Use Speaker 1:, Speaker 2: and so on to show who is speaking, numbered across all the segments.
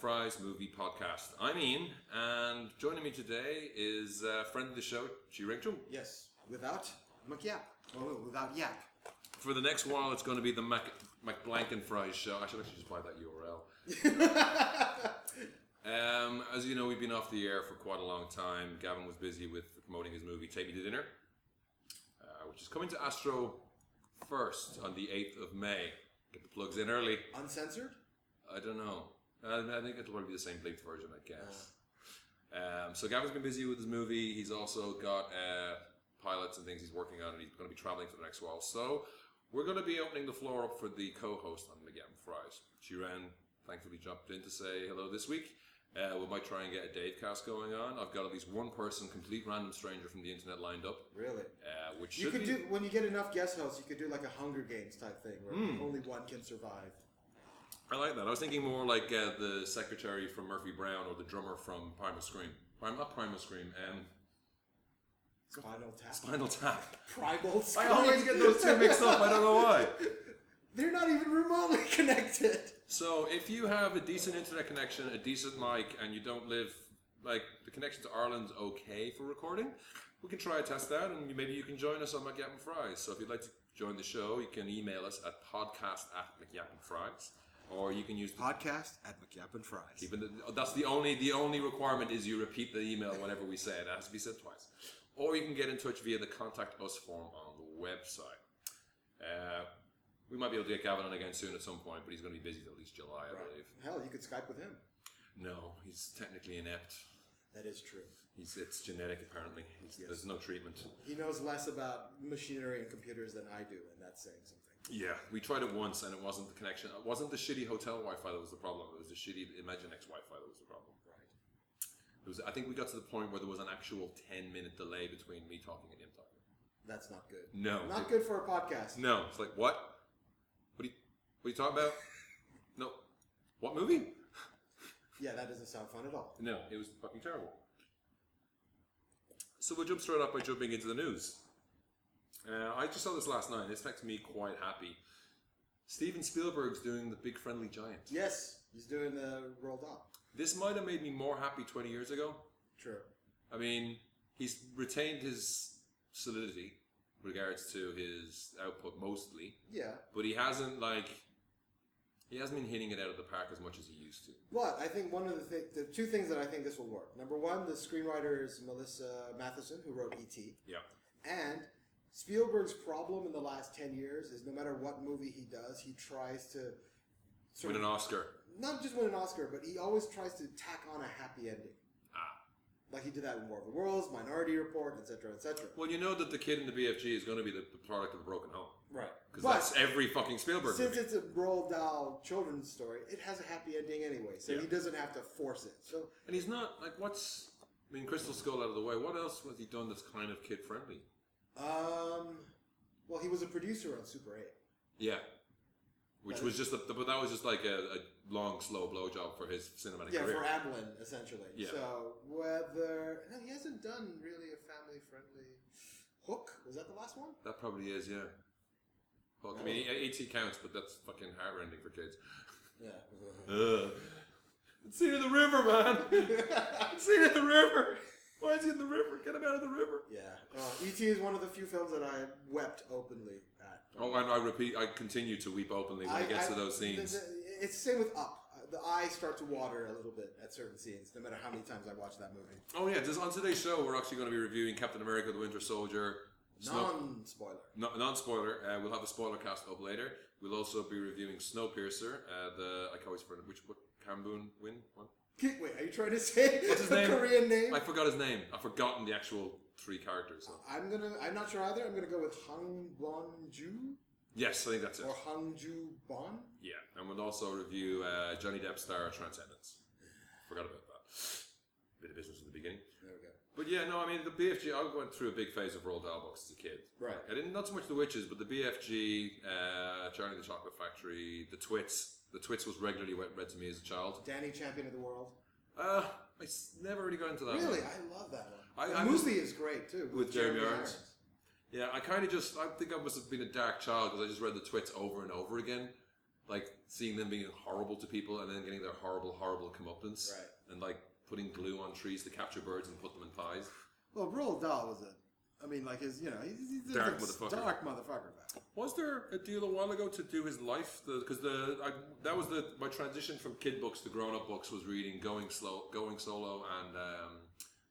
Speaker 1: Fry's Movie Podcast. I'm Ian, and joining me today is a friend of the show, Chi Rachel.
Speaker 2: Yes, without McYap. Oh, without Yap.
Speaker 1: For the next while, it's going to be the Mac, McBlank and Fries show. I should actually just buy that URL. um, as you know, we've been off the air for quite a long time. Gavin was busy with promoting his movie Take Me to Dinner, uh, which is coming to Astro first on the 8th of May. Get the plugs in early.
Speaker 2: Uncensored?
Speaker 1: I don't know. I, I think it'll probably be the same bleeped version, I guess. Um, so Gavin's been busy with his movie. He's also got uh, pilots and things he's working on, and he's going to be traveling for the next while. So we're going to be opening the floor up for the co-host on McGavin Fries. She ran, thankfully, jumped in to say hello this week. Uh, we might try and get a Dave cast going on. I've got at least one person, complete random stranger from the internet, lined up,
Speaker 2: Really?
Speaker 1: uh, which
Speaker 2: You
Speaker 1: should
Speaker 2: could
Speaker 1: be
Speaker 2: do when you get enough guest hosts, you could do like a Hunger Games type thing where
Speaker 1: Hmm.
Speaker 2: only one can survive.
Speaker 1: I like that. I was thinking more like uh, the secretary from Murphy Brown or the drummer from Primal Scream. Prime, not Primal Scream. Um,
Speaker 2: Spinal Tap.
Speaker 1: Spinal Tap.
Speaker 2: Primal
Speaker 1: I
Speaker 2: Scream.
Speaker 1: always get those two mixed up. I don't know why.
Speaker 2: They're not even remotely connected.
Speaker 1: So if you have a decent internet connection, a decent mic, and you don't live like the connection to Ireland's okay for recording, we can try and test that, and you- maybe you can join us on McYap and Fries. So if you'd like to join the show, you can email us at podcast at McYap and Fries, or you can use the
Speaker 2: Podcast at McYap and Fries.
Speaker 1: But th- that's the only the only requirement is you repeat the email whenever we say it. It has to be said twice. Or you can get in touch via the contact us form on the website. Uh, we might be able to get Gavin on again soon at some point, but he's going to be busy till at least July, I believe.
Speaker 2: Hell, you could Skype with him.
Speaker 1: No, he's technically inept.
Speaker 2: That is true.
Speaker 1: He's it's genetic apparently. He's,
Speaker 2: Yes.
Speaker 1: There's no treatment.
Speaker 2: He knows less about machinery and computers than I do, and that's saying something.
Speaker 1: Yeah, we tried it once and it wasn't the connection. It wasn't the shitty hotel Wi-Fi that was the problem. It was the shitty Imaginex Wi-Fi that was the problem.
Speaker 2: Right.
Speaker 1: It was. I think we got to the point where there was an actual ten-minute delay between me talking and him talking.
Speaker 2: That's not good.
Speaker 1: No.
Speaker 2: Not good for a podcast.
Speaker 1: No. It's like what? What are you what are you talking about? no. What movie?
Speaker 2: Yeah, that doesn't sound fun at all.
Speaker 1: No, it was fucking terrible. So we'll jump straight up by jumping into the news. Uh, I just saw this last night and this makes me quite happy. Steven Spielberg's doing The Big Friendly Giant.
Speaker 2: Yes, he's doing the rolled up.
Speaker 1: This might have made me more happy 20 years ago.
Speaker 2: True.
Speaker 1: I mean, he's retained his solidity with regards to his output mostly,
Speaker 2: Yeah.
Speaker 1: but he hasn't, like, he hasn't been hitting it out of the park as much as he used to.
Speaker 2: But I think one of the thi- the two things that I think this will work. Number one, the screenwriter is Melissa Matheson, who wrote E.T.
Speaker 1: Yeah.
Speaker 2: And Spielberg's problem in the last ten years is no matter what movie he does, he tries to
Speaker 1: Win
Speaker 2: sort
Speaker 1: an
Speaker 2: of,
Speaker 1: Oscar.
Speaker 2: not just win an Oscar, but he always tries to tack on a happy ending.
Speaker 1: Ah.
Speaker 2: Like he did that in War of the Worlds, Minority Report, etc., etc.
Speaker 1: Well, you know that the kid in the BFG is going to be the, the product of a broken home.
Speaker 2: Right.
Speaker 1: Because that's
Speaker 2: But
Speaker 1: every fucking Spielberg
Speaker 2: since
Speaker 1: movie.
Speaker 2: it's a Roald Dahl children's story, it has a happy ending anyway, so
Speaker 1: Yeah.
Speaker 2: he doesn't have to force it. So
Speaker 1: And he's not, like, what's. I mean, Crystal Skull out of the way. What else was he done that's kind of kid friendly?
Speaker 2: Um, well, he was a producer on Super 8.
Speaker 1: Yeah. Which
Speaker 2: That
Speaker 1: was just, a, but that was just like a, a long, slow blowjob for his cinematic
Speaker 2: Yeah,
Speaker 1: career.
Speaker 2: for Amblin, essentially.
Speaker 1: Yeah.
Speaker 2: So, whether. No, he hasn't done really a family friendly. Hook? Was that the last one?
Speaker 1: That probably is, yeah. Fuck, I mean, 18 counts, but that's fucking heartrending for kids.
Speaker 2: Yeah.
Speaker 1: Ugh. It's in the river, man! it's in the river! Why is he in the river? Get him out of the river!
Speaker 2: yeah. Uh, E.T. is one of the few films that I wept openly at.
Speaker 1: Oh, and I repeat, I continue to weep openly when
Speaker 2: I-
Speaker 1: it gets
Speaker 2: I-
Speaker 1: to those
Speaker 2: the-
Speaker 1: scenes.
Speaker 2: the- it's the same with Up. Uh, The eyes start to water a little bit at certain scenes, no matter how many times I watch that movie.
Speaker 1: Oh, yeah, this, on today's show, we're actually going to be reviewing Captain America the Winter Soldier. Snow-
Speaker 2: Non spoiler.
Speaker 1: No, non-spoiler. Uh, we'll have a spoiler cast up later. We'll also be reviewing Snowpiercer. Uh, the I can always forget which what Kamboon Win one.
Speaker 2: Wait, are you trying to say
Speaker 1: What's his
Speaker 2: the
Speaker 1: name?
Speaker 2: Korean name?
Speaker 1: I forgot his name. I've forgotten the actual three characters. So.
Speaker 2: I'm gonna. I'm not sure either. I'm gonna go with Hung Bon Ju
Speaker 1: Yes, I think that's it.
Speaker 2: or Hung Ju Bon.
Speaker 1: Yeah, and we'll also review uh, Johnny Depp star Transcendence. Forgot about that. Bit of business at the beginning.
Speaker 2: There we go.
Speaker 1: But yeah, no, I mean the BFG. I went through a big phase of Roald Dahl books as a kid.
Speaker 2: Right.
Speaker 1: I didn't not so much the witches, but the BFG, uh, Charlie and the Chocolate Factory, the Twits. The Twits was regularly wet- read to me as a child.
Speaker 2: Danny Champion of the World.
Speaker 1: Uh, I s- never really got into that.
Speaker 2: Really,
Speaker 1: one.
Speaker 2: I love that one.
Speaker 1: I-
Speaker 2: the
Speaker 1: I was-
Speaker 2: movie is great too.
Speaker 1: With Jeremy Irons. Yeah, I kind of just. I think I must have been a dark child because I just read the Twits over and over again. like seeing them being horrible to people and then getting their horrible, horrible comeuppance,
Speaker 2: Right.
Speaker 1: and like putting glue on trees to capture birds and put them in pies.
Speaker 2: Well, Roald Dahl was a. I mean, like his, you know, he's, he's
Speaker 1: Dark
Speaker 2: a
Speaker 1: motherfucker.
Speaker 2: dark motherfucker. man.
Speaker 1: Was there a deal a while ago to do his life? Because the, I, that was the my transition from kid books to grown up books was reading Going Slow, Going Solo, and um,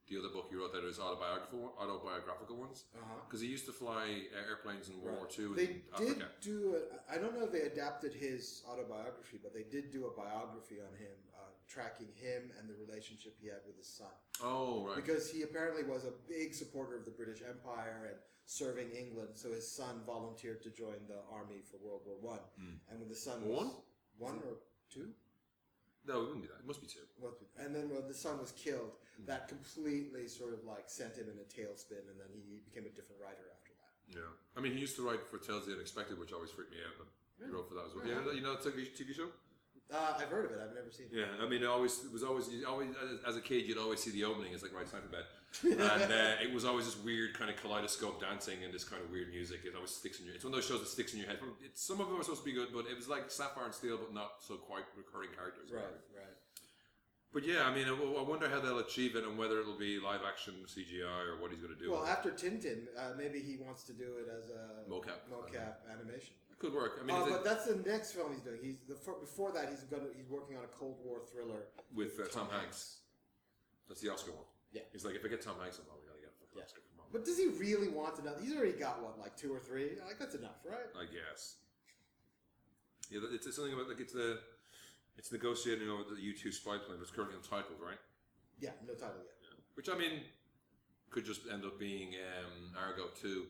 Speaker 1: the other book you wrote that is autobiographical autobiographical ones. Because he used to fly uh, airplanes in World
Speaker 2: Right.
Speaker 1: War II
Speaker 2: They
Speaker 1: Uh-huh. in
Speaker 2: did
Speaker 1: Africa.
Speaker 2: do. A, I don't know if they adapted his autobiography, but they did do a biography on him, uh, tracking him and the relationship he had with his son.
Speaker 1: Oh right,
Speaker 2: Because he apparently was a big supporter of the British Empire and serving England, so his son volunteered to join the army for World War One. And when the son was
Speaker 1: Hmm. One?
Speaker 2: one or two,
Speaker 1: no, it wouldn't be that. It must be two.
Speaker 2: Well, and then when the son was killed,
Speaker 1: Hmm.
Speaker 2: that completely sort of like sent him in a tailspin, and then he became a different writer after that.
Speaker 1: Yeah, I mean he used to write for Tales of the Unexpected, which always freaked me out. But he wrote for that as well.
Speaker 2: Yeah.
Speaker 1: Yeah, you know that TV TV show.
Speaker 2: Uh, I've heard of it. I've never seen it.
Speaker 1: Yeah, I mean, it always it was always you always as a kid you'd always see the opening. It's like right it's time for bed, and uh, it was always this weird kind of kaleidoscope dancing and this kind of weird music. It always sticks in your. It's one of those shows that sticks in your head. It's, some of them are supposed to be good, but it was like Sapphire and Steel, but not so quite recurring characters.
Speaker 2: Right, right.
Speaker 1: But yeah, I mean, I, I wonder how they'll achieve it and whether it'll be live action CGI or what he's going to do.
Speaker 2: Well,
Speaker 1: with it.
Speaker 2: after Tintin, uh, maybe he wants to do it as a
Speaker 1: Mocap. Um,
Speaker 2: mocap animation.
Speaker 1: it could work. I mean,
Speaker 2: Oh,
Speaker 1: is
Speaker 2: but
Speaker 1: it
Speaker 2: that's the next film he's doing. He's the fir- before that he's gonna he's working on a Cold War thriller.
Speaker 1: with uh, Tom Hanks. That's the Oscar one.
Speaker 2: Yeah.
Speaker 1: he's like, if I get Tom Hanks, I'm probably going to get a fucking
Speaker 2: Yeah.
Speaker 1: Oscar. Come on.
Speaker 2: But does he really want another? He's already got one, like two or three. Like that's enough, right?
Speaker 1: I guess. Yeah, that- it's, it's something about like it's the it's negotiating over the U two spy plane that's currently untitled, right?
Speaker 2: Yeah, no title yet.
Speaker 1: Which I mean could just end up being um, Argo two.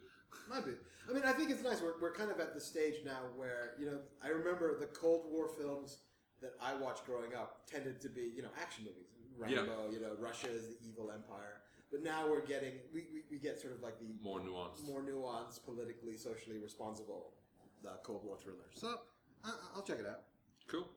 Speaker 2: Might be. I mean, I think it's nice. We're, we're kind of at the stage now where, you know, I remember the Cold War films that I watched growing up tended to be, you know, action movies. Rambo, you know, Russia is the evil empire. But now we're getting, we, we, we get sort of like the
Speaker 1: More nuanced.
Speaker 2: more nuanced, politically, socially responsible uh, Cold War thrillers. So I, I'll check it out.
Speaker 1: Cool.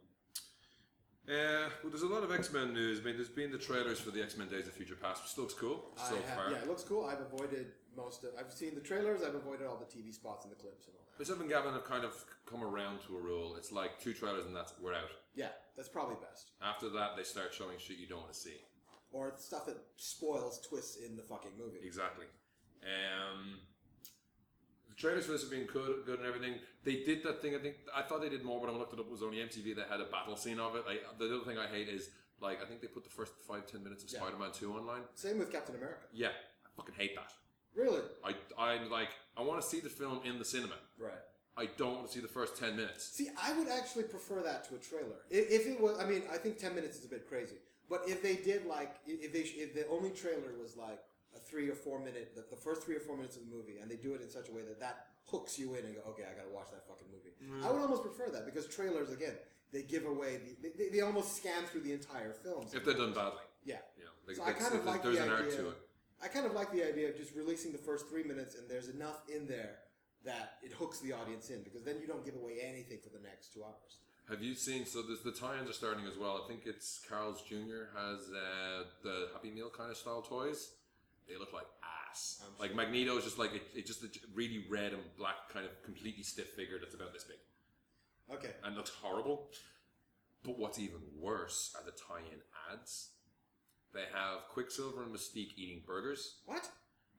Speaker 1: Uh, well, there's a lot of X Men news. I mean, there's been the trailers for the X Men Days of Future Past, which looks cool so
Speaker 2: I have,
Speaker 1: far.
Speaker 2: Ah, Yeah, it looks cool. I've avoided most of, I've seen the trailers, I've avoided all the TV spots and the clips and all that.
Speaker 1: But Seven Gavin have kind of come around to a rule. It's like two trailers and that's we're out.
Speaker 2: Yeah, that's probably best.
Speaker 1: After that, they start showing shit you don't want to see.
Speaker 2: Or stuff that spoils twists in the fucking movie.
Speaker 1: Exactly. Um, the trailers for this have been good, good and everything. They did that thing. I think I thought they did more, but I looked it up. It was only MTV that had a battle scene of it. I, the other thing I hate is like I think they put the first five ten minutes of
Speaker 2: Yeah.
Speaker 1: Spider Man Two online.
Speaker 2: Same with Captain America.
Speaker 1: Yeah, I fucking hate that.
Speaker 2: Really?
Speaker 1: I I like I want to see the film in the cinema.
Speaker 2: Right.
Speaker 1: I don't want to see the first ten minutes.
Speaker 2: See, I would actually prefer that to a trailer. I- If it was, I mean, I think ten minutes is a bit crazy. But if they did like, i- if they, sh- if the only trailer was like a three or four minute, the, the first three or four minutes of the movie, and they do it in such a way that that hooks you in and go, okay, I gotta watch that fucking movie. I would almost prefer that because trailers, again, they give away, the, they- they, they almost scan through the entire film.
Speaker 1: If they're done badly,
Speaker 2: yeah.
Speaker 1: you know, like,
Speaker 2: So I
Speaker 1: that's-
Speaker 2: kind of
Speaker 1: there's-
Speaker 2: like
Speaker 1: there's
Speaker 2: the
Speaker 1: an
Speaker 2: idea.
Speaker 1: art to it.
Speaker 2: I kind of like the idea of just releasing the first three minutes, and there's enough in there that it hooks the audience in, because then you don't give away anything for the next two hours.
Speaker 1: Have you seen? So there's, the tie-ins are starting as well. I think it's Carl's Jr. has uh, the Happy Meal kind of style toys. They look like ass.
Speaker 2: I'm
Speaker 1: like Magneto's just like it, it just a j- really red and black kind of completely stiff figure that's about this big
Speaker 2: Okay.
Speaker 1: and looks horrible. But what's even worse are the tie-in ads. They have Quicksilver and Mystique eating burgers,
Speaker 2: What?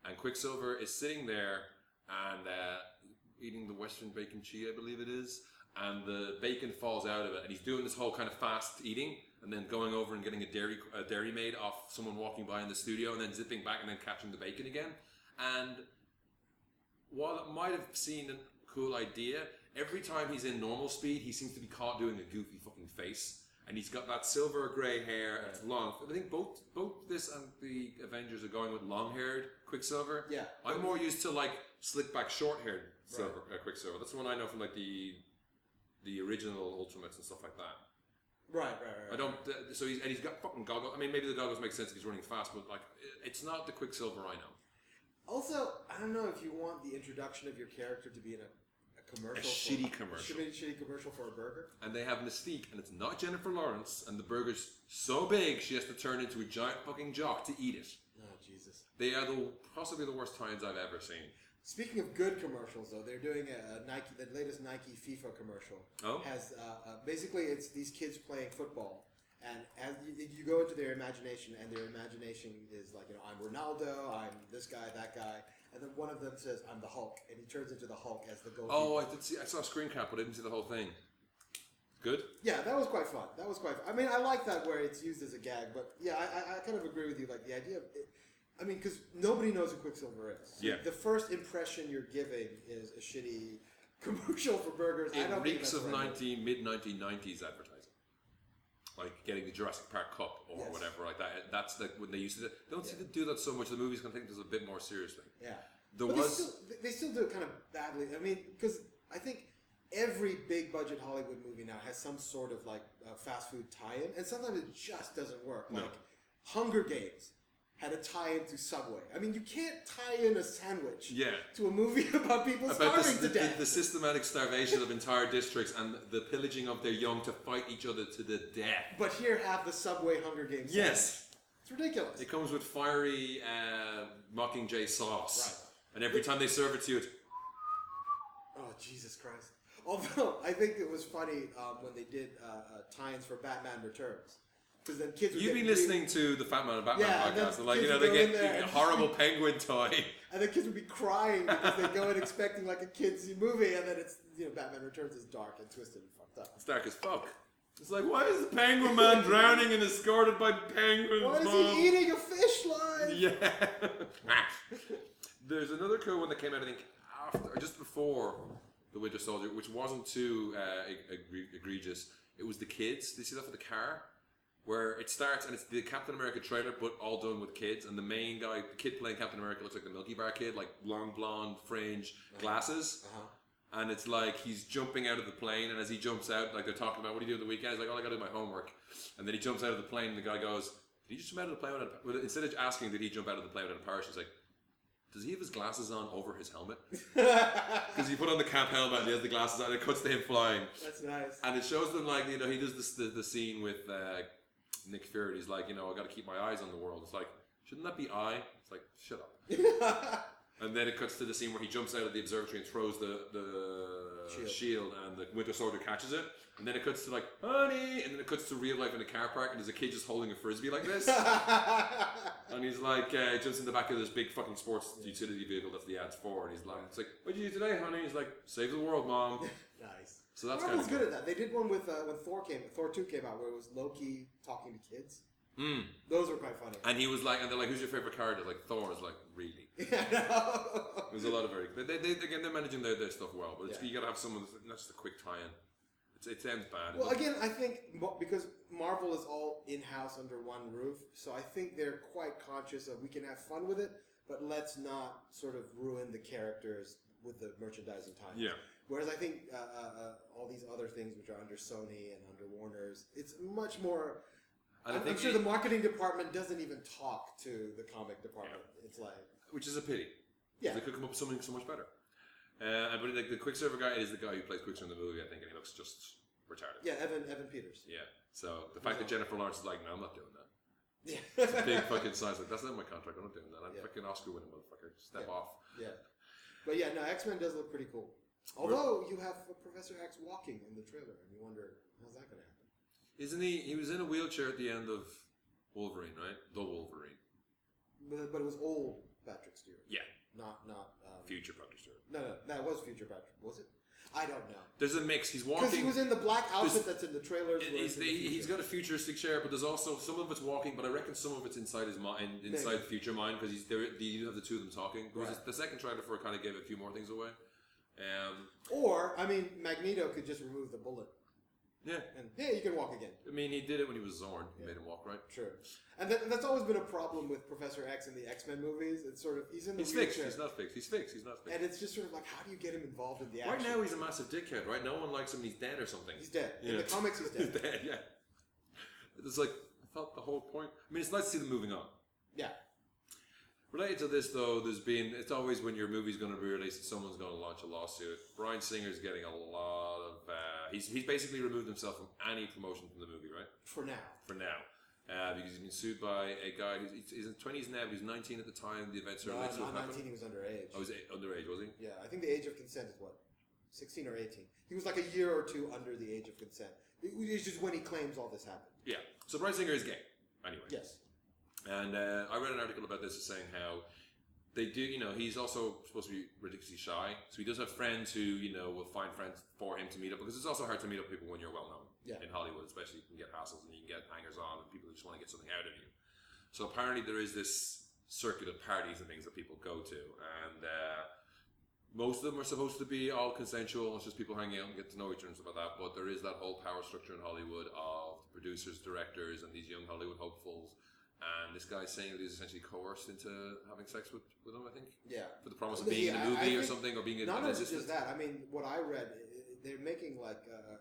Speaker 1: and Quicksilver is sitting there and uh, eating the Western bacon cheese, I believe it is, and the bacon falls out of it, and he's doing this whole kind of fast eating, and then going over and getting a dairy a dairy maid off someone walking by in the studio, and then zipping back and then catching the bacon again. And while it might have seemed a cool idea, every time he's in normal speed, he seems to be caught doing a goofy fucking face. And he's got that silver grey hair and it's long. I think both both this and the Avengers are going with long haired Quicksilver.
Speaker 2: Yeah.
Speaker 1: I'm more used to like slick back, short haired Silver uh, Quicksilver. That's the one I know from like the the original Ultimates and stuff like that.
Speaker 2: Right, right, right.
Speaker 1: I don't. th- so he's and he's got fucking goggles. I mean, maybe the goggles make sense if he's running fast, but like it- it's not the Quicksilver I know.
Speaker 2: Also, I don't know if you want the introduction of your character to be in a, a
Speaker 1: A
Speaker 2: commercial.
Speaker 1: shitty commercial.
Speaker 2: Shitty, shitty commercial for a burger.
Speaker 1: And they have Mystique, and it's not Jennifer Lawrence, and the burger's so big she has to turn into a giant fucking jock to eat it.
Speaker 2: Oh, Jesus.
Speaker 1: They are the possibly the worst times I've ever seen.
Speaker 2: Speaking of good commercials, though, they're doing a, a Nike, the latest Nike FIFA commercial.
Speaker 1: Oh.
Speaker 2: Has uh, uh, basically it's these kids playing football, and as you, you go into their imagination, and their imagination is like, you know, I'm Ronaldo, I'm this guy, that guy, and then one of them says, I'm the Hulk, and he turns into the Hulk as the goalkeeper.
Speaker 1: Oh, I did see. I saw a screen cap, but I didn't see the whole thing. Good.
Speaker 2: Yeah, that was quite fun. That was quite. Fun. I mean, I like that where it's used as a gag, but yeah, I, I, I kind of agree with you. Like the idea of, it, I mean, because nobody knows who Quicksilver is. So
Speaker 1: Yeah.
Speaker 2: The first impression you're giving is a shitty commercial for burgers. I
Speaker 1: It
Speaker 2: don't think
Speaker 1: reeks
Speaker 2: that's
Speaker 1: of
Speaker 2: right.
Speaker 1: nineteen mid nineteen nineties advertising, like getting the Jurassic Park cup or
Speaker 2: Yes.
Speaker 1: whatever like that. That's the when they used to. do- They don't seem
Speaker 2: Yeah.
Speaker 1: to do that so much. The movies can take this a bit more seriously.
Speaker 2: Yeah.
Speaker 1: There
Speaker 2: but
Speaker 1: was-
Speaker 2: They still, they- they still do it kind of badly. I mean, because I think every big budget Hollywood movie now has some sort of like uh, fast food tie-in, and sometimes it just doesn't work.
Speaker 1: No.
Speaker 2: Like Hunger Games had a tie-in to Subway. I mean, you can't tie in a sandwich.
Speaker 1: Yeah.
Speaker 2: To a movie about people
Speaker 1: About
Speaker 2: starving
Speaker 1: this, the,
Speaker 2: to
Speaker 1: the,
Speaker 2: death.
Speaker 1: the systematic starvation of entire districts and the pillaging of their young to fight each other to the death.
Speaker 2: but here have the Subway Hunger Games.
Speaker 1: Yes,
Speaker 2: It's ridiculous.
Speaker 1: it comes with fiery uh, Mockingjay sauce, and every time they serve it to you, it's,
Speaker 2: Oh Jesus Christ! Although I think it was funny um, when they did uh, uh, tie-ins for Batman Returns, because then kids. would
Speaker 1: you've
Speaker 2: get
Speaker 1: been
Speaker 2: really-
Speaker 1: listening to the Fat Man and Batman
Speaker 2: Yeah, and
Speaker 1: podcast,
Speaker 2: that's-
Speaker 1: and like you
Speaker 2: kids
Speaker 1: know they
Speaker 2: go in
Speaker 1: get
Speaker 2: there
Speaker 1: the
Speaker 2: and-
Speaker 1: horrible penguin toy.
Speaker 2: and the kids would be crying because they go in expecting like a kids movie, and then it's you know Batman Returns is dark and twisted and fucked up.
Speaker 1: It's dark as fuck. It's like, why is the penguin man drowning and escorted by penguins?
Speaker 2: Why is
Speaker 1: Mom?
Speaker 2: he eating a fish line?
Speaker 1: Yeah. There's another cool one that came out, I think, after or just before the Winter Soldier, which wasn't too uh, egre- egregious. It was the kids. Did you see that for the car? Where it starts and it's the Captain America trailer, but all done with kids. And the main guy, the kid playing Captain America, looks like the Milky Bar kid, like long blonde fringe, glasses and it's like he's jumping out of the plane, and as he jumps out, like they're talking about what do you do on the weekend. He's like, "Oh, I got to do my homework," and then he jumps out of the plane, and the guy goes, "Did he just jump out of the plane?" Without a, well, instead of asking, "Did he jump out of the plane without a parachute?" He's like, "Does he have his glasses on over his helmet?" Because he put on the cap helmet, and he has the glasses on. And it cuts to him flying,
Speaker 2: That's nice.
Speaker 1: and it shows them like you know he does this the, the scene with uh, Nick Fury. He's like, you know, I got to keep my eyes on the world. It's like, shouldn't that be I? It's like, shut up. And then it cuts to the scene where he jumps out of the observatory and throws the, the shield.
Speaker 2: Shield.
Speaker 1: and the Winter Soldier catches it. And then it cuts to like, honey! And then it cuts to real life in a car park, and there's a kid just holding a frisbee like this. and he's like, uh, he jumps in the back of this big fucking sports utility vehicle that's the ad's for. And he's like, it's like, what'd you do today, honey? He's like, save the world, mom.
Speaker 2: nice.
Speaker 1: So that's
Speaker 2: Marvel's
Speaker 1: kinda
Speaker 2: good at that. They did one with uh, when Thor came, Thor two came out, where it was Loki talking to kids. Those were quite funny.
Speaker 1: Hmm. and he was like, and they're like, who's your favorite character? Like, Thor is like, really?
Speaker 2: Yeah, I know.
Speaker 1: There's a lot of very. They, they, again, they're managing their, their stuff well, but it's,
Speaker 2: Yeah.
Speaker 1: you gotta have someone, that's not just a quick tie in. It's, it sounds bad. It
Speaker 2: Well,
Speaker 1: doesn't-
Speaker 2: again, I think mo- because Marvel is all in house under one roof, so I think they're quite conscious of we can have fun with it, but let's not sort of ruin the characters with the merchandising time.
Speaker 1: Yeah.
Speaker 2: Whereas I think uh, uh, uh, all these other things, which are under Sony and under Warner's, it's much more.
Speaker 1: and
Speaker 2: I'm, I'm sure
Speaker 1: it-
Speaker 2: the marketing department doesn't even talk to the comic department. It's like,
Speaker 1: which is a pity.
Speaker 2: Yeah.
Speaker 1: they could come up with something so much better. Uh, I believe like the Quicksilver guy is the guy who plays Quicksilver in the movie, I think, and he looks just retarded.
Speaker 2: yeah, Evan Evan Peters.
Speaker 1: Yeah. So the fact that Jennifer Lawrence is like, no, I'm not doing that.
Speaker 2: Yeah.
Speaker 1: Big fucking signs like that's not in my contract. I'm not doing that. I'm
Speaker 2: Yeah.
Speaker 1: fucking Oscar winning motherfucker. Step
Speaker 2: Yeah.
Speaker 1: off.
Speaker 2: Yeah. But yeah, no, X Men does look pretty cool. Although you have Professor X walking in the trailer, and you wonder how's that going to happen.
Speaker 1: Isn't he? He was in a wheelchair at the end of Wolverine, right? The Wolverine.
Speaker 2: But, but it was old Patrick Stewart,
Speaker 1: Yeah.
Speaker 2: not not. Um,
Speaker 1: Future Patrick Stewart.
Speaker 2: no, no, that was future Patrick, was it? I don't know
Speaker 1: There's a mix. He's
Speaker 2: because he
Speaker 1: walking.
Speaker 2: was in the black outfit
Speaker 1: There's-
Speaker 2: that's in the trailers.
Speaker 1: And
Speaker 2: where
Speaker 1: He's,
Speaker 2: it's in the
Speaker 1: he- he's
Speaker 2: future.
Speaker 1: got a futuristic chair, but there's also some of it's walking, but I reckon some of it's inside his mind, inside
Speaker 2: Maybe.
Speaker 1: the future mind, because he's there. You have the two of them talking. Whereas
Speaker 2: Right.
Speaker 1: The second trailer for kind of gave a few more things away. Um,
Speaker 2: Or I mean, Magneto could just remove the bullet,
Speaker 1: yeah,
Speaker 2: and yeah, you can walk again.
Speaker 1: I mean, he did it when he was Zorn. He made him walk, right?
Speaker 2: True, and, that, and that's always been a problem with Professor X in the X Men movies. It's sort of he's in the
Speaker 1: He's fixed.
Speaker 2: wheelchair,
Speaker 1: He's not fixed. He's fixed. He's not fixed.
Speaker 2: and it's just sort of like, how do you get him involved in the action?
Speaker 1: Right now, he's a massive dickhead. Right? No one likes him. and He's dead or something.
Speaker 2: he's dead. In
Speaker 1: Yeah.
Speaker 2: the comics, he's
Speaker 1: He's
Speaker 2: dead.
Speaker 1: dead. Yeah. It's like I thought the whole point. I mean, it's nice to see them moving on.
Speaker 2: yeah.
Speaker 1: Related to this, though, there's been it's always when your movie's going to be released, someone's going to launch a lawsuit. Brian Singer's getting a lot of uh, he's he's basically removed himself from any promotion from the movie, right?
Speaker 2: for now.
Speaker 1: For now, uh, because he's been sued by a guy who's he's- he's in his twenties now, but he's nineteen at the time the events are
Speaker 2: No,
Speaker 1: alleged to have
Speaker 2: not
Speaker 1: happened.
Speaker 2: 19, he was underage.
Speaker 1: Oh, he was a- underage, was he?
Speaker 2: Yeah, I think the age of consent is what, sixteen or eighteen. He was like a year or two under the age of consent. It- It's just when he claims all this happened.
Speaker 1: Yeah. So Bright Singer is gay. Anyway.
Speaker 2: Yes.
Speaker 1: And uh, I read an article about this saying how they do, you know, he's also supposed to be ridiculously shy. So he does have friends who, you know, will find friends for him to meet up because it's also hard to meet up with people when you're well known
Speaker 2: Yeah.
Speaker 1: in Hollywood, especially you can get hassles and you can get hangers on and people who just want to get something out of you. So apparently there is this circuit of parties and things that people go to. And uh, most of them are supposed to be all consensual. It's just people hanging out and get to know each other and stuff like that. But there is that whole power structure in Hollywood of producers, directors, and these young Hollywood hopefuls. And this guy's saying that he's essentially coerced into having sex with, with them, I think.
Speaker 2: Yeah.
Speaker 1: For the promise of
Speaker 2: Yeah,
Speaker 1: being in
Speaker 2: I-
Speaker 1: a
Speaker 2: I
Speaker 1: movie or
Speaker 2: think
Speaker 1: something, or being in
Speaker 2: Not
Speaker 1: an
Speaker 2: only just
Speaker 1: assistant.
Speaker 2: that. I mean, what I read, i- i- they're making like uh,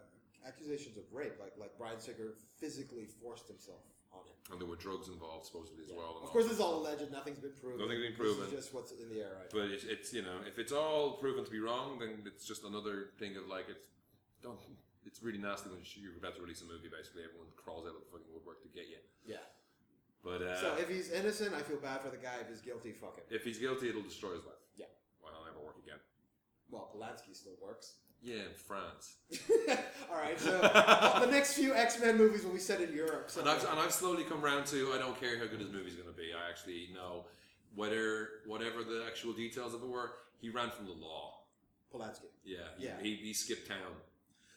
Speaker 2: accusations of rape, like like Brian Singer physically forced himself on him.
Speaker 1: And there were drugs involved, supposedly, as well. and
Speaker 2: Of
Speaker 1: all.
Speaker 2: course, this is all alleged. Nothing's been proven.
Speaker 1: Nothing's been
Speaker 2: This
Speaker 1: proven.
Speaker 2: is just what's in the air right now.
Speaker 1: But it's, it's, you know, if it's all proven to be wrong, then it's just another thing of like, it's, don't, it's really nasty when you're about to release a movie, basically. Everyone crawls out of the fucking woodwork to get you.
Speaker 2: Yeah.
Speaker 1: But, uh,
Speaker 2: So if he's innocent, I feel bad for the guy. If he's guilty, fuck him.
Speaker 1: If he's guilty, it'll destroy his life.
Speaker 2: Yeah.
Speaker 1: Well, he'll never work again.
Speaker 2: Well, Polanski still works.
Speaker 1: Yeah, in France.
Speaker 2: All right, so the next few X Men movies will be set in Europe. So
Speaker 1: And I've, and I've slowly come round to I don't care how good his movie's going to be. I actually know whether whatever the actual details of it were, he ran from the law.
Speaker 2: Polanski.
Speaker 1: Yeah. he-
Speaker 2: Yeah.
Speaker 1: He, he skipped town.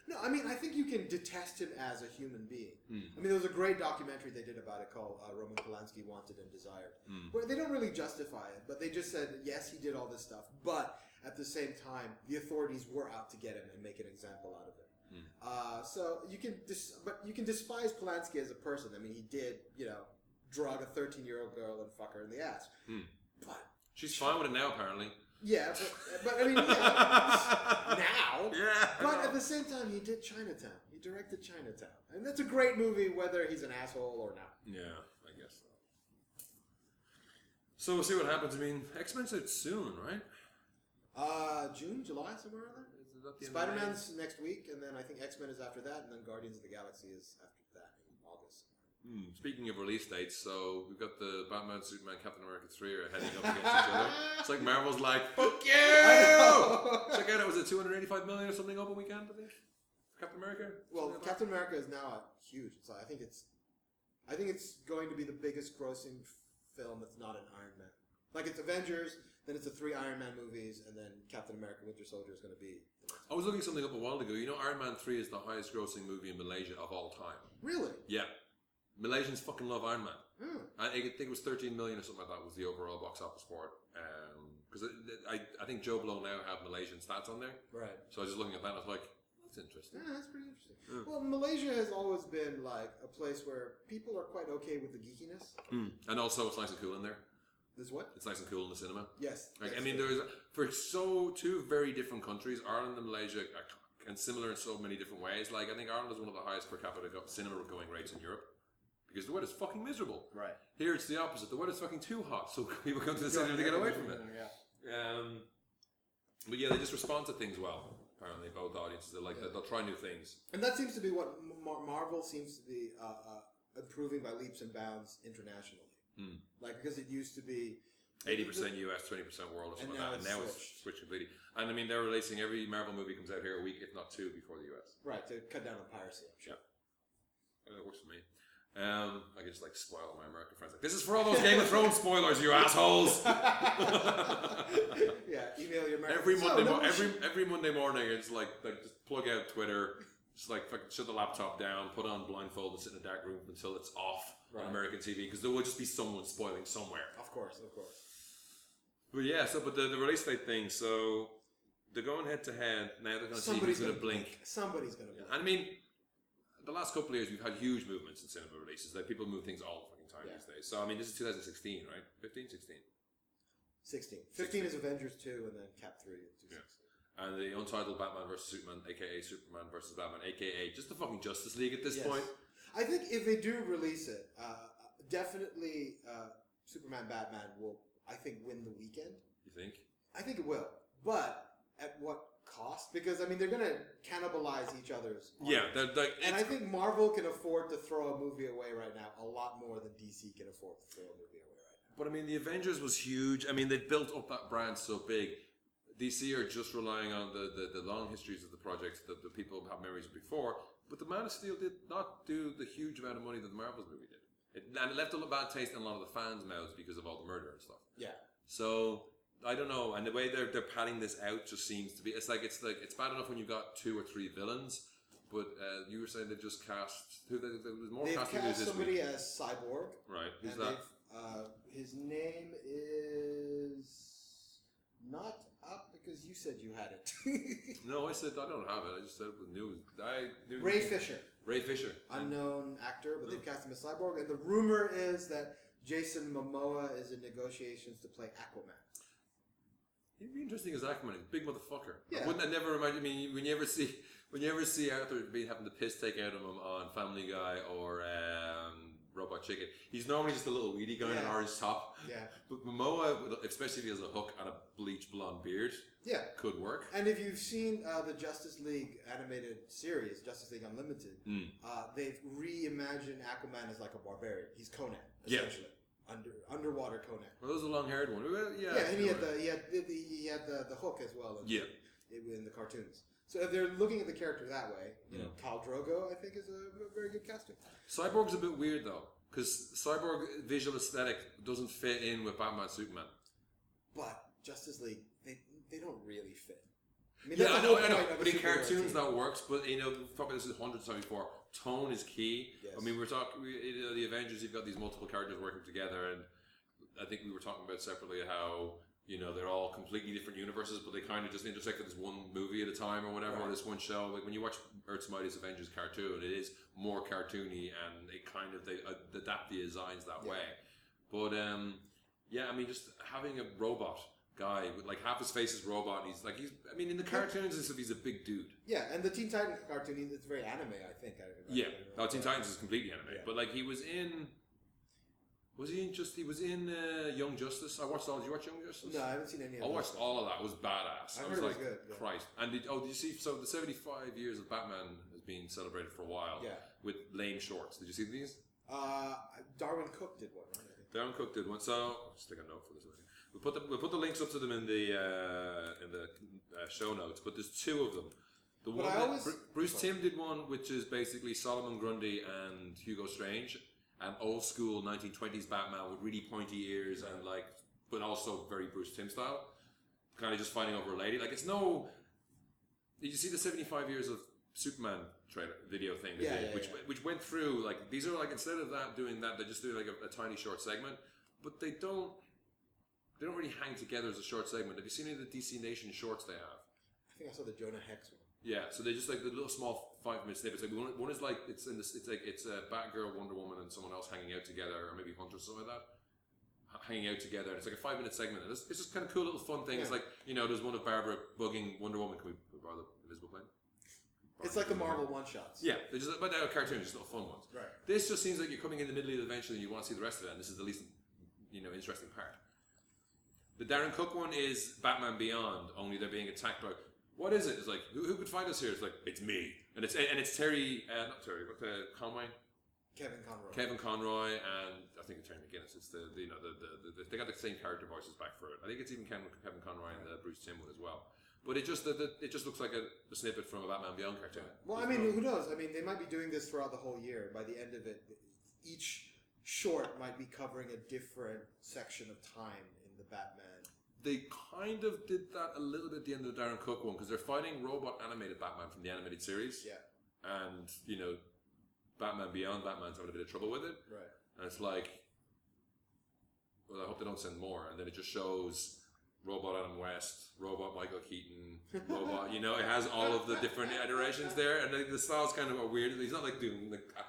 Speaker 2: No, I mean I think you can detest him as a human being.
Speaker 1: Mm.
Speaker 2: I mean, there was a great documentary they did about it called uh, Roman Polanski Wanted and Desired,
Speaker 1: Mm.
Speaker 2: where they don't really justify it, but they just said yes, he did all this stuff, but at the same time, the authorities were out to get him and make an example out of him.
Speaker 1: Mm.
Speaker 2: Uh, so you can, dis- but you can despise Polanski as a person. I mean, he did, you know, drug a thirteen-year-old girl and fuck her in the ass.
Speaker 1: Mm.
Speaker 2: But
Speaker 1: She's fine with it now, apparently.
Speaker 2: yeah, but, but I mean, yeah, now.
Speaker 1: Yeah. I
Speaker 2: But
Speaker 1: know.
Speaker 2: at the same time, he did Chinatown. He directed Chinatown, and that's a great movie, whether he's an asshole or not.
Speaker 1: yeah, I guess so. So we'll see what happens. I mean, X Men's out soon, right?
Speaker 2: Uh, June, July, somewhere around there.
Speaker 1: Is it at the end of
Speaker 2: Spider
Speaker 1: May?
Speaker 2: Man's next week, and then I think X Men is after that, and then Guardians of the Galaxy is after that in August.
Speaker 1: Hmm, Speaking of release dates, so we've got the Batman, Superman, Captain America 3 are heading up against each other. It's like Marvel's like, fuck you! Check out, it was it 285 million or something open weekend, I think? For Captain America?
Speaker 2: Well,
Speaker 1: Something like
Speaker 2: Captain America is now a huge. So I think it's, I think it's going to be the biggest grossing film that's not an Iron Man. Like it's Avengers, then it's the three Iron Man movies, and then Captain America: Winter Soldier is going to be. the next
Speaker 1: that. I was looking something up a while ago. You know, Iron Man 3 is the highest grossing movie in Malaysia of all time.
Speaker 2: one. Really?
Speaker 1: Yeah. Malaysians fucking love Iron Man.
Speaker 2: Hmm.
Speaker 1: I I think it was 13 million or something like that was the overall box office for it. Um, Because I, I, I think Joe Blow now have Malaysian stats on there.
Speaker 2: Right.
Speaker 1: So I was just looking at that and I was like, that's interesting.
Speaker 2: Hmm. Yeah, that's pretty interesting.
Speaker 1: Hmm.
Speaker 2: Well, Malaysia has always been like a place where people are quite okay with the geekiness.
Speaker 1: Hmm. And also, it's nice and cool in there.
Speaker 2: There's what?
Speaker 1: It's nice and cool in the cinema.
Speaker 2: Yes.
Speaker 1: Like, I
Speaker 2: yes.
Speaker 1: mean, there is for so two very different countries, Ireland and Malaysia, are- and similar in so many different ways. Like, I think Ireland is one of the highest per capita go- cinema going rates in Europe because the weather's fucking miserable.
Speaker 2: right.
Speaker 1: Here, it's the opposite. The weather's fucking too hot, so people come to the cinema to get away from it.
Speaker 2: Yeah.
Speaker 1: Um, but yeah, they just respond to things well. Apparently, both audiences they like
Speaker 2: Yeah.
Speaker 1: they'll- they'll try new things.
Speaker 2: And that seems to be what Mar- Marvel seems to be uh, uh, improving by leaps and bounds internationally.
Speaker 1: Hmm.
Speaker 2: Like because it used to be
Speaker 1: Eighty percent US, twenty percent world, or
Speaker 2: And
Speaker 1: something
Speaker 2: now
Speaker 1: like that.
Speaker 2: it's
Speaker 1: And now it's
Speaker 2: switched.
Speaker 1: switched completely. And I mean, they're releasing every Marvel movie comes out here a week, if not two, before the US.
Speaker 2: right to cut down on piracy. I'm sure.
Speaker 1: Uh, It works for me. Um, I can just like spoil my American friends. Like, this is for all those Game of Thrones spoilers, you assholes.
Speaker 2: yeah. Email your American-
Speaker 1: every
Speaker 2: So,
Speaker 1: Monday,
Speaker 2: no
Speaker 1: mo-
Speaker 2: one
Speaker 1: every
Speaker 2: should-
Speaker 1: every Monday morning, it's like like just plug out Twitter, just like fucking shut the laptop down, put on blindfold, and sit in a dark room until it's off
Speaker 2: Right.
Speaker 1: on American TV because there will just be someone spoiling somewhere.
Speaker 2: Of course, of course.
Speaker 1: But yeah, so but the, the release date thing, so they're going head to head now. They're going to see who's
Speaker 2: Somebody's
Speaker 1: going to
Speaker 2: gonna
Speaker 1: blink.
Speaker 2: Somebody's gonna be.
Speaker 1: And I mean, the last couple of years we've had huge movements in cinema releases. Like people move things all the fucking time
Speaker 2: Yeah.
Speaker 1: these days. So I mean, this is 2016, right? 15, 16.
Speaker 2: 16. 15 is Avengers 2 and then Cap 3 and 2
Speaker 1: Yeah. And the untitled Batman versus Superman, aka Superman versus Batman, aka just the fucking Justice League at this
Speaker 2: Yes.
Speaker 1: point.
Speaker 2: I think if they do release it, uh, definitely uh, Superman Batman will, I think, win the weekend.
Speaker 1: You think?
Speaker 2: I think it will. But at what cost because I mean they're gonna cannibalize each other's. art.
Speaker 1: Yeah, that, like,
Speaker 2: And I
Speaker 1: it's-
Speaker 2: think Marvel can afford to throw a movie away right now a lot more than DC can afford to throw a movie away right now.
Speaker 1: But I mean, the Avengers was huge. I mean, they built up that brand so big. DC are just relying on the, the, the long histories of the projects that the people have memories of before. But the Man of Steel did not do the huge amount of money that the Marvels movie did. It, and it left a bad taste in a lot of the fans' mouths because of all the murder and stuff.
Speaker 2: Yeah.
Speaker 1: So I don't know. And the way they're they're padding this out just seems to be it's like it's like it's bad enough when you got two or three villains, but uh, you were saying they've just cast who they, there was more
Speaker 2: They've
Speaker 1: casting news
Speaker 2: cast
Speaker 1: this
Speaker 2: somebody
Speaker 1: week,
Speaker 2: as Cyborg.
Speaker 1: right? Who's
Speaker 2: and
Speaker 1: that?
Speaker 2: they've, Uh, his name is not up because you said you had it.
Speaker 1: No, I said I don't have it. I just said it was news. I knew
Speaker 2: Ray Fisher,
Speaker 1: Ray Fisher.
Speaker 2: unknown actor, but they've cast him as Cyborg. And the rumor is that Jason Momoa is in negotiations to play Aquaman.
Speaker 1: He'd be interesting as Aquaman. He's a big motherfucker.
Speaker 2: Yeah.
Speaker 1: Wouldn't that never remind you? I mean, when you ever see when you ever see Arthur being having the piss take out of him on Family Guy or um, Robot Chicken, he's normally just a little weedy guy in an
Speaker 2: Yeah.
Speaker 1: orange top.
Speaker 2: Yeah,
Speaker 1: But Momoa, with- especially if he has a hook and a bleach blonde beard,
Speaker 2: yeah.
Speaker 1: could work.
Speaker 2: And if you've seen uh, the Justice League animated series, Justice League Unlimited,
Speaker 1: Mm.
Speaker 2: uh, they've reimagined Aquaman as like a barbarian. He's Conan,
Speaker 1: Yeah.
Speaker 2: essentially. Under underwater Conan.
Speaker 1: Well, there's a long-haired one. Well, Yeah,
Speaker 2: Yeah, and he had the he had the, the, he had the, the hook as well. In,
Speaker 1: Yeah.
Speaker 2: in, in the cartoons. So if they're looking at the character that way, you know,
Speaker 1: Mm.
Speaker 2: Khal Drogo, I think, is a very good casting.
Speaker 1: Cyborg's a bit weird though, because Cyborg visual aesthetic doesn't fit in with Batman, Superman.
Speaker 2: But Justice League, they they don't really fit. I mean,
Speaker 1: Yeah,
Speaker 2: that's
Speaker 1: I
Speaker 2: the
Speaker 1: know,
Speaker 2: whole
Speaker 1: I know.
Speaker 2: point of a
Speaker 1: But in
Speaker 2: superhero
Speaker 1: cartoons
Speaker 2: team.
Speaker 1: that works. But you know, we've talked about this hundreds of times before. Tone is key.
Speaker 2: Yes.
Speaker 1: I mean, we we're talking we, you know, the Avengers. You've got these multiple characters working together, and I think we were talking about separately how you know they're all completely different universes, but they kind of just intersect at this one movie at a time or whatever, or
Speaker 2: Right.
Speaker 1: this one show. Like when you watch Earth's Mightiest Avengers cartoon, it is more cartoony, and it kind of they uh, adapt the designs that
Speaker 2: Yeah.
Speaker 1: way. But um, yeah, I mean, just having a robot guy with like half his face is robot. And he's like he's. I mean, in the cartoons and stuff, he's a big dude.
Speaker 2: yeah, and the Teen Titans cartoon, it's very anime, I think. I, I
Speaker 1: Yeah,
Speaker 2: remember.
Speaker 1: oh, Teen Titans is completely anime.
Speaker 2: Yeah.
Speaker 1: But like he was in. Was he in just? He was in uh, Young Justice. I watched all. Did you watch Young Justice?
Speaker 2: No, I haven't seen any. of
Speaker 1: I
Speaker 2: those.
Speaker 1: watched all of that. It was badass. I,
Speaker 2: I heard
Speaker 1: was
Speaker 2: it was
Speaker 1: like,
Speaker 2: good, yeah.
Speaker 1: Christ. And did, oh, did you see? So the seventy-five years of Batman has been celebrated for a while.
Speaker 2: Yeah.
Speaker 1: With lame shorts. Did you see these?
Speaker 2: Uh, Darwin Cook did one, right? I think.
Speaker 1: Darren Cook did one. So I'll stick a note for this. One. We'll put the we'll put the links up to them in the uh, in the uh, show notes. But there's two of them. The
Speaker 2: But
Speaker 1: one
Speaker 2: I
Speaker 1: that
Speaker 2: always-
Speaker 1: Bru- Bruce Tim did one, which is basically Solomon Grundy and Hugo Strange, an old school 1920s Batman with really pointy ears and like, but also very Bruce Tim style, kind of just fighting over a lady. Like it's no. Did you see the 75 years of Superman trailer video thing? they
Speaker 2: Yeah,
Speaker 1: did,
Speaker 2: yeah,
Speaker 1: which
Speaker 2: yeah.
Speaker 1: which went through like these are like instead of that doing that they just do like a, a tiny short segment but they don't they don't really hang together as a short segment have you seen any of the dc nation shorts they have
Speaker 2: I think I saw the Jonah Hex one.
Speaker 1: yeah so they're just like the little small five minute snippets like one, one is like it's in this it's like it's a batgirl wonder woman and someone else hanging out together or maybe hunter or something like that h- hanging out together and it's like a five minute segment and it's, it's just kind of cool little fun thing it's
Speaker 2: Yeah.
Speaker 1: like you know there's one of barbara bugging wonder woman can we borrow the invisible plane
Speaker 2: It's like the
Speaker 1: Barbara-
Speaker 2: Marvel one shots.
Speaker 1: yeah, they're just, but they're cartoons, just little fun ones.
Speaker 2: Right.
Speaker 1: This just seems like you're coming in the middle of the adventure and you want to see the rest of it, and this is the least, you know, interesting part. The Darren Cook one is Batman Beyond, only they're being attacked by. What is it? It's like who, who could find us here? It's like it's me, and it's and it's Terry, uh, not Terry, but uh, Conway,
Speaker 2: Kevin Conroy.
Speaker 1: Kevin Conroy, and I think it's Terry McGinnis. It's the, the you know the, the, the they got the same character voices back for it. I think it's even Kevin, Kevin Conroy and uh, Bruce Tim one as well. But it just the, the, it just looks like a, a snippet from a Batman Beyond cartoon.
Speaker 2: Well, I
Speaker 1: There's
Speaker 2: mean,
Speaker 1: no-
Speaker 2: who knows? I mean, they might be doing this throughout the whole year. By the end of it, each short might be covering a different section of time in the Batman.
Speaker 1: They kind of did that a little bit at the end of the Darren Cook one because they're fighting robot animated Batman from the animated series,
Speaker 2: Yeah,
Speaker 1: and you know, Batman Beyond Batman's having a bit of trouble with it,
Speaker 2: right.
Speaker 1: and it's like, well, I hope they don't send more, and then it just shows robot Adam West, robot Michael Keaton, robot. You know, it has all of the different iterations there, and like, the style's kind of weird. He's not like doing like, "Ah,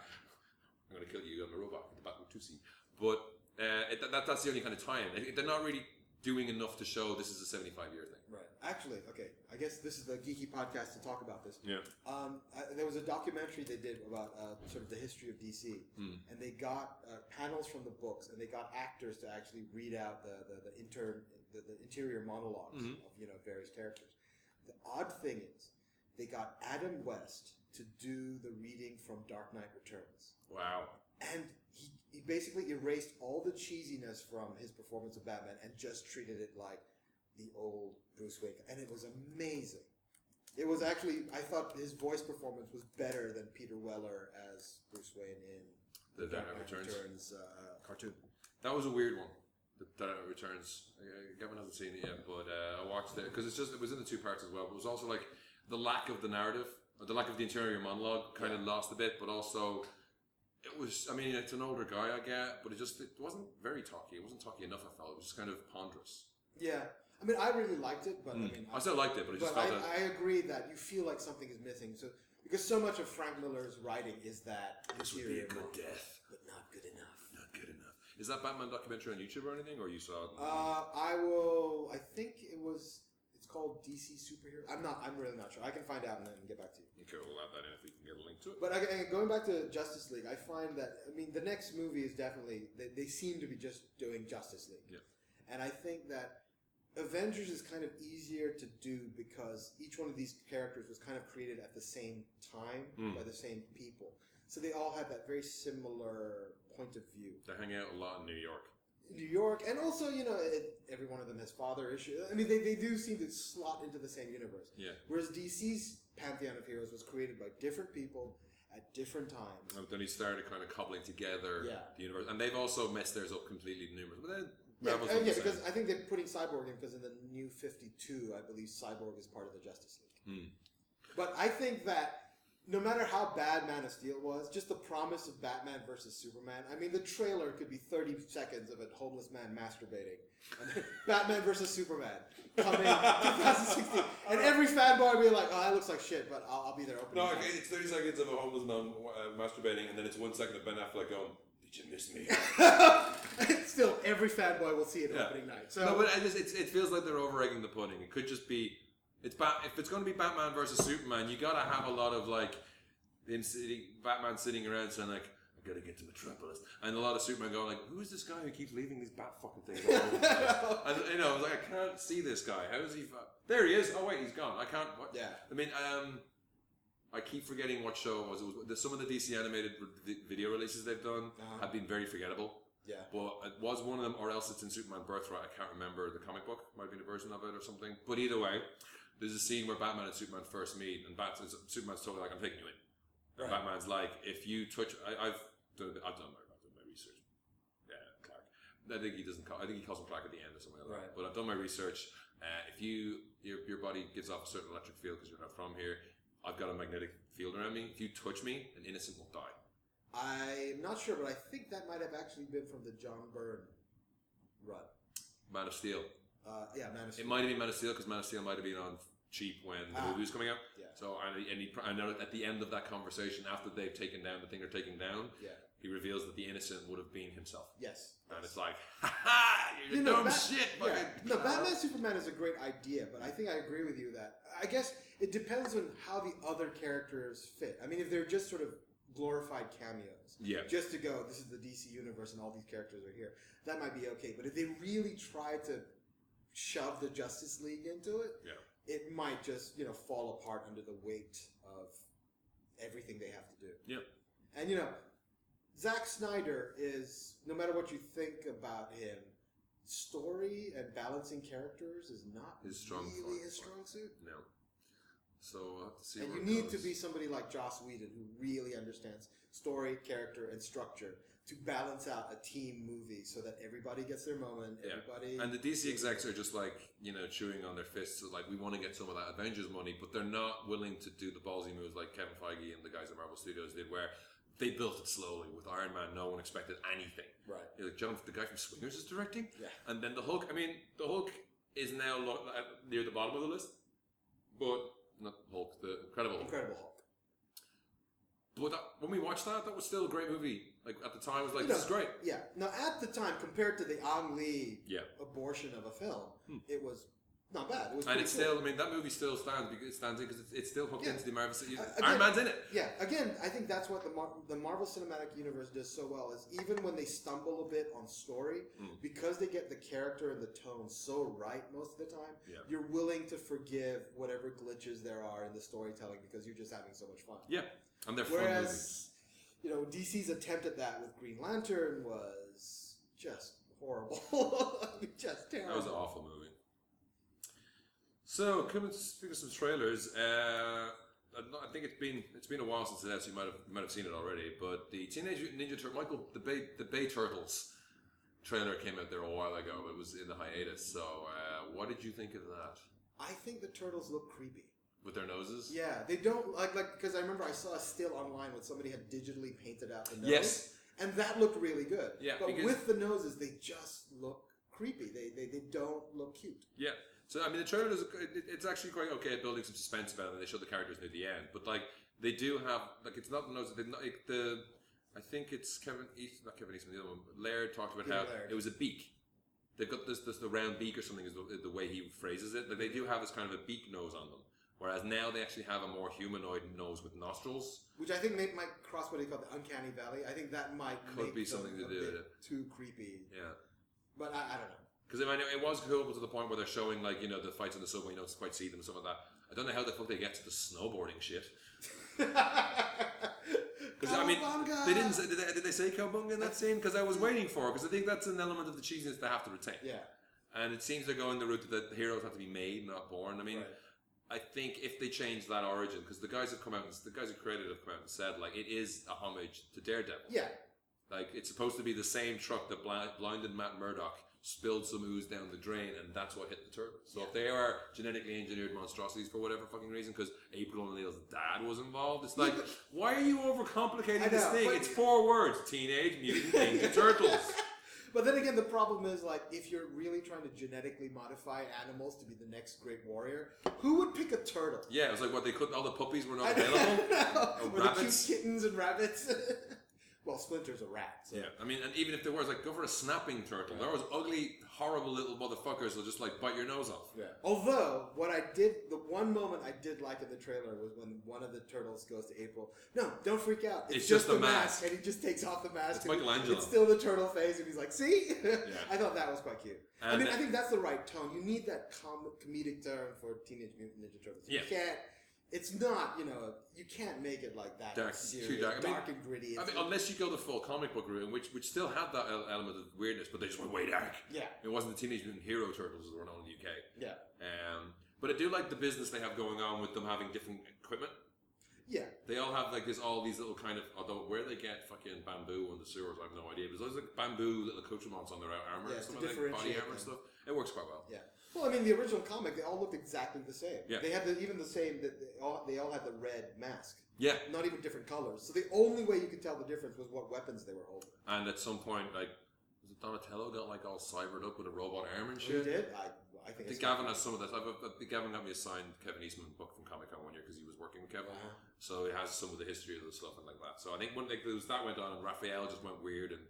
Speaker 1: I'm gonna kill you, I'm a robot, the Batman two scene, but uh, it, that, that's the only kind of tie-in. I think They're not really doing enough to show this is a 75 year thing.
Speaker 2: Right. Actually, okay. I guess this is the geeky podcast to talk about this.
Speaker 1: Yeah.
Speaker 2: Um, I, there was a documentary they did about uh, sort of the history of DC,
Speaker 1: Mm.
Speaker 2: and they got uh, panels from the books, and they got actors to actually read out the the, the intern the, the interior monologs
Speaker 1: Mhm.
Speaker 2: of you know various characters. The odd thing is, they got Adam West to do the reading from Dark Knight Returns,
Speaker 1: Wow.
Speaker 2: and he, he basically erased all the cheesiness from his performance of Batman and just treated it like the old Bruce Wayne, and it was amazing. It was actually I thought his voice performance was better than Peter Weller as Bruce Wayne in
Speaker 1: The Dark Knight Returns.
Speaker 2: Returns uh, cartoon.
Speaker 1: That was a weird one. The Dark Knight Returns. Uh, Gavin hasn't seen it yet, but uh, I watched it because it's just it was in the two parts as well. But it was also like the lack of the narrative, or the lack of the interior monologue, kind of lost a bit. But also, it was. I mean, it's an older guy, I get, but it just it wasn't very talky. It wasn't talky enough. I felt it was just kind of ponderous.
Speaker 2: Yeah, I mean, I really liked it, but I
Speaker 1: Mm.
Speaker 2: mean,
Speaker 1: I still liked it, but it just
Speaker 2: but I,
Speaker 1: felt that
Speaker 2: I agree that you feel like something is missing. So because so much of Frank Miller's writing is that
Speaker 1: this would be a
Speaker 2: interior
Speaker 1: good
Speaker 2: monologue,
Speaker 1: death.
Speaker 2: but not good enough.
Speaker 1: Not good enough. Is that Batman documentary on YouTube or anything, or you saw it?
Speaker 2: Uh, I will. I think it was. It's called DC Superhero. I'm not. I'm really not sure. I can find out and then get back to you.
Speaker 1: okay, we'll add that in if we can get a link to it.
Speaker 2: But again, going back to Justice League, I find that I mean the next movie is definitely they, they seem to be just doing Justice League.
Speaker 1: Yeah.
Speaker 2: And I think that Avengers is kind of easier to do because each one of these characters was kind of created at the same time
Speaker 1: Mm.
Speaker 2: by the same people. So they all had that very similar point of view.
Speaker 1: They hang out a lot in New York.
Speaker 2: New York, and also, you know, it, every one of them has father issues. I mean, they, they do seem to slot into the same universe.
Speaker 1: Yeah.
Speaker 2: Whereas DC's pantheon of heroes was created by different people at different times.
Speaker 1: And then he started kind of cobbling together
Speaker 2: Yeah.
Speaker 1: the universe, and they've also messed theirs up completely numerous. But then
Speaker 2: Yeah,
Speaker 1: Marvel's
Speaker 2: and
Speaker 1: done
Speaker 2: yeah,
Speaker 1: the same.
Speaker 2: because I think they're putting Cyborg in because in the new 52, I believe Cyborg is part of the Justice League.
Speaker 1: Hmm.
Speaker 2: But I think that no matter how bad Man of Steel was, just the promise of Batman versus Superman, I mean, the trailer could be 30 seconds of a homeless man masturbating. And then Batman versus Superman coming 2016. And every fanboy would be like, oh, that looks like shit, but I'll, I'll be there opening.
Speaker 1: no,
Speaker 2: night."
Speaker 1: okay, it's thirty seconds of a homeless man uh, masturbating, and then it's one second of Ben Affleck going, "Did you miss me?"
Speaker 2: Still, every fanboy will see it
Speaker 1: Yeah.
Speaker 2: opening night. So,
Speaker 1: no, but I just, it's, it feels like they're over egging the pudding. It could just be it's Bat- if it's going to be Batman versus Superman, you gotta have a lot of like him sitting, Batman sitting around saying like. I gotta get to Metropolis, and a lot of Superman going like, "Who is this guy who keeps leaving these bat fucking things?" All over the place? And you know, I was like, I can't see this guy. How is he? Fu- there he is. Oh wait, he's gone. I can't. What?
Speaker 2: yeah.
Speaker 1: I mean, um, I keep forgetting what show it was. It was the, some of the DC animated v- video releases they've done
Speaker 2: Uh-huh.
Speaker 1: have been very forgettable.
Speaker 2: Yeah.
Speaker 1: But it was one of them, or else it's in Superman Birthright. I can't remember the comic book. Might have been a version of it or something. But either way, there's a scene where Batman and Superman first meet, and Bat- Superman's totally like, "I'm taking you in." And
Speaker 2: Right.
Speaker 1: Batman's like, "If you touch, I, I've done, a bit, I've done my, I've done my research." Yeah, Clark. I think he doesn't. Call, I think he calls him Clark at the end or something like
Speaker 2: Right.
Speaker 1: that. But I've done my research. Uh, if you your, your body gives off a certain electric field because you're not from here, I've got a magnetic field around me. If you touch me, an innocent will die.
Speaker 2: I'm not sure, but I think that might have actually been from the John Byrne run.
Speaker 1: Man of Steel.
Speaker 2: Uh, yeah, Man of
Speaker 1: It
Speaker 2: Steel.
Speaker 1: might have been Man of Steel because Man of Steel might have been on cheap when the
Speaker 2: Ah.
Speaker 1: movie was coming out.
Speaker 2: Yeah.
Speaker 1: So and he- and, he, pr- and then at the end of that conversation, after they've taken down the thing they're taking down,
Speaker 2: Yeah.
Speaker 1: he reveals that the innocent would have been himself,
Speaker 2: Yes.
Speaker 1: and it's like, ha ha, you're
Speaker 2: You know,
Speaker 1: dumb
Speaker 2: Bat-
Speaker 1: shit.
Speaker 2: yeah.
Speaker 1: fucking
Speaker 2: No,
Speaker 1: clown."
Speaker 2: Batman Superman is a great idea, but I think I agree with you that I guess it depends on how the other characters fit. I mean, if they're just sort of glorified cameos,
Speaker 1: Yeah.
Speaker 2: just to go, this is the DC universe and all these characters are here, that might be okay. But if they really try to shove the Justice League into it,
Speaker 1: Yeah.
Speaker 2: it might just you know fall apart under the weight of everything they have to do.
Speaker 1: Yeah.
Speaker 2: And you know, Zack Snyder is no matter what you think about him, story and balancing characters is not
Speaker 1: His strong
Speaker 2: really
Speaker 1: point.
Speaker 2: his strong suit.
Speaker 1: No. So we'll have to see.
Speaker 2: And
Speaker 1: where
Speaker 2: you
Speaker 1: it
Speaker 2: need to
Speaker 1: goes.
Speaker 2: be somebody like Joss Whedon who really understands story, character, and structure to balance out a team movie so that everybody gets their moment.
Speaker 1: Yeah.
Speaker 2: Everybody
Speaker 1: And the DC execs are just like you know chewing on their fists, like we want to get some of that Avengers money, but they're not willing to do the ballsy moves like Kevin Feige and the guys at Marvel Studios did, where they built it slowly. With Iron Man, no one expected anything.
Speaker 2: right.
Speaker 1: You're like John, the guy from Swingers is directing,
Speaker 2: Yeah.
Speaker 1: and then the Hulk. I mean, the Hulk is now lo- at- near the bottom of the list, but not Hulk, the Incredible Hulk.
Speaker 2: Incredible Hulk.
Speaker 1: But that, when we watched that, that was still a great movie. Like at the time, it was like
Speaker 2: You
Speaker 1: this
Speaker 2: know,
Speaker 1: is great.
Speaker 2: Yeah. Now, at the time, compared to the Ang Lee
Speaker 1: Yeah.
Speaker 2: abortion of a film, it was Not bad. It was
Speaker 1: Hmm. And
Speaker 2: pretty
Speaker 1: it's
Speaker 2: cool.
Speaker 1: still, I mean, that movie still stands because it stands in because it's, it's still hooked
Speaker 2: Yeah.
Speaker 1: into the Marvel. City.
Speaker 2: Uh,
Speaker 1: Iron
Speaker 2: again-
Speaker 1: Man's in it.
Speaker 2: Yeah, again, I think that's what the Mar- the Marvel Cinematic Universe does so well is even when they stumble a bit on story,
Speaker 1: Mm.
Speaker 2: because they get the character and the tone so right most of the time,
Speaker 1: Yeah.
Speaker 2: you're willing to forgive whatever glitches there are in the storytelling because you're just having so much fun.
Speaker 1: Yeah, and they're fun movies.
Speaker 2: Whereas, you know, DC's attempt at that with Green Lantern was just horrible, I mean, just terrible.
Speaker 1: That was an awful movie. So, coming speaking of some trailers, uh, I'm not- I think it's been it's been a while since that, so you might have you might have seen it already. But the Teenage Mutant Ninja Turtle, Michael the Bay the Bay Turtles trailer came out there a while ago. It was in the hiatus. So, uh, what did you think of that
Speaker 2: I think the turtles look creepy.
Speaker 1: with their noses?
Speaker 2: Yeah, they don't like like because I remember I saw a still online when somebody had digitally painted out the nose.
Speaker 1: Yes.
Speaker 2: and that looked really good.
Speaker 1: Yeah,
Speaker 2: but
Speaker 1: because-
Speaker 2: with the noses, they just look creepy. They they, they don't look cute.
Speaker 1: Yeah. So I mean, the trailer is it, it's actually quite okay at building some suspense about it. They show the characters near the end, but like they do have like it's not the nose. they're Not, it, the I think it's Kevin East, not Kevin Eastman, the other one. Laird talked about
Speaker 2: Yeah,
Speaker 1: how
Speaker 2: Laird.
Speaker 1: it was a beak. They've got this, this the round beak or something is the, the way he phrases it. Like they do have this kind of a beak nose on them, whereas now they actually have a more humanoid nose with nostrils.
Speaker 2: Which I think may, might cross what they call the uncanny valley. I think that might
Speaker 1: Could
Speaker 2: make
Speaker 1: be
Speaker 2: them
Speaker 1: something to
Speaker 2: a
Speaker 1: do
Speaker 2: bit
Speaker 1: with
Speaker 2: Too creepy,
Speaker 1: Yeah.
Speaker 2: but I, I don't know.
Speaker 1: Because I mean, it was cool to the point where they're showing like you know the fights on the subway. You don't quite see them, some of that. I don't know how the fuck they get to the snowboarding shit. Because I mean,
Speaker 2: Cowabunga!
Speaker 1: they didn't. Say, did, they, did they say cowabunga in that scene? Because I was waiting for. Because I think that's an element of the cheesiness they have to retain.
Speaker 2: Yeah,
Speaker 1: And it seems they're going the route that the heroes have to be made, not born. I mean,
Speaker 2: right.
Speaker 1: I think if they change that origin, because the guys have come out, and, the guys who created it have come out and said like it is a homage to Daredevil.
Speaker 2: yeah,
Speaker 1: Like it's supposed to be the same truck that blind, blinded Matt Murdock spilled some ooze down the drain, and that's what hit the turtles. So if they are genetically engineered monstrosities for whatever fucking reason, because April O'Neil's dad was involved, it's like, why are you
Speaker 2: I
Speaker 1: overcomplicating this
Speaker 2: know,
Speaker 1: thing?
Speaker 2: but-
Speaker 1: It's four words: teenage mutant ninja turtles.
Speaker 2: But then again, the problem is like if you're really trying to genetically modify animals to be the next great warrior, who would pick a turtle?
Speaker 1: Yeah, it was like what they couldn't. All the puppies were
Speaker 2: I
Speaker 1: not
Speaker 2: don't
Speaker 1: available.
Speaker 2: know.
Speaker 1: Oh,
Speaker 2: Or the cute
Speaker 1: rabbits.
Speaker 2: kittens and rabbits. well, Splinter's a rat. So.
Speaker 1: Yeah, I mean, and even if there was like, go for a snapping turtle. There was ugly, horrible little motherfuckers that'll just like bite your nose off.
Speaker 2: Yeah. Although what I did, the one moment I did like in the trailer was when one of the turtles goes to April. No, don't freak out. It's, just, the mask. and he just takes off the mask.
Speaker 1: It's
Speaker 2: and
Speaker 1: Michelangelo.
Speaker 2: It's still the turtle face, and he's like, "See." I thought that was quite cute. I
Speaker 1: And-
Speaker 2: mean, I think that's the right tone. You need that com- comedic term for Teenage Mutant Ninja Turtles. You
Speaker 1: Yeah.
Speaker 2: can't. It's not, you know, you can't make it like that.
Speaker 1: Dark,
Speaker 2: serious,
Speaker 1: too dark. I mean-
Speaker 2: and gritty.
Speaker 1: I
Speaker 2: It's-
Speaker 1: mean, unless you go the full comic book route, which which still had that el- element of weirdness, but they just went way dark.
Speaker 2: yeah,
Speaker 1: It wasn't the Teenage Mutant Hero Turtles that were known in the UK.
Speaker 2: yeah,
Speaker 1: Um, but I do like the business they have going on with them having different equipment.
Speaker 2: yeah.
Speaker 1: They all have like this, all these little kind of although where they get fucking bamboo on the sewers, I have no idea. But there's like bamboo little accoutrements on their armor,
Speaker 2: Yeah,
Speaker 1: and
Speaker 2: to
Speaker 1: some of like body
Speaker 2: differentiate
Speaker 1: armor and
Speaker 2: them.
Speaker 1: stuff. It works quite well.
Speaker 2: Yeah. Well, I mean, the original comic, they all looked exactly the same.
Speaker 1: Yeah.
Speaker 2: They had the, even the same. That they all they all had the red mask,
Speaker 1: Yeah,
Speaker 2: not even different colors. So the only way you could tell the difference was what weapons they were holding.
Speaker 1: and at some point, like was it Donatello got like all cybered up with a robot arm and shit.
Speaker 2: You did? I,
Speaker 1: I
Speaker 2: I think.
Speaker 1: think
Speaker 2: it's-
Speaker 1: Gavin has some of this. I've, I think Gavin got me a signed Kevin Eastman book from Comic Con one year because he was working with Kevin.
Speaker 2: Wow.
Speaker 1: So it has some of the history of the stuff and like that. So I think one thing there was that went on, and Raphael just went weird, and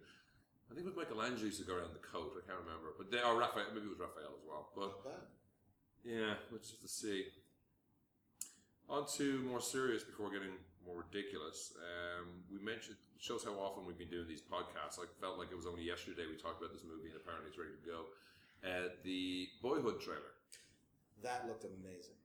Speaker 1: I think it was Michelangelo used to go around the coat. I can't remember, but they, or Raphael, maybe it was Raphael as well. But
Speaker 2: Not bad.
Speaker 1: yeah, let's just see. On to more serious before getting more ridiculous. Um, we mentioned it shows how often we've been doing these podcasts. I felt like it was only yesterday we talked about this movie, and apparently it's ready to go. Uh, the Boyhood trailer.
Speaker 2: That looked amazing.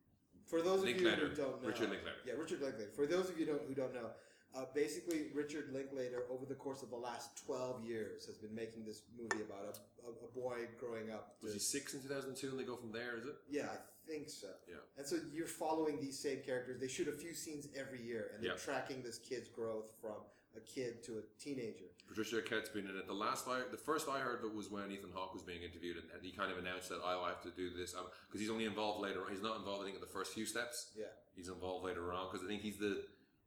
Speaker 2: For those of you
Speaker 1: Linklater.
Speaker 2: who don't know,
Speaker 1: Richard Linklater.
Speaker 2: Yeah, Richard Linklater. For those of you don't, who don't know, uh, basically Richard Linklater, over the course of the last twelve years, has been making this movie about a, a, a boy growing up. to-
Speaker 1: Was he six in 2002 and they go from there, is it?
Speaker 2: yeah, I think so.
Speaker 1: Yeah.
Speaker 2: And so you're following these same characters. They shoot a few scenes every year, and they're
Speaker 1: Yeah.
Speaker 2: tracking this kid's growth from a kid to a teenager.
Speaker 1: Patricia Arquette's been in it. The last I, the first I heard of it was when Ethan Hawke was being interviewed and, and he kind of announced that oh, I have to do this because he's only involved later on. He's not involved, I think, in the first few steps.
Speaker 2: Yeah.
Speaker 1: He's involved later on because I think he's the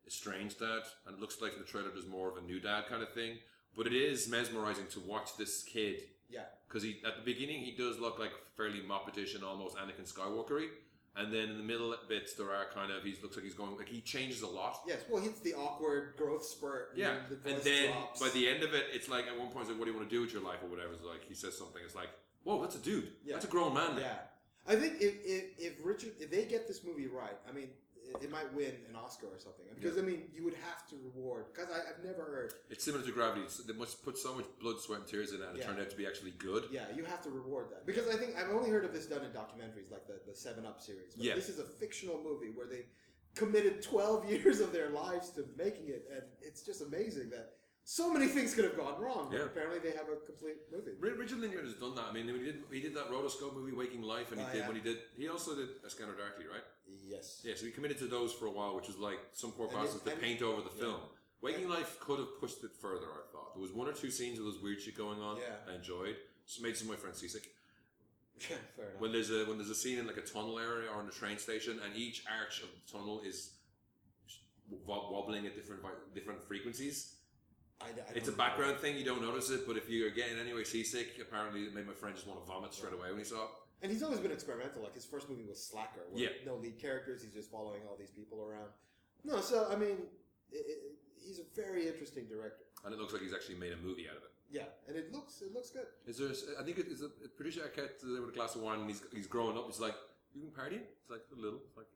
Speaker 1: estranged dad and it looks like in the trailer there's more of a new dad kind of thing. But it is mesmerizing to watch this kid
Speaker 2: Yeah.
Speaker 1: because he at the beginning he does look like fairly moppetish and almost Anakin Skywalkery, and then in the middle bits there are kind of he looks like he's going like he changes a lot.
Speaker 2: Yes. Well, it's the awkward growth spurt.
Speaker 1: Yeah,
Speaker 2: then
Speaker 1: and
Speaker 2: voice
Speaker 1: then
Speaker 2: drops.
Speaker 1: by the end of it, it's like at one point, it's like, "What do you want to do with your life?" or whatever. It's like he says something. It's like, "Whoa, that's a dude.
Speaker 2: Yeah.
Speaker 1: That's a grown man."
Speaker 2: Yeah. I think if, if, if Richard if they get this movie right, I mean, it, it might win an Oscar or something. Because I mean, you would have to reward because I've never heard.
Speaker 1: It's similar to Gravity. It's- They must put so much blood, sweat, and tears in it, and it
Speaker 2: Yeah.
Speaker 1: turned out to be actually good.
Speaker 2: Yeah, you have to reward that because I think I've only heard of this done in documentaries like the the Seven Up series. But
Speaker 1: Yeah.
Speaker 2: this is a fictional movie where they committed twelve years of their lives to making it, and it's just amazing that so many things could have gone wrong. But
Speaker 1: Yeah.
Speaker 2: apparently, they have a complete movie.
Speaker 1: Ri- Richard Linklater has done that. I mean, when he did he did that rotoscope movie, Waking Life, and he
Speaker 2: Oh,
Speaker 1: did
Speaker 2: yeah.
Speaker 1: when he did he also did A Scanner Darkly, right?
Speaker 2: Yes.
Speaker 1: Yeah, so he committed to those for a while, which was like some poor
Speaker 2: And
Speaker 1: bastards
Speaker 2: it-
Speaker 1: that
Speaker 2: and-
Speaker 1: paint over the
Speaker 2: yeah.
Speaker 1: film. Waking Life could have pushed it further, I thought. There was one or two scenes where there was weird shit going on.
Speaker 2: Yeah.
Speaker 1: I enjoyed. So made some of my friends seasick.
Speaker 2: Fair enough.
Speaker 1: When there's a when there's a scene in like a tunnel area or in a train station, and each arch of the tunnel is wo- wobbling at different vi- different frequencies.
Speaker 2: I, I don't
Speaker 1: It's a
Speaker 2: know.
Speaker 1: background thing; you don't notice it. But if you're getting anyway seasick, apparently it made my friend just want to vomit straight away when he saw it.
Speaker 2: And he's always been experimental. Like his first movie was Slacker, with
Speaker 1: Yeah.
Speaker 2: no lead characters. He's just following all these people around. No, so I mean, i i he's a very interesting director.
Speaker 1: and it looks like he's actually made a movie out of it.
Speaker 2: Yeah, and it looks it looks good.
Speaker 1: Is there? I think it is a it- Patricia Arquette there with a glass of wine, and he's he's growing up. He's like, "You can party." It's like a little, It's like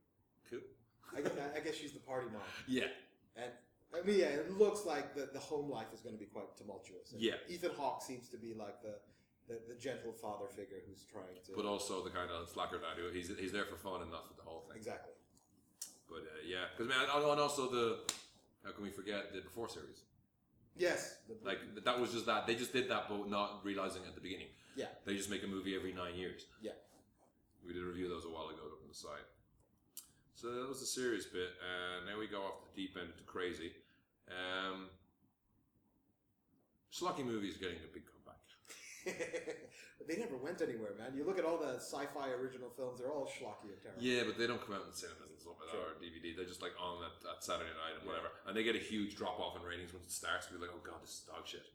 Speaker 1: cool.
Speaker 2: I, gu- I guess she's the party mom,
Speaker 1: Yeah,
Speaker 2: and I mean, yeah, it looks like the, the home life is going to be quite tumultuous. And
Speaker 1: Yeah.
Speaker 2: Ethan Hawke seems to be like the, the the gentle father figure who's trying to
Speaker 1: but also the kind of slacker dad who he's he's there for fun and not for the whole thing.
Speaker 2: exactly.
Speaker 1: But uh, yeah, because man, and and also the how can we forget the before series?
Speaker 2: Yes, the,
Speaker 1: Like that was just that they just did that, but not realizing at the beginning.
Speaker 2: Yeah.
Speaker 1: they just make a movie every nine years.
Speaker 2: Yeah.
Speaker 1: we did a review of those a while ago on the site. So that was the serious bit. Uh, now we go off the deep end to crazy. Um, Schlocky movie is getting a big comeback.
Speaker 2: they never went anywhere, man. You look at all the sci-fi original films; they're all schlocky and terrible.
Speaker 1: Yeah, but they don't come out in cinemas and stuff like that, or
Speaker 2: Sure.
Speaker 1: DVD. They're just like on that, that Saturday night and
Speaker 2: Yeah.
Speaker 1: whatever, and they get a huge drop off in ratings once it starts. We're like, oh god, this is dog shit.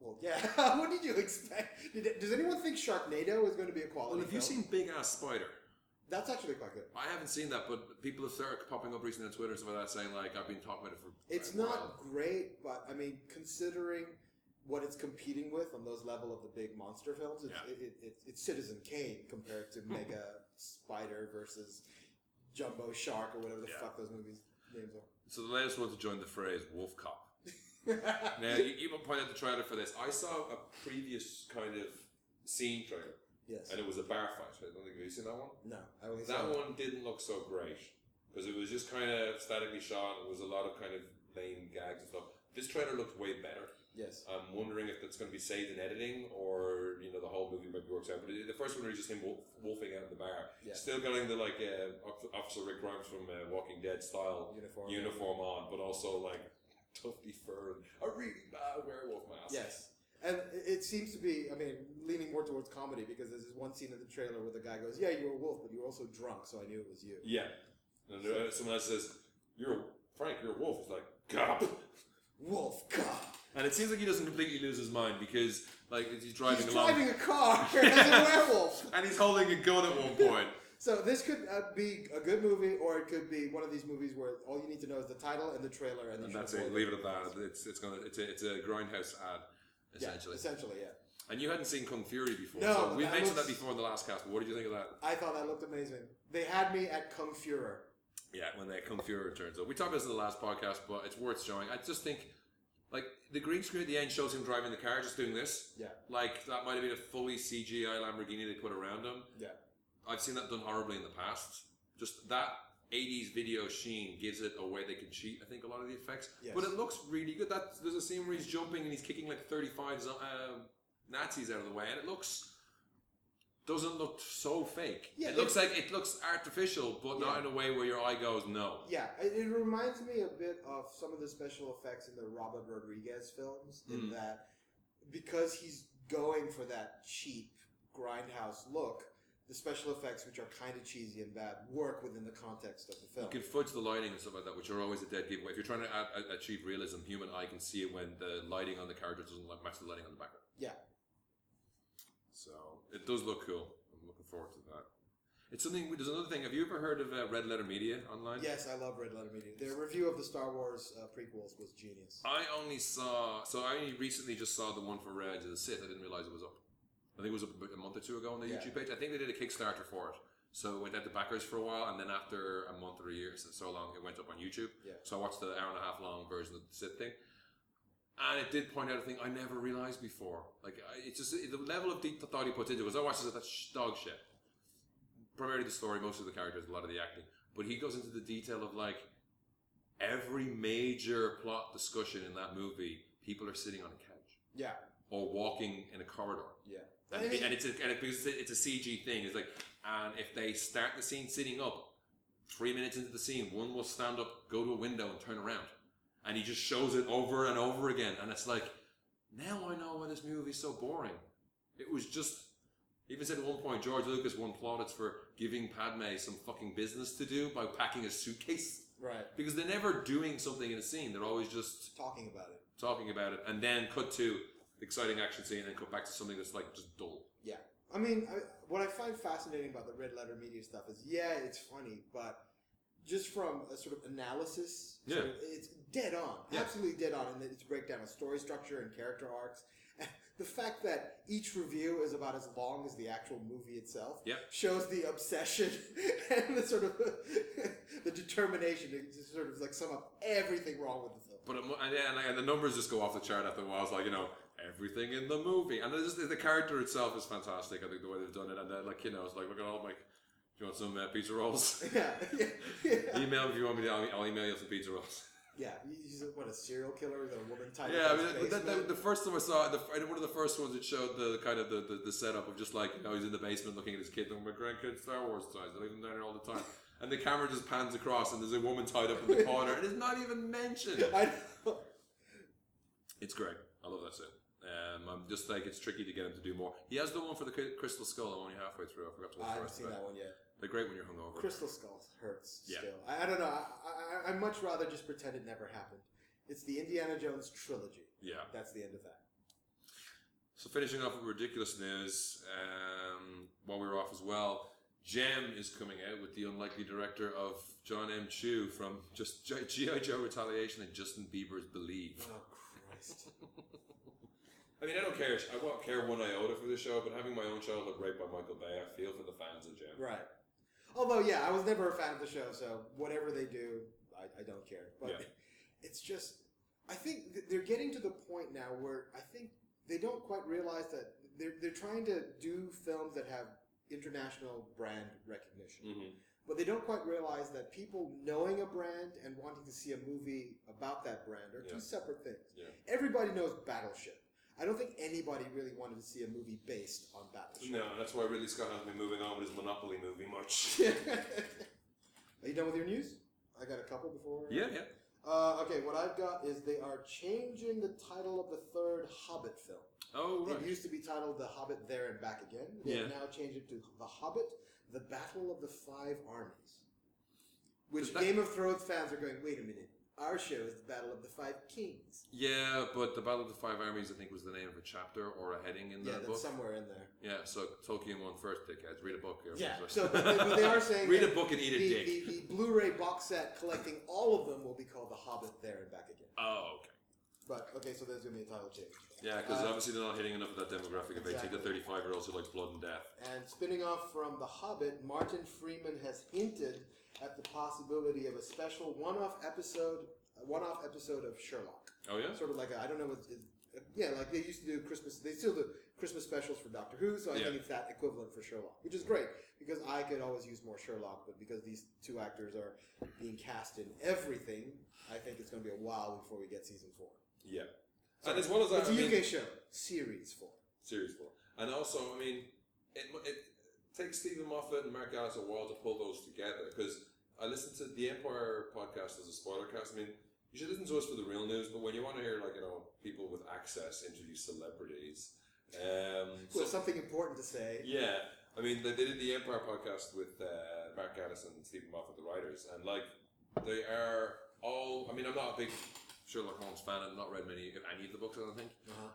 Speaker 2: Well, yeah. what did you expect? Did it- does anyone think Sharknado is going to be a quality?
Speaker 1: Well, have you seen
Speaker 2: film?
Speaker 1: Big Ass Spider?
Speaker 2: That's actually quite good.
Speaker 1: I haven't seen that, but people have started popping up recently on Twitter and stuff like that, saying like, I've been talking about it for.
Speaker 2: It's
Speaker 1: a while.
Speaker 2: not great, but I mean, considering what it's competing with on those level of the big monster films, it's,
Speaker 1: Yeah.
Speaker 2: it, it, it, it's Citizen Kane compared to Mega Spider versus Jumbo Shark or whatever the
Speaker 1: Yeah.
Speaker 2: fuck those movies names are.
Speaker 1: So the latest one to join the fray is Wolf Cop. Now, you even pointed out the trailer for this. I saw a previous kind of scene trailer,
Speaker 2: yes.
Speaker 1: and it was a bar fight. I don't think have you seen that one.
Speaker 2: No, I only saw
Speaker 1: That one didn't look so great because it was just kind of statically shot. It was a lot of kind of lame gags and stuff. This trailer looked way better.
Speaker 2: Yes.
Speaker 1: I'm wondering if that's going to be saved in editing or you know the whole movie might be worked out. But the first one was just him wolf, wolfing out in the bar,
Speaker 2: Yeah.
Speaker 1: still getting the like uh, Oc- Officer Rick Grimes from uh, Walking Dead style
Speaker 2: Uniform.
Speaker 1: uniform on, but also like tufty fur and a really bad werewolf mask.
Speaker 2: Yes. And it- it seems to be, I mean, leaning more towards comedy because there's this one scene in the trailer where the guy goes, Yeah, you were a wolf, but you were also drunk, so I knew it was you.
Speaker 1: Yeah. And there- someone else says, "You're a- Frank. You're a wolf." He's like, "Cop."
Speaker 2: Wolf, God.
Speaker 1: And it seems like he doesn't completely lose his mind because like he's driving
Speaker 2: He's
Speaker 1: along
Speaker 2: driving a car as a werewolf.
Speaker 1: and he's holding a gun at one point.
Speaker 2: So this could uh, be a good movie, or it could be one of these movies where all you need to know is the title and the trailer, and,
Speaker 1: and
Speaker 2: you
Speaker 1: that's
Speaker 2: should
Speaker 1: it.
Speaker 2: avoid
Speaker 1: Leave it at that. It's it's gonna it's a it's a grindhouse ad essentially.
Speaker 2: Yeah, essentially, yeah.
Speaker 1: and you hadn't seen Kung Fury before,
Speaker 2: No,
Speaker 1: so
Speaker 2: but
Speaker 1: we
Speaker 2: that
Speaker 1: mentioned
Speaker 2: looks-
Speaker 1: that before in the last cast. But what did you think of that?
Speaker 2: I thought that looked amazing. They had me at Kung Fuhrer.
Speaker 1: Yeah, when that Kung Fury returns. up. We talked about this in the last podcast, but it's worth showing. I just think, like, the green screen at the end shows him driving the car, just doing this.
Speaker 2: Yeah.
Speaker 1: Like, that might have been a fully CGI Lamborghini they put around him.
Speaker 2: Yeah.
Speaker 1: I've seen that done horribly in the past. Just that 80s video sheen gives it a way they can cheat, I think, a lot of the effects.
Speaker 2: Yes.
Speaker 1: But it looks really good. That There's a scene where he's jumping and he's kicking, like, 35 zo- uh, Nazis out of the way, and it looks. Doesn't look so fake.
Speaker 2: Yeah,
Speaker 1: it looks like it looks artificial, but not
Speaker 2: Yeah.
Speaker 1: in a way where your eye goes no.
Speaker 2: Yeah, it, it reminds me a bit of some of the special effects in the Robert Rodriguez films, in
Speaker 1: Mm.
Speaker 2: that because he's going for that cheap grindhouse look, the special effects, which are kind of cheesy and bad, work within the context of the film.
Speaker 1: You can fudge the lighting and stuff like that, which are always a dead giveaway. If you're trying to a- a- achieve realism, human eye can see it when the lighting on the character doesn't like, match the lighting on the background.
Speaker 2: Yeah.
Speaker 1: So it does look cool. I'm looking forward to that. It's something. There's another thing. Have you ever heard of uh, Red Letter Media online?
Speaker 2: Yes, I love Red Letter Media. Their review of the Star Wars uh, prequels was genius.
Speaker 1: I only saw. So I only recently just saw the one for Reg of the Sith. I didn't realize it was up. I think it was up about a month or two ago on their
Speaker 2: Yeah.
Speaker 1: YouTube page. I think they did a Kickstarter for it. So it went out to backers for a while, and then after a month or a year, so, so long, it went up on YouTube.
Speaker 2: Yeah.
Speaker 1: So I watched the hour and a half long version of the Sith thing, and it did point out a thing I never realized before. Like I- it's just the level of deep thought he puts into it. Because I watched this, that's sh- dog shit. Primarily the story, most of the characters, a lot of the acting, but he goes into the detail of like every major plot discussion in that movie. People are sitting on a couch
Speaker 2: Yeah,
Speaker 1: or walking in a corridor.
Speaker 2: yeah.
Speaker 1: And,
Speaker 2: I mean,
Speaker 1: and it's a, and it, because it's a, it's a CG thing. It's like, and if they start the scene sitting up, three minutes into the scene, one will stand up, go to a window, and turn around, and he just shows it over and over again. And it's like, now I know why this movie's so boring. It was just. he Even said at one point, George Lucas won plaudits for giving Padme some fucking business to do by packing a suitcase
Speaker 2: right.
Speaker 1: because they're never doing something in a scene. They're always just
Speaker 2: Talking about it.
Speaker 1: talking about it, and then cut to the exciting action scene, and then cut back to something that's like just dull.
Speaker 2: Yeah. I mean, I, what I find fascinating about the red letter media stuff is, yeah, it's funny, but just from a sort of analysis, sort
Speaker 1: Yeah.
Speaker 2: of- it's dead on,
Speaker 1: Yeah.
Speaker 2: absolutely dead on in that its breakdown of story structure and character arcs. And the fact that each review is about as long as the actual movie itself
Speaker 1: Yep.
Speaker 2: shows the obsession and the sort of the determination to just sort of like sum up everything wrong with the film.
Speaker 1: But it, mo- and, yeah, and, like, and the numbers just go off the chart after a while. It's like you know everything in the movie, and it's just, the character itself is fantastic. I think the way they've done it, and then like you know, it's like look at all my. Do you want some uh, pizza rolls?
Speaker 2: Yeah, yeah, yeah.
Speaker 1: email if you want me to. I'll, I'll email you some pizza rolls.
Speaker 2: yeah. He's a, what a serial killer, the woman type.
Speaker 1: Yeah, I mean, but that, that, the first time I saw it, the, fir- one of the first ones it showed the kind of the, the, the setup of just like you know he's in the basement looking at his kid. and My grandkid's Star Wars ties. I leave them down here all the time. And the camera just pans across, and there's a woman tied up in the corner, and it's not even mentioned.
Speaker 2: I know.
Speaker 1: It's great. I love that set. Um, I'm just like it's tricky to get him to do more. He has the one for the cri- Crystal Skull. I'm only halfway through. I forgot to watch
Speaker 2: I
Speaker 1: the
Speaker 2: haven't
Speaker 1: rest
Speaker 2: seen
Speaker 1: of it.
Speaker 2: that one yet.
Speaker 1: They're great when you're hungover.
Speaker 2: Crystal Skull hurts
Speaker 1: Yeah.
Speaker 2: still. I, I don't know. I, I, I'd much rather just pretend it never happened. It's the Indiana Jones trilogy.
Speaker 1: yeah.
Speaker 2: That's the end of that.
Speaker 1: So finishing off with ridiculous news. Um, while we were off as well, Gem is coming out with the unlikely director of John M. Chu from just G- GI Joe Retaliation and Justin Bieber's Believe.
Speaker 2: Oh, Christ.
Speaker 1: I mean, I don't care. I won't care one iota for the show, but having my own childhood raped by Michael Bay, I feel for the fans of Gem.
Speaker 2: right. Although, yeah, I was never a fan of the show, so whatever they do, I, I don't care. But
Speaker 1: Yeah.
Speaker 2: it's just, I think th- they're getting to the point now where I think they don't quite realize that they're, they're trying to do films that have international brand recognition.
Speaker 1: Mm-hmm.
Speaker 2: But they don't quite realize that people knowing a brand and wanting to see a movie about that brand are two
Speaker 1: Yeah.
Speaker 2: separate things.
Speaker 1: Yeah.
Speaker 2: Everybody knows Battleship. I don't think anybody really wanted to see a movie based on Battleship.
Speaker 1: No, that's why Ridley Scott hasn't been moving on with his Monopoly movie much.
Speaker 2: are you done with your news? I got a couple before.
Speaker 1: Yeah, yeah.
Speaker 2: Uh, okay, what I've got is they are changing the title of the third Hobbit film.
Speaker 1: Oh,
Speaker 2: It used to be titled The Hobbit There and Back Again. They have now changed it to The Hobbit, The Battle of the Five Armies. Which
Speaker 1: But that-
Speaker 2: Game of Thrones fans are going, wait a minute, our show is The Battle of the Five Kings.
Speaker 1: Yeah, but the Battle of the Five Armies, I think, was the name of a chapter or a heading in
Speaker 2: yeah,
Speaker 1: that
Speaker 2: that's
Speaker 1: book.
Speaker 2: somewhere in there.
Speaker 1: yeah, so Tolkien won first, dickheads. Read a book. Here.
Speaker 2: Yeah, so but they, but they are saying
Speaker 1: Read
Speaker 2: that
Speaker 1: a book and eat
Speaker 2: the,
Speaker 1: a dick.
Speaker 2: the, the Blu-ray box set collecting all of them will be called The Hobbit There and Back Again.
Speaker 1: Oh, okay.
Speaker 2: But, okay, so there's going to be a title change.
Speaker 1: Yeah, because
Speaker 2: Uh,
Speaker 1: obviously they're not hitting enough of that demographic of 18 to
Speaker 2: Exactly.
Speaker 1: 35 year olds who like blood and death.
Speaker 2: And spinning off from The Hobbit, Martin Freeman has hinted at the possibility of a special one-off episode, a one-off episode of Sherlock.
Speaker 1: Oh, yeah?
Speaker 2: Sort of like a, I don't know what, it, yeah, like they used to do Christmas. They still do Christmas specials for Doctor Who, so I
Speaker 1: Yeah.
Speaker 2: think it's that equivalent for Sherlock, which is great because I could always use more Sherlock. But because these two actors are being cast in everything, I think it's going to be a while before we get season four.
Speaker 1: Yeah. and as well as
Speaker 2: It's
Speaker 1: that,
Speaker 2: a
Speaker 1: I mean,
Speaker 2: UK show, series four.
Speaker 1: series four. And also, I mean, it, it takes Stephen Moffat and Mark Ellis a while to pull those together because I listened to the Empire podcast as a spoiler cast. I mean, you should listen to us for the real news, but when you want to hear, like, you know, people with access interview celebrities. Um,
Speaker 2: Well,
Speaker 1: so-
Speaker 2: something important to say.
Speaker 1: Yeah, I mean, they, they did the Empire podcast with uh, Mark Gaddis and Stephen Moffat, the writers, and like they are all. I mean, I'm not a big Sherlock Holmes fan. I've not read many any of the books. I don't think,
Speaker 2: Uh-huh.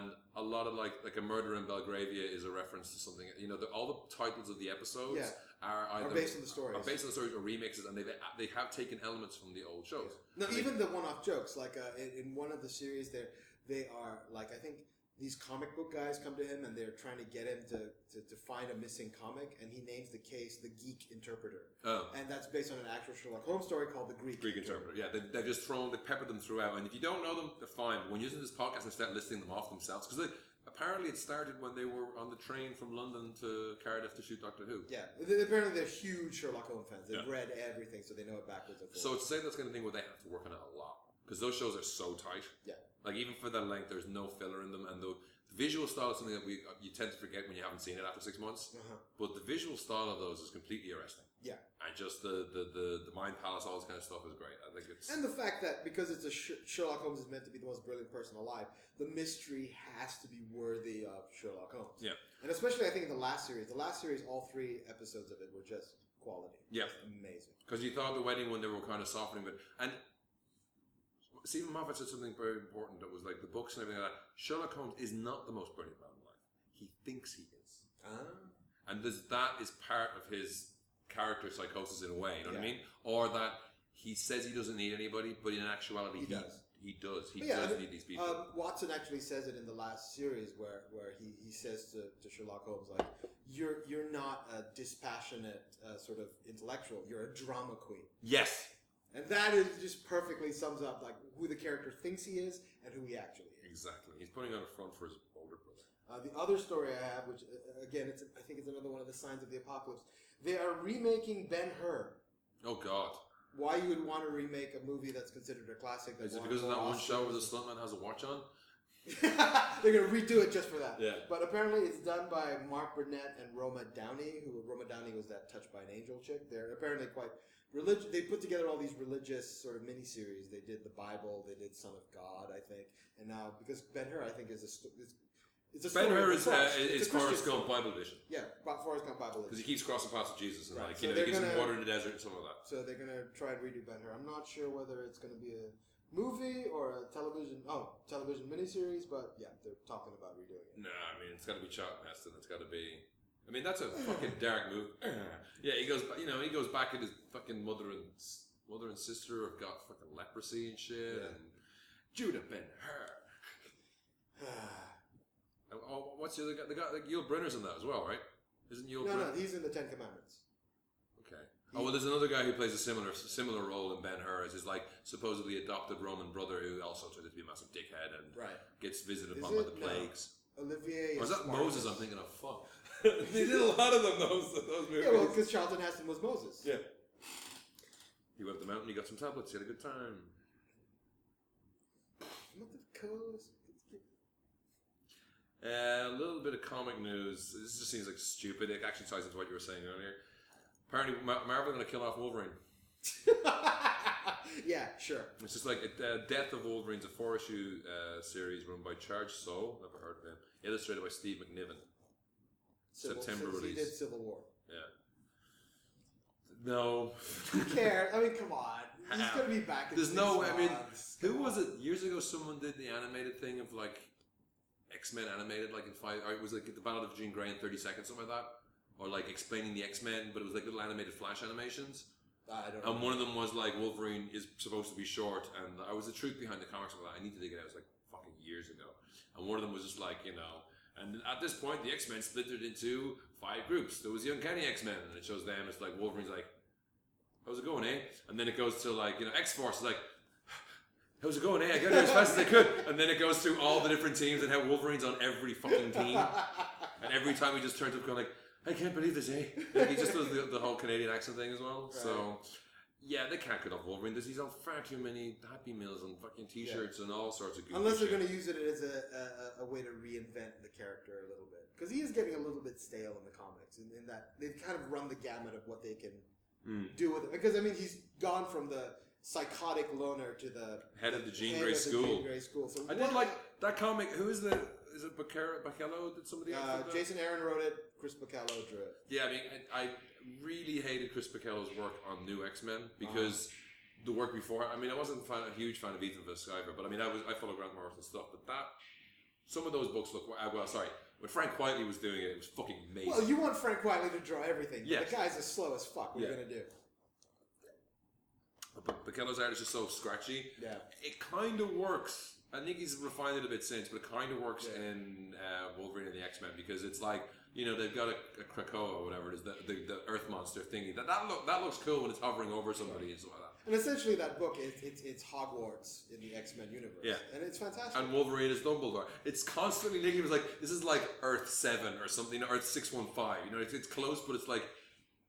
Speaker 1: and a lot of like like a murder in Belgravia is a reference to something. You know, the, all the titles of the episodes
Speaker 2: Yeah.
Speaker 1: are either
Speaker 2: Or based on the stories.
Speaker 1: are based on the stories or remixes, and they they have taken elements from the old shows.
Speaker 2: No,
Speaker 1: I mean-
Speaker 2: even the one-off jokes, like uh, in, in one of the series, there they are like I think these comic book guys come to him and they're trying to get him to, to, to find a missing comic, and he names the case the Geek Interpreter,
Speaker 1: Oh,
Speaker 2: and that's based on an actual Sherlock Holmes story called the Greek,
Speaker 1: Greek interpreter. Yeah, they, they've just thrown, they peppered them throughout. And if you don't know them, they're fine. But when you're using this podcast and start listing them off themselves, because apparently it started when they were on the train from London to Cardiff to shoot Doctor Who.
Speaker 2: Yeah, they- apparently they're huge Sherlock Holmes fans. They've
Speaker 1: Yeah.
Speaker 2: read everything, so they know it backwards and forwards.
Speaker 1: So to say that's kind of thing where they have to work on it a lot because those shows are so tight.
Speaker 2: Yeah.
Speaker 1: Like even for that length, there's no filler in them, and the visual style is something that we uh, you tend to forget when you haven't seen it after six months.
Speaker 2: uh-huh.
Speaker 1: But the visual style of those is completely arresting.
Speaker 2: Yeah.
Speaker 1: And just the the the, the mind palace, all this kind of stuff is great. I think it's
Speaker 2: And the fact that because it's a Sh- Sherlock Holmes is meant to be the most brilliant person alive, the mystery has to be worthy of Sherlock Holmes.
Speaker 1: Yeah.
Speaker 2: and especially I think in the last series, the last series, all three episodes of it were just quality.
Speaker 1: Yeah.
Speaker 2: Just amazing.
Speaker 1: because you thought the wedding one they were kind of softening, but and Stephen Moffat said something very important that was like the books and everything like that. Sherlock Holmes is not the most brilliant man in life. He thinks he is. Um, and there's, that is part of his character psychosis in a way. You know what I
Speaker 2: Yeah.
Speaker 1: mean? Or that he says he doesn't need anybody, but in actuality,
Speaker 2: He
Speaker 1: he,
Speaker 2: does.
Speaker 1: does. He does. He
Speaker 2: But yeah, I
Speaker 1: does
Speaker 2: mean,
Speaker 1: need these people.
Speaker 2: Um, Watson actually says it in the last series where, where he, he says to, to Sherlock Holmes, like, you're, you're not a dispassionate uh, sort of intellectual, you're a drama queen.
Speaker 1: yes.
Speaker 2: And that is just perfectly sums up like who the character thinks he is and who he actually is.
Speaker 1: Exactly. He's putting on a front for his older brother.
Speaker 2: Uh, the other story I have, which uh, again, it's, I think it's another one of the signs of the apocalypse. They are remaking Ben Hur.
Speaker 1: Oh, God.
Speaker 2: Why you would want to remake a movie that's considered a classic?
Speaker 1: Is it
Speaker 2: won
Speaker 1: because of that
Speaker 2: four
Speaker 1: one show where the
Speaker 2: Oscars?
Speaker 1: stuntman has a watch on?
Speaker 2: They're gonna redo it just for that.
Speaker 1: Yeah.
Speaker 2: But apparently, it's done by Mark Burnett and Roma Downey, who Roma Downey was that Touched by an Angel chick. They're apparently quite religious. They put together all these religious sort of miniseries. They did the Bible. They did Son of God, I think. And now because Ben Hur, I think is a sto- it's, it's a
Speaker 1: Ben
Speaker 2: story
Speaker 1: Hur
Speaker 2: of
Speaker 1: is,
Speaker 2: a
Speaker 1: uh,
Speaker 2: cross. It's
Speaker 1: is
Speaker 2: a Christian
Speaker 1: Forrest Gump
Speaker 2: story.
Speaker 1: Bible edition
Speaker 2: Yeah, but Forrest Gump Bible.
Speaker 1: because
Speaker 2: is.
Speaker 1: he keeps crossing paths with Jesus and
Speaker 2: Right.
Speaker 1: like you
Speaker 2: So
Speaker 1: know,
Speaker 2: they're
Speaker 1: he gives him
Speaker 2: gonna-
Speaker 1: water in the desert and stuff like that.
Speaker 2: So they're gonna try and redo Ben Hur. I'm not sure whether it's gonna be a movie or a television. Oh, television miniseries. But yeah, they're talking about redoing it.
Speaker 1: No, I mean it's got to be Charlton Heston. It's got to be. I mean that's a fucking dark move. yeah, he goes. You know, he goes back at his fucking mother and s- mother and sister have got fucking leprosy and shit.
Speaker 2: Yeah.
Speaker 1: And Judah Ben Hur. Oh, what's the other guy? The guy, like Yul Brynner's in that as well, right? Isn't Yul?
Speaker 2: no,
Speaker 1: Brynner?
Speaker 2: no, he's in the Ten Commandments.
Speaker 1: Okay. Oh well, there's another guy who plays a similar similar role in Ben Hur as his like supposedly adopted Roman brother who also turns out to be a massive dickhead and
Speaker 2: Right.
Speaker 1: gets visited
Speaker 2: Is
Speaker 1: upon by
Speaker 2: it?
Speaker 1: the
Speaker 2: No.
Speaker 1: plagues.
Speaker 2: Olivier.
Speaker 1: Or is that
Speaker 2: Spartacus.
Speaker 1: Moses? I'm thinking of fuck. they did a lot of them those those movies.
Speaker 2: Yeah, well, because Charlton Heston was Moses.
Speaker 1: Yeah. He went up the mountain, he got some tablets, he had a good time.
Speaker 2: Not the coolest.
Speaker 1: Uh, a little bit of comic news. This just seems like stupid. It actually ties into what you were saying earlier. Apparently, Ma- Marvel going to kill off Wolverine.
Speaker 2: yeah, sure.
Speaker 1: It's just like uh, Death of Wolverine's a four issue uh, series run by Charge Soul. Never heard of him. Illustrated by Steve McNiven. September
Speaker 2: since
Speaker 1: release.
Speaker 2: He did Civil War.
Speaker 1: Yeah. No.
Speaker 2: Who cares? I mean, come on. He's
Speaker 1: How?
Speaker 2: gonna be back. In
Speaker 1: There's
Speaker 2: six
Speaker 1: no way. I mean,
Speaker 2: months.
Speaker 1: who was it years ago? Someone did the animated thing of like X Men animated, like in five. Or it was like the Battle of Jean Grey in thirty seconds, something like that, or like explaining the X Men, but it was like little animated flash animations.
Speaker 2: I don't know.
Speaker 1: And one of them was like Wolverine is supposed to be short, and I was the truth behind the comics. Like that. I need to dig it out. It was like fucking years ago. And one of them was just like you know. And at this point, the X Men splintered into five groups. There was the Uncanny X Men, and it shows them. It's like Wolverine's like, "How's it going, eh?" And then it goes to like you know X Force is like, "How's it going, eh?" I got here as fast as I could. And then it goes through all the different teams and how Wolverine's on every fucking team. And every time he just turns up going like, I can't believe this, eh? Like he just does the, the whole Canadian accent thing as well. So, yeah, they can't get off Wolverine. There's- He's on far too many Happy Meals and fucking T-shirts and all sorts of goofy
Speaker 2: Unless they're
Speaker 1: shit.
Speaker 2: going to use it as a, a, a way to reinvent the character a little bit, because he is getting a little bit stale in the comics, in, in that they've kind of run the gamut of what they can
Speaker 1: Hmm.
Speaker 2: do with it. Because I mean, he's gone from the psychotic loner to the
Speaker 1: Head of the Jean
Speaker 2: head
Speaker 1: Grey
Speaker 2: of the
Speaker 1: School.
Speaker 2: Jean Grey School. So
Speaker 1: I
Speaker 2: what-
Speaker 1: did like that comic. Who is the? Is it Bacchero? Bacchelo? Did somebody else?
Speaker 2: Uh,
Speaker 1: do that?
Speaker 2: Jason Aaron wrote it. Chris Bacallo drew it.
Speaker 1: Yeah, I mean, I, I really hated Chris Pickello's work on New X Men
Speaker 2: Uh-huh.
Speaker 1: because the work before. I mean, I wasn't fan, a huge fan of Ethan Vesciver, but I mean, I was I follow Grant Morrison stuff, but that some of those books look uh, well. Sorry, when Frank Quietly was doing it, it was fucking amazing.
Speaker 2: Well, you want Frank Wiley to draw everything. Yeah.
Speaker 1: Yes.
Speaker 2: The guy's as slow as fuck. What are you
Speaker 1: Yeah.
Speaker 2: gonna do?
Speaker 1: but Pickello's art is just so scratchy.
Speaker 2: Yeah.
Speaker 1: It kind of works, I think he's refined it a bit since, but it kind of works
Speaker 2: Yeah.
Speaker 1: in uh, Wolverine and the X Men because it's like you know they've got a, a Krakoa or whatever it is, the, the, the Earth monster thingy. That that, look, that looks cool when it's hovering over somebody and stuff like that.
Speaker 2: And essentially, that book is it's, it's Hogwarts in the X Men universe.
Speaker 1: Yeah.
Speaker 2: and it's fantastic.
Speaker 1: And Wolverine is Dumbledore. It's constantly negative. It's like this is like Earth Seven or something, Earth Six One Five. You know, it's, it's close, but it's like,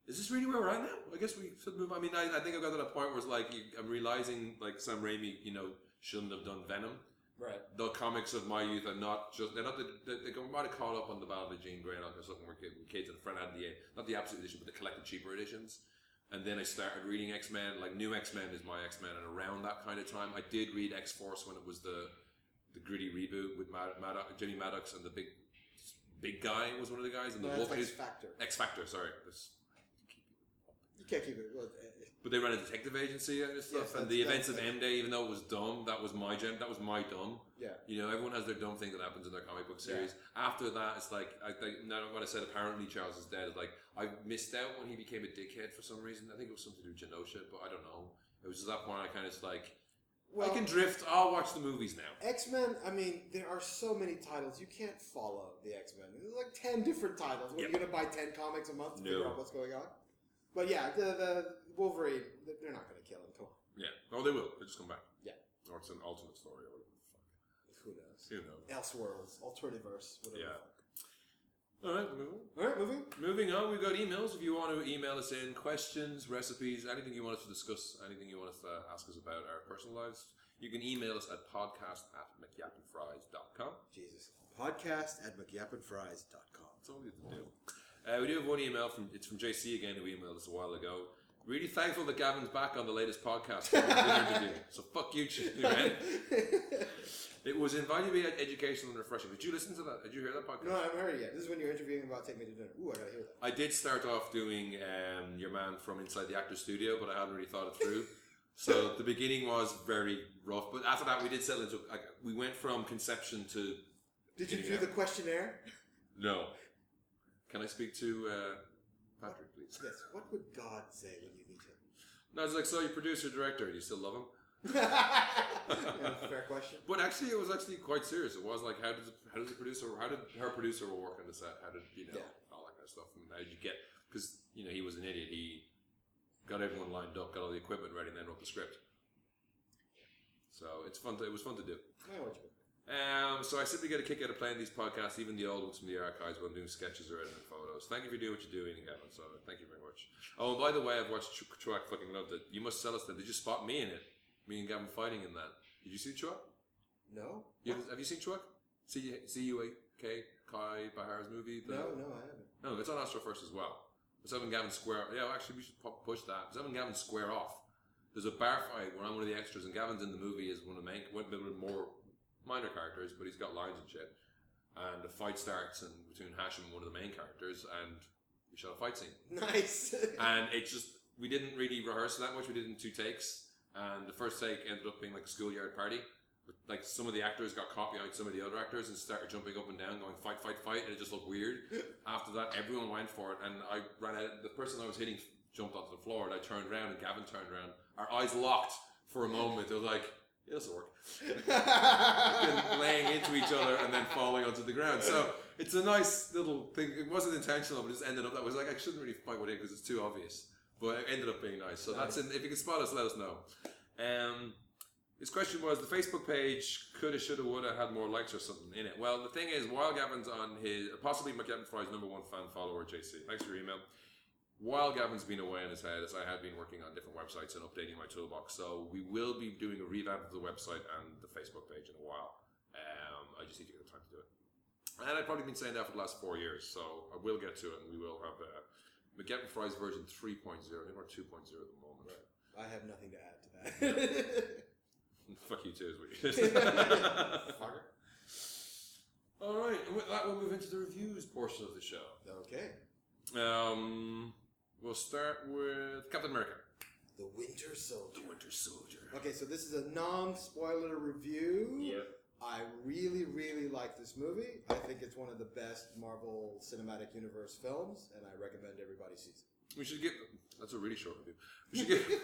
Speaker 1: is this really where we're at now? I guess we should move. on. I mean, I, I think I've got to that point where it's like you, I'm realizing like Sam Raimi, you know, shouldn't have done Venom.
Speaker 2: right.
Speaker 1: the comics of my youth are not just they're not the, they, they might have caught up on the Battle of the Jean Grey and all that stuff when we were kid- we were kids and the front had the uh, not the absolute edition but the collected cheaper editions and then I started reading X Men like new X Men is my X Men and around that kind of time I did read X Force when it was the the gritty reboot with Mad- Maddox, Jimmy Maddox and the big big guy was one of the guys and the
Speaker 2: No, that's
Speaker 1: wolf
Speaker 2: X
Speaker 1: is
Speaker 2: Factor.
Speaker 1: X Factor sorry This-
Speaker 2: You can't keep it. Well, eh,
Speaker 1: but they ran a detective agency and stuff
Speaker 2: Yes,
Speaker 1: and
Speaker 2: that's-
Speaker 1: the events
Speaker 2: that's-
Speaker 1: of M Day even though it was dumb that was my gen that was my dumb
Speaker 2: yeah.
Speaker 1: you know, everyone has their dumb thing that happens in their comic book series. After that, it's like I think now what I said. Apparently, Charles is dead. It's like I missed out when he became a dickhead for some reason. I think it was something to do with Genosha, but I don't know. It was just that point I kind of just like
Speaker 2: Well,
Speaker 1: I can drift. I'll watch the movies now.
Speaker 2: X Men. I mean, there are so many titles you can't follow the X Men. There's like ten different titles. What,
Speaker 1: Yep.
Speaker 2: Are you gonna buy ten comics a month to
Speaker 1: No.
Speaker 2: figure out what's going on? But yeah, the, the Wolverine. They're not gonna kill him. Come on.
Speaker 1: Yeah. Oh, they will. They'll just come back.
Speaker 2: Yeah.
Speaker 1: Or it's an alternate story. Or whatever. the fuck.
Speaker 2: Who knows?
Speaker 1: Who knows?
Speaker 2: Elseworlds, Alternativerse, whatever.
Speaker 1: Yeah.
Speaker 2: the
Speaker 1: All right. Move on.
Speaker 2: fuck. All right, moving.
Speaker 1: Moving on, we've got emails. If you want to email us in questions, recipes, anything you want us to discuss, anything you want us to ask us about our personal lives, you can email us at podcast at mcyappinfries.com.
Speaker 2: Jesus. Podcast at mcyappandfries.com.
Speaker 1: That's all you have to do. Uh, we do have one email from it's from JC again who emailed us a while ago. Really thankful that Gavin's back on the latest podcast. for the interview. so fuck you, Ch- man. It was invited to be educational and refreshing. Did you listen to that? Did you hear that podcast?
Speaker 2: no, I haven't heard it yet. This is when you're interviewing about Take Me to Dinner. Ooh, I gotta hear that.
Speaker 1: I did start off doing um, your man from inside the actor's studio, but I hadn't really thought it through. so the beginning was very rough, but after that we did settle into. Like, we went from conception to
Speaker 2: Did you
Speaker 1: Yeah.
Speaker 2: do the questionnaire?
Speaker 1: no. Can I speak to uh, Patrick, please?
Speaker 2: Yes. What would God say when you meet
Speaker 1: No, it's like so. Your producer, director, do you still love him?
Speaker 2: him? Yeah, fair question.
Speaker 1: But actually, it was actually quite serious. It was like, how does how does the producer, how did her producer work on the set? How did you know
Speaker 2: Yeah.
Speaker 1: all that kind of stuff? And how did you get? Because you know he was an idiot. He got everyone lined up, got all the equipment ready, and then wrote the script. So it's fun. To, it was fun to do.
Speaker 2: I know what you mean.
Speaker 1: Um, so I simply get a kick out of playing these podcasts, even the old ones from the archives, when I'm doing sketches or editing photos. Thank you for doing what you're doing, Kevin. So thank you very much. Oh, and by the way, I've watched Tr- Truax fucking loved it. You must sell us that. Did you spot me in it? Me and Gavin fighting in that. Did you see Truax?
Speaker 2: No?
Speaker 1: You, have you seen Chuck? C C U A K Kai Bahara's movie? The-
Speaker 2: No, no, I haven't.
Speaker 1: No, it's on Astro First as well. It's having Gavin Square. Yeah, well, actually, we should pu- push that. It's having Gavin Square off. There's a bar fight where I'm one of the extras, and Gavin's in the movie as one of the main, one of the more minor characters, but he's got lines and shit. And the fight starts and between Hashim and one of the main characters, and we shot a fight scene
Speaker 2: Nice.
Speaker 1: and it just we didn't really rehearse that much. We did it in two takes, and the first take ended up being like a schoolyard party. Like some of the actors got caught behind some of the other actors and started jumping up and down, going fight, fight, fight, and it just looked weird. After that, everyone went for it, and I ran out. The person I was hitting jumped onto the floor, and I turned around, and Gavin turned around. Our eyes locked for a moment. They were like, "Yeah, this will work." and laying into each other and then falling onto the ground. So it's a nice little thing. It wasn't intentional, but it just ended up that was like I shouldn't really fight with it because it's too obvious. But it ended up being nice. So that's in, if you can spot us, let us know. Um, his question was the Facebook page coulda, shoulda, woulda had more likes or something in it. Well, the thing is, while Gavin's on his possibly McGavin Fry's number one fan follower, JC. Thanks for your email while Gavin's been away in his head, as I have been working on different websites and updating my toolbox, so we will be doing a revamp of the website and the Facebook page in a while. Um, I just need to get the time to do it. And I've probably been saying that for the last four years, so I will get to it, and we will have uh, McGavin Fry's version 3.0. I think we're 2.0 at the moment.
Speaker 2: I have nothing to add to that.
Speaker 1: Fuck you too, is what you
Speaker 2: Fucker.
Speaker 1: All right, and with that, we'll move into the reviews portion of the show.
Speaker 2: Okay.
Speaker 1: Um, we'll start with Captain America,
Speaker 2: The Winter Soldier.
Speaker 1: The Winter Soldier.
Speaker 2: Okay, so this is a non-spoiler review. I really, really like this movie. I think it's one of the best Marvel Cinematic Universe films, and I recommend everybody sees it.
Speaker 1: We should give. That's a really short review. We should give.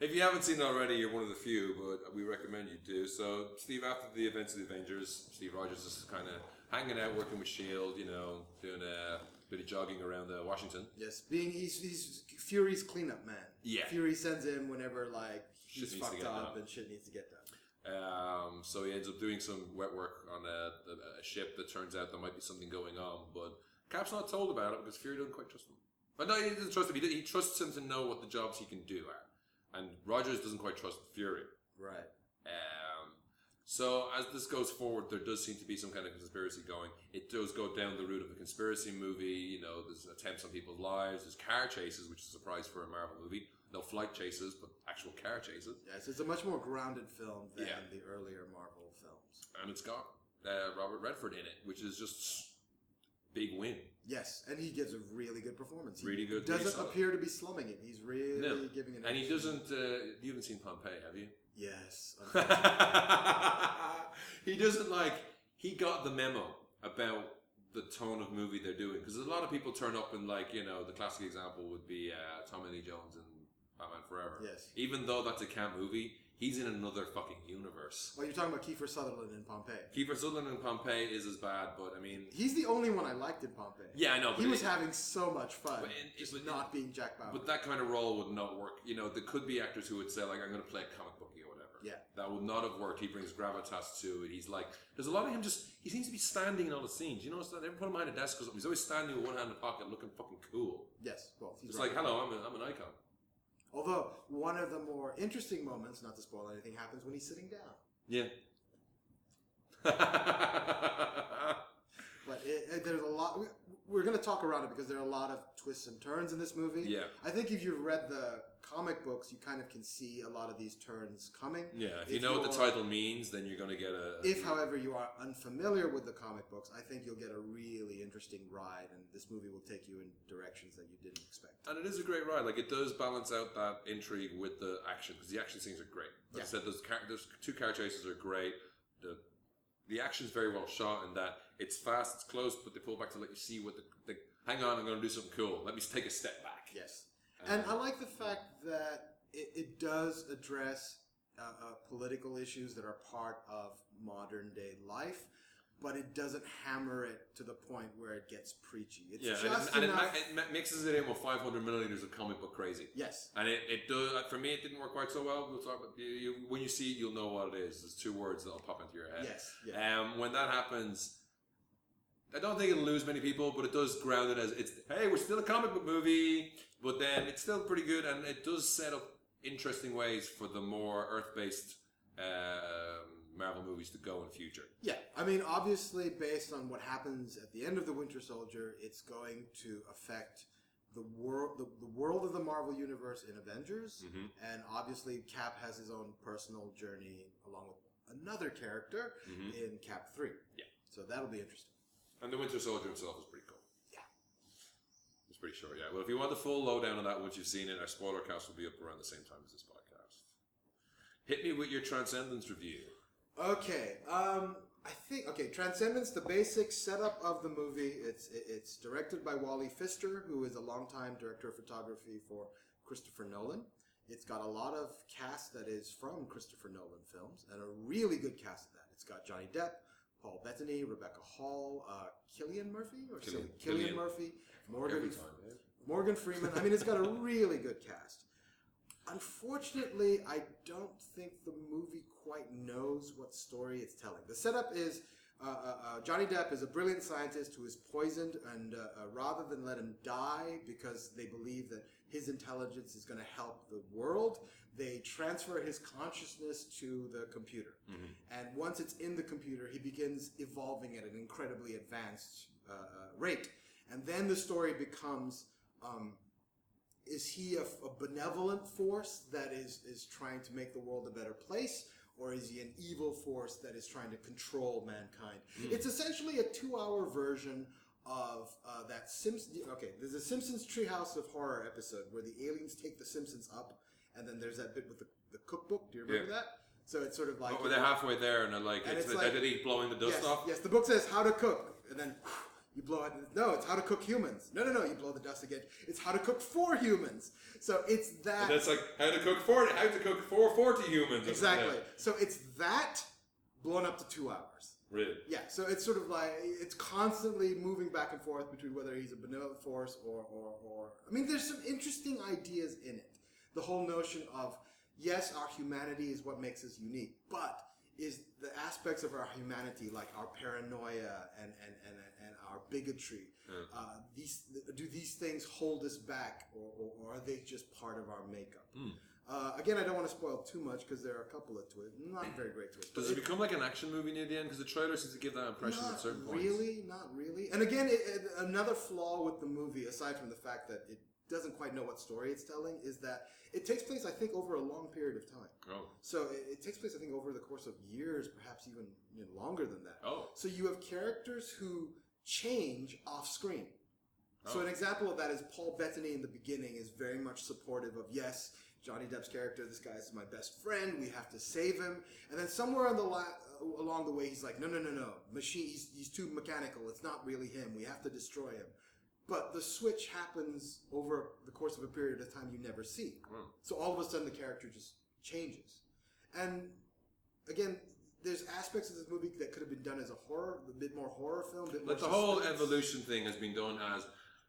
Speaker 1: If you haven't seen it already, you're one of the few, but we recommend you do. So, Steve, after the events of the Avengers, Steve Rogers is kind of hanging out, working with Shield, E you know, doing a bit of jogging around uh, Washington.
Speaker 2: Yes, being he's, he's Fury's cleanup man.
Speaker 1: Yeah.
Speaker 2: Fury sends him whenever like he's
Speaker 1: needs to
Speaker 2: fucked
Speaker 1: get
Speaker 2: up
Speaker 1: done.
Speaker 2: and shit needs to get done.
Speaker 1: Um, so he ends up doing some wet work on a, a, a ship that turns out there might be something going on, but Cap's not told about it because Fury doesn't quite trust him. But no, he doesn't trust him. He, he trusts him to know what the jobs he can do are, and Rogers doesn't quite trust Fury.
Speaker 2: Right.
Speaker 1: Um, so as this goes forward, there does seem to be some kind of conspiracy going. It does go down the route of a conspiracy movie. You know, there's attempts on people's lives. There's car chases, which is a surprise for a Marvel movie. No flight chases, but actual car chases.
Speaker 2: Yes, it's a much more grounded film than
Speaker 1: Yeah.
Speaker 2: the earlier Marvel films.
Speaker 1: and it's got uh, Robert Redford in it, which is just big win.
Speaker 2: Yes, and he gives a really good performance. He
Speaker 1: Really good, really
Speaker 2: Doesn't
Speaker 1: solid.
Speaker 2: appear to be slumming it. He's really
Speaker 1: No.
Speaker 2: giving it.
Speaker 1: And he
Speaker 2: everything.
Speaker 1: doesn't. Uh, you haven't seen Pompeii, have you?
Speaker 2: Yes.
Speaker 1: he doesn't like. He got the memo about the tone of movie they're doing because a lot of people turn up and like you know the classic example would be uh, Tommy Lee Jones and Batman Forever.
Speaker 2: Yes.
Speaker 1: Even though that's a camp movie, he's in another fucking universe.
Speaker 2: well, you're talking about Kiefer Sutherland in Pompeii.
Speaker 1: Kiefer Sutherland in Pompeii is as bad, but I mean,
Speaker 2: He's the only one I liked in Pompeii.
Speaker 1: yeah, I know. But
Speaker 2: He was
Speaker 1: it-
Speaker 2: having so much fun,
Speaker 1: But it- it
Speaker 2: just
Speaker 1: was-
Speaker 2: not being Jack Bauer.
Speaker 1: But that kind of role would not work. You know, there could be actors who would say like, "I'm going to play a comic booky or whatever."
Speaker 2: Yeah.
Speaker 1: that would not have worked. He brings gravitas to it. He's like, there's a lot of him. Just he seems to be standing in all the scenes. You notice that they put him behind a desk or something. He's always standing with one hand in the pocket, looking fucking cool.
Speaker 2: yes, well, he's
Speaker 1: It's
Speaker 2: right.
Speaker 1: like, hello, I'm, a, I'm an icon.
Speaker 2: Although one of the more interesting moments, not to spoil anything, happens when he's sitting down.
Speaker 1: Yeah.
Speaker 2: But it, it- there's a lot. we- We're going to talk around it because there are a lot of twists and turns in this movie.
Speaker 1: Yeah.
Speaker 2: I think if you've read the comic books, you kind of can see a lot of these turns coming.
Speaker 1: yeah. If, you
Speaker 2: If
Speaker 1: know what the
Speaker 2: you're-
Speaker 1: title means, then you're going to get a.
Speaker 2: If, however, you are unfamiliar with the comic books, I think you'll get a really interesting ride, and this movie will take you in directions that you didn't expect.
Speaker 1: And it is a great ride. Like it does balance out that intrigue with the action because the action scenes are great. Like
Speaker 2: Yeah.
Speaker 1: I said, those, car- those two car chases are great. The the action's very well shot in that it's fast, it's close, but they pull back to let you see what the, the hang on. I'm going to do something cool. Let me take a step back.
Speaker 2: Yes.
Speaker 1: Um,
Speaker 2: And I like the fact that it, it does address uh, uh, political issues that are part of modern day life, but it doesn't hammer it to the point where it gets preachy. It's
Speaker 1: yeah, and, it,
Speaker 2: just
Speaker 1: and it,
Speaker 2: enough.
Speaker 1: ma- it ma- mixes it in with 500 milliliters of comic book crazy.
Speaker 2: yes.
Speaker 1: And it, it does like, for me. It didn't work quite so well. We'll talk about you, you, when you see it, you'll know what it is. There's two words that'll pop into your head.
Speaker 2: Yes. Yeah.
Speaker 1: Um, when that happens, I don't think it'll lose many people, but it does ground it as it's hey, we're still a comic book movie, but then it's still pretty good, and it does set up interesting ways for the more Earth-based um, Marvel movies to go in future.
Speaker 2: Yeah. I mean, obviously, based on what happens at the end of the Winter Soldier, it's going to affect the world, the, the world of the Marvel universe in Avengers.
Speaker 1: Mm-hmm.
Speaker 2: And obviously, Cap has his own personal journey along with another character
Speaker 1: Mhm.
Speaker 2: in Cap 3.
Speaker 1: Yeah.
Speaker 2: So that'll be interesting.
Speaker 1: And the Winter Soldier himself is pretty cool.
Speaker 2: Yeah.
Speaker 1: it's pretty sure. Yeah. Well, if you want the full lowdown on that once you've seen it, our spoiler cast will be up around the same time as this podcast. Hit me with your Transcendence review.
Speaker 2: Okay. Um, I think, okay, Transcendence, the basic setup of the movie, it's, it's directed by Wally Pfister, who is a longtime director of photography for Christopher Nolan. It's got a lot of cast that is from Christopher Nolan films, and a really good cast of that. It's got Johnny Depp, Paul Bettany, Rebecca Hall, uh, Killian Murphy, or
Speaker 1: Cillian-
Speaker 2: Killian
Speaker 1: Cillian.
Speaker 2: Murphy,
Speaker 1: Every
Speaker 2: Morgan
Speaker 1: time. yeah.
Speaker 2: Morgan Freeman. I mean, it's got a really good cast. Unfortunately, I don't think the movie quite knows what story it's telling. The setup is uh, uh, uh, Johnny Depp is a brilliant scientist who is poisoned, and uh, uh, rather than let him die because they believe that his intelligence is going to help the world, they transfer his consciousness to the computer. And once it's in the computer, he begins evolving at an incredibly advanced uh, uh, rate. And then the story becomes um, is he a, a benevolent force that is, is trying to make the world a better place? Or is he an evil force that is trying to control mankind? It's essentially a two-hour version of uh, that Simpsons. Okay, there's a Simpsons Treehouse of Horror episode where the aliens take the Simpsons up, and then there's that bit with the, the cookbook. Do you remember
Speaker 1: Yeah.
Speaker 2: that? So it's sort of like
Speaker 1: Oh, well, they're halfway there, and they're like,
Speaker 2: And
Speaker 1: it's,
Speaker 2: it's
Speaker 1: the
Speaker 2: like-
Speaker 1: identity blowing the dust
Speaker 2: yes,
Speaker 1: off.
Speaker 2: Yes, the book says how to cook, and then You blow it. No, it's how to cook humans. No, no, no. You blow the dust again. It's how to cook for humans. So it's
Speaker 1: And
Speaker 2: that.
Speaker 1: that's like how to cook for how to cook for forty humans. or something.
Speaker 2: exactly. So it's that blown up to two hours.
Speaker 1: Really.
Speaker 2: Yeah. So it's sort of like it's constantly moving back and forth between whether he's a benevolent force or or or. I mean, there's some interesting ideas in it. The whole notion of yes, our humanity is what makes us unique, but is the aspects of our humanity like our paranoia and and and, and our bigotry uh, these do these things hold us back or, or, or are they just part of our makeup
Speaker 1: Hmm.
Speaker 2: uh, again i don't want to spoil too much because there are a couple of twists not very great twists
Speaker 1: Does
Speaker 2: but
Speaker 1: it become like an action movie near the end? Because the trailer seems to give that impression at certain
Speaker 2: not
Speaker 1: points.
Speaker 2: really not really and again it, it- another flaw with the movie aside from the fact that it doesn't quite know what story it's telling is that it takes place i think over a long period of time
Speaker 1: Oh.
Speaker 2: so it, it takes place i think over the course of years perhaps even you know, longer than that
Speaker 1: Oh.
Speaker 2: so you have characters who change off screen. So
Speaker 1: Oh.
Speaker 2: an example of that is Paul Bettany in the beginning is very much supportive of yes, Johnny Depp's character, this guy is my best friend, we have to save him. And then somewhere on the la- along the way, he's like, no, no, no, no, machine, he's, he's too mechanical. It's not really him. We have to destroy him. But the switch happens over the course of a period of time you never see.
Speaker 1: Hmm.
Speaker 2: So all of a sudden the character just changes. And again, there's aspects of this movie that could have been done as a horror, a bit more horror film. a Bit
Speaker 1: But the
Speaker 2: more
Speaker 1: whole
Speaker 2: suspense.
Speaker 1: evolution thing has been done as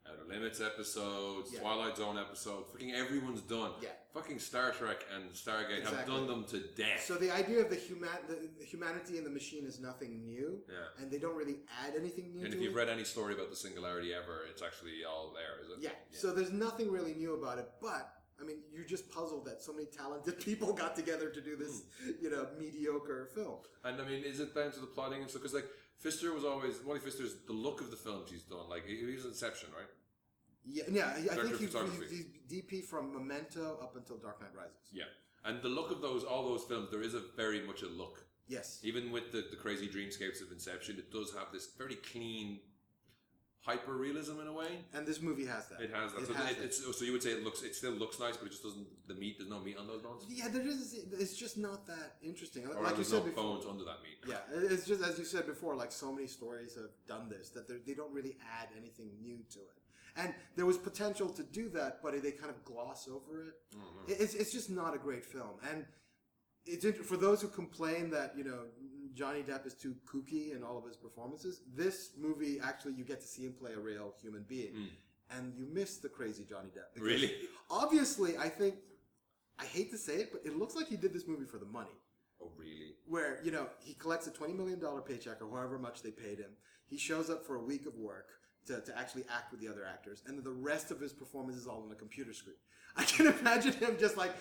Speaker 1: Outer Limits episodes,
Speaker 2: Yeah.
Speaker 1: Twilight Zone episodes. Fucking everyone's done.
Speaker 2: Yeah.
Speaker 1: Fucking Star Trek and Stargate have
Speaker 2: Exactly.
Speaker 1: done them to death.
Speaker 2: So the idea of the, human, the humanity and the machine is nothing new,
Speaker 1: Yeah.
Speaker 2: and they don't really add anything new
Speaker 1: and
Speaker 2: to
Speaker 1: if
Speaker 2: it.
Speaker 1: you've read any story about the singularity ever, it's actually all there, is it?
Speaker 2: yeah. So there's nothing really new about it, but. I mean, you're just puzzled that so many talented people got together to do this,
Speaker 1: Hmm.
Speaker 2: you know, mediocre film.
Speaker 1: And I mean, is it down to the plotting and stuff? Because like Fister was always Wally Fister's the look of the films he's done. Like he, he was Inception, right?
Speaker 2: Yeah, yeah. I- I
Speaker 1: Director
Speaker 2: think
Speaker 1: of
Speaker 2: he's,
Speaker 1: photography.
Speaker 2: he's DP from Memento up until Dark Knight Rises.
Speaker 1: Yeah. And the look of those, all those films, there is a very much a look.
Speaker 2: Yes.
Speaker 1: Even with the, the crazy dreamscapes of Inception, it does have this very clean hyper realism in a way.
Speaker 2: And this movie has that.
Speaker 1: It has that.
Speaker 2: It
Speaker 1: so,
Speaker 2: has
Speaker 1: it,
Speaker 2: that.
Speaker 1: it's, so you would say it looks, it still looks nice, but it just doesn't. The meat, there's no meat on those bones,
Speaker 2: Yeah, there is. It's just not that interesting.
Speaker 1: or
Speaker 2: Like you
Speaker 1: there's no
Speaker 2: said before.
Speaker 1: bones under that meat.
Speaker 2: Yeah, it- it's just as you said before. Like so many stories have done this that they're- they don't really add anything new to it. And there was potential to do that, but they kind of gloss over it. It- It's it's just not a great film. And it's int- for those who complain that you know Johnny Depp is too kooky in all of his performances. This movie actually you get to see him play a real human being, and you miss the crazy Johnny Depp. because
Speaker 1: Really?
Speaker 2: Obviously, I think I hate to say it, but it looks like he did this movie for the money.
Speaker 1: Oh, really?
Speaker 2: Where you know he collects a twenty million dollar paycheck or however much they paid him. He shows up for a week of work to, to actually act with the other actors, and then the rest of his performance is all on a computer screen. I can imagine him just like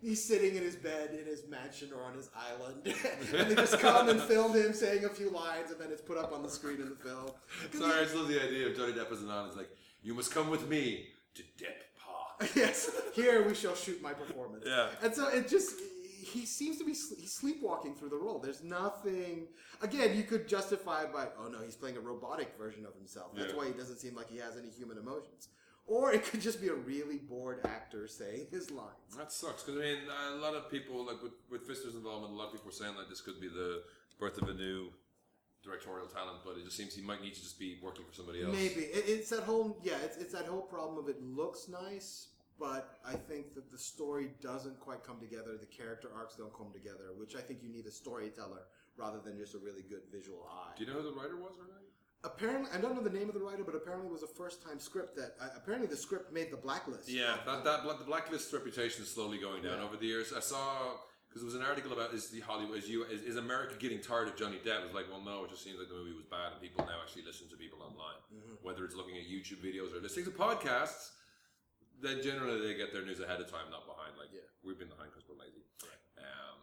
Speaker 2: he's sitting in his bed in his mansion or on his island, and they just come and film him saying a few lines, and then it's put up on the screen in the film. 'Cause
Speaker 1: Sorry, I just love the idea of Johnny Depp as an honest. Like, you must come with me to Depp Park.
Speaker 2: yes, here we shall shoot my performance.
Speaker 1: Yeah.
Speaker 2: And so it just, he seems to be sl- he's sleepwalking through the role. There's nothing, again, you could justify it by, oh no, he's playing a robotic version of himself. That's
Speaker 1: Yeah.
Speaker 2: why he doesn't seem like he has any human emotions. Or it could just be a really bored actor saying his lines.
Speaker 1: That sucks because I mean, a lot of people like with, with Fister's involvement, a lot of people were saying like this could be the birth of a new directorial talent, but it just seems he might need to just be working for somebody else.
Speaker 2: Maybe. It, it's that whole, yeah, it's, it's that whole problem of it looks nice. But I think that the story doesn't quite come together. The character arcs don't come together, which I think you need a storyteller rather than just a really good visual eye.
Speaker 1: Do you know who the writer was, Renee?
Speaker 2: apparently I don't know the name of the writer, but apparently it was a first time script that uh, apparently the script made the blacklist.
Speaker 1: Yeah, that, that bla- the blacklist's reputation is slowly going down over the years. I saw because there was an article about is the Hollywood is you is, is America getting tired of Johnny Depp? It was like, well, no, it just seems like the movie was bad, and people now actually listen to people online,
Speaker 2: Mm-hmm.
Speaker 1: whether it's looking at YouTube videos or listening to podcasts. Then generally they get their news ahead of time, not behind. Like
Speaker 2: Yeah.
Speaker 1: we've been behind because we're lazy. Um,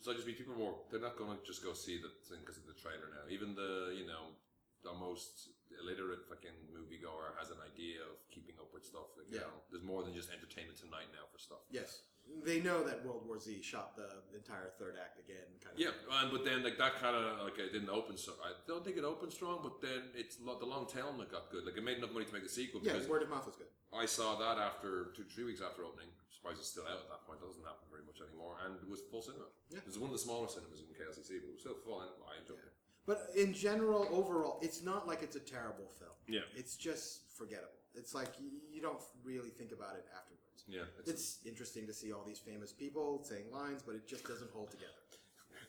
Speaker 1: so I just mean people more they're not going to just go see the thing because of the trailer now. Even the you know the most illiterate fucking moviegoer has an idea of keeping up with stuff. Like, you
Speaker 2: Yeah.
Speaker 1: know, there's more than just Entertainment Tonight now for stuff.
Speaker 2: Yes. They know that World War Z shot the entire third act again. Kind of
Speaker 1: Yeah, and, but then like that kind of like it didn't open so I don't think it opened strong, but then it's lo- the long tail that got good. Like it made enough money to make a sequel
Speaker 2: Yeah,
Speaker 1: because
Speaker 2: word of mouth was good.
Speaker 1: I saw that after two three weeks after opening. Surprise, it's still out at that point. Doesn't happen very much anymore, and it was full cinema.
Speaker 2: Yeah.
Speaker 1: It was one of the smaller cinemas in KLCC, but it was still full, and I enjoyed it.
Speaker 2: But in general, overall, it's not like it's a terrible film.
Speaker 1: Yeah.
Speaker 2: It's just forgettable. It's like y- you don't really think about it afterwards.
Speaker 1: Yeah, it's,
Speaker 2: It's interesting to see all these famous people saying lines, but it just doesn't hold together.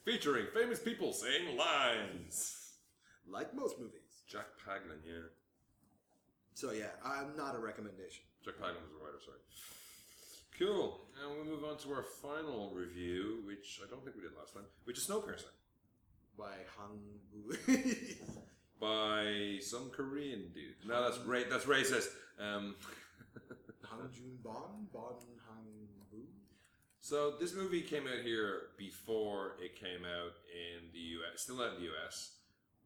Speaker 1: featuring famous people saying lines.
Speaker 2: Like most movies.
Speaker 1: Jack Paglan, yeah.
Speaker 2: So yeah, I'm not a recommendation.
Speaker 1: Jack Paglan was a writer, sorry. Cool. And we move on to our final review, which I don't think we did last time, which is Snowpiercer
Speaker 2: By Han Woo.
Speaker 1: by some Korean dude. No, that's ra- that's racist. Um,
Speaker 2: Han Jun Bon? Bon Han Woo?
Speaker 1: so this movie came out here before it came out in the U.S. Still not in the U.S.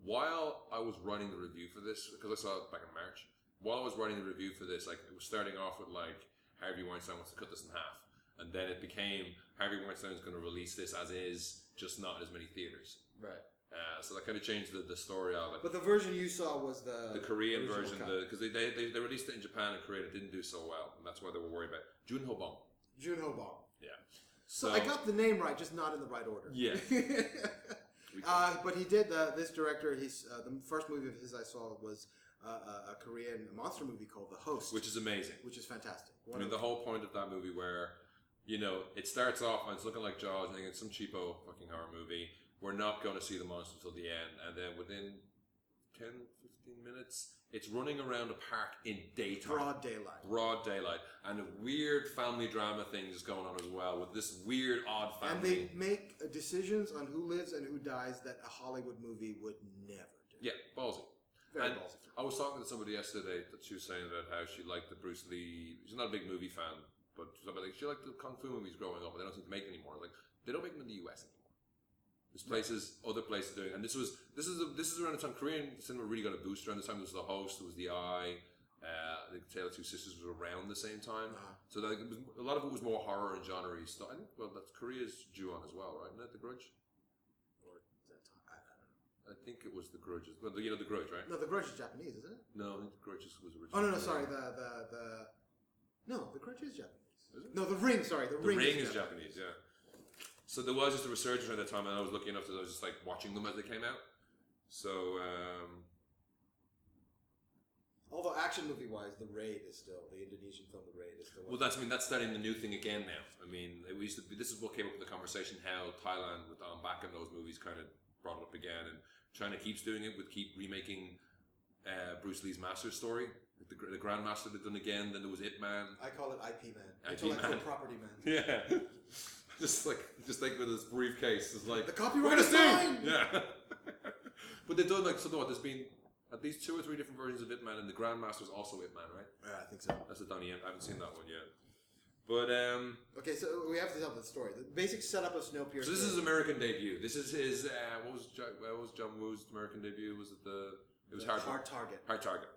Speaker 1: While I was writing the review for this, because I saw it back in March. While I was writing the review for this, like it was starting off with like Harvey Weinstein wants to cut this in half, and then it became Harvey Weinstein's going to release this as is, just not in as many theaters.
Speaker 2: Right.
Speaker 1: Uh, so that kind of changed the, the story out. Like,
Speaker 3: But the version you saw was the
Speaker 1: the Korean
Speaker 3: original
Speaker 1: version,
Speaker 3: cut.
Speaker 1: because they, they, they, they released it in Japan and Korea, and it didn't do so well, and that's why they were worried about it. Junho Bong.
Speaker 2: Junho Bon.
Speaker 1: Yeah.
Speaker 2: So, I got the name right, just not in the right order.
Speaker 1: Yeah. We-
Speaker 2: uh, but he did uh, this director. He's uh, the first movie of his I saw was uh, a, a Korean monster movie called The Host,
Speaker 1: which is amazing.
Speaker 2: which is fantastic.
Speaker 1: I
Speaker 2: One
Speaker 1: mean,
Speaker 2: of-
Speaker 1: the whole point of that movie where, you know, it starts off and it's looking like Jaws, and then it's some cheapo fucking horror movie. We're not going to see the monster until the end. And then within 10, 15 minutes, it's running around a park in daytime.
Speaker 2: broad daylight.
Speaker 1: broad daylight. And a weird family drama thing is going on as well with this weird, odd
Speaker 2: And
Speaker 1: family.
Speaker 2: they make uh, decisions on who lives and who dies that a Hollywood movie would never do.
Speaker 1: Yeah, ballsy.
Speaker 2: Very
Speaker 1: And
Speaker 2: ballsy.
Speaker 1: I was talking to somebody yesterday that she was saying about how she liked the Bruce Lee. She's not a big movie fan, but she's about like she liked the kung fu movies growing up, but they don't seem to make anymore. Like they don't make them in the U.S. anymore. There's places, other places doing, and this was this is a, this is around the time Korean cinema really got a boost. Around the time there was the host, there was the Eye. Uh, I think Tale of Two Sisters was around the same time,
Speaker 2: Uh-huh.
Speaker 1: so like, it was, a lot of it was more horror and genre stuff. I think, well, that's Korea's due on as well, right? Isn't it The Grudge?
Speaker 2: Or that time. I-
Speaker 1: I
Speaker 2: I
Speaker 1: think it was The Grudge. as- Well, the, you know The Grudge, right?
Speaker 2: don't know. No, The Grudge is Japanese, isn't it?
Speaker 1: No, I think The Grudge was originally.
Speaker 2: Oh no, no, sorry. The the the no, The Grudge is Japanese.
Speaker 1: Is it?
Speaker 2: No, The Ring. Sorry,
Speaker 1: The
Speaker 2: The,
Speaker 1: Ring, is Japanese,
Speaker 2: Japanese.
Speaker 1: yeah. So there was just a resurgence at that time, and I was lucky enough that I was just like watching them as they came out. So um,
Speaker 2: Although action movie wise, The Raid is still the Indonesian film. The Raid is still.
Speaker 1: well, that's I mean that's starting the new thing again now. I mean, it used to be, this is what came up with the conversation how Thailand with On Back and those movies kind of brought it up again, and China keeps doing it with keep remaking uh, Bruce Lee's Master story. Like the, Gr- the Grandmaster they've done again. Then there was Ip Man.
Speaker 2: I call it IP man.
Speaker 1: IP
Speaker 2: intellectual
Speaker 1: man.
Speaker 2: property man.
Speaker 1: Yeah. just like just like with this briefcase is like
Speaker 2: The
Speaker 1: "We're
Speaker 2: copyright
Speaker 1: gonna
Speaker 2: is
Speaker 1: sue!"
Speaker 2: mine.
Speaker 1: Yeah. but they've done like so what, there's been at least two or three different versions of Ip Man and the Grandmaster's also Ip Man, right?
Speaker 2: Yeah, I think so.
Speaker 1: That's the Donnie Yen. I haven't seen that one yet. But um
Speaker 2: Okay, so we have to tell the story. The basic setup of Snowpiercer.
Speaker 1: so this is his American debut. This is his uh, what was John, what was John Woo's American debut? Was it the it was Hard
Speaker 2: hard target.
Speaker 1: Hard Target.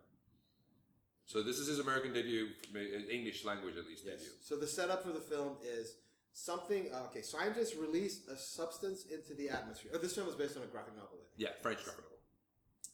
Speaker 1: So this is his American debut, ma- uh, English language at least
Speaker 2: Yes.
Speaker 1: debut.
Speaker 2: So the setup for the film is something. Uh, okay, scientists release a substance into the atmosphere. Oh, this film is based on a graphic novel. I think.
Speaker 1: Yeah, French graphic novel.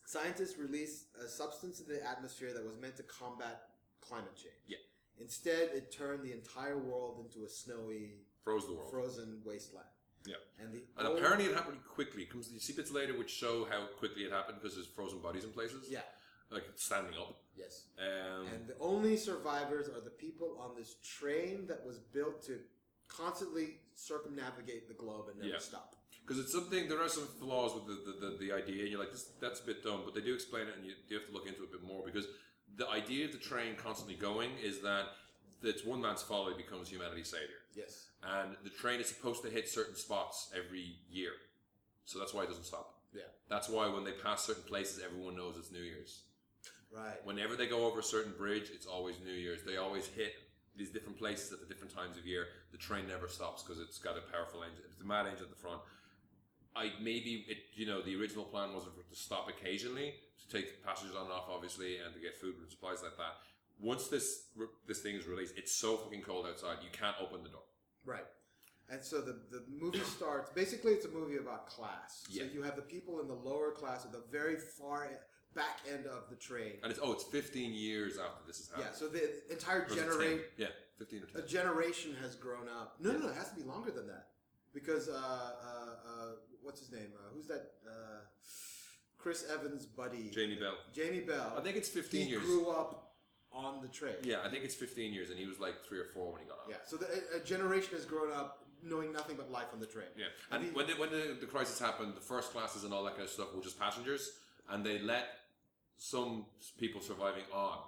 Speaker 2: Scientists release a substance into the atmosphere that was meant to combat climate change.
Speaker 1: Yeah.
Speaker 2: Instead, it turned the entire world into a snowy,
Speaker 1: Froze the world.
Speaker 2: frozen wasteland.
Speaker 1: Yeah.
Speaker 2: And the
Speaker 1: And
Speaker 2: old-
Speaker 1: apparently it happened quickly. Comes you see bits later which show how quickly it happened because there's frozen bodies in places.
Speaker 2: Yeah.
Speaker 1: Like standing up.
Speaker 2: Yes.
Speaker 1: Um,
Speaker 2: And the only survivors are the people on this train that was built to constantly circumnavigate the globe and never
Speaker 1: Yeah.
Speaker 2: stop.
Speaker 1: because it's something there are some flaws with the, the, the, the idea and you're like this, that's a bit dumb but they do explain it and you, you have to look into it a bit more because the idea of the train constantly going is that it's one man's folly becomes humanity's savior
Speaker 2: Yes.
Speaker 1: and the train is supposed to hit certain spots every year so that's why it doesn't stop
Speaker 2: Yeah.
Speaker 1: that's why when they pass certain places everyone knows it's new year's
Speaker 2: Right.
Speaker 1: whenever they go over a certain bridge, it's always New Year's. They always hit these different places at the different times of year. The train never stops because it's got a powerful engine. It's a mad engine at the front. I maybe it you know the original plan was for it to stop occasionally to take passengers on and off, obviously, and to get food and supplies like that. Once this re- this thing is released, it's so fucking cold outside you can't open the door.
Speaker 2: Right. And so the, the movie starts. Basically, it's a movie about class.
Speaker 1: Yeah.
Speaker 2: So you have the people in the lower class at the very far e- back end of the train.
Speaker 1: And it's oh, it's 15 years after this has happened.
Speaker 2: Yeah. So the entire
Speaker 1: Uh-huh. Or is it 10?
Speaker 2: generation
Speaker 1: Yeah, 15 or 10.
Speaker 2: a generation has grown up. No, no, no. It has to be longer than that because uh, uh, uh, what's his name? Uh, who's that? Uh, Chris Evans' buddy,
Speaker 1: Jamie Bell.
Speaker 2: Jamie Bell.
Speaker 1: I think it's 15
Speaker 2: he
Speaker 1: years.
Speaker 2: grew up on the train.
Speaker 1: Yeah, I think it's 15 years, and he was like three or four when he got on.
Speaker 2: Yeah. So the, a, a generation has grown up knowing nothing but life on the train.
Speaker 1: Yeah, and when the, when the, the crisis happened, the first classes and all that kind of stuff were just passengers, and they let some s- people surviving on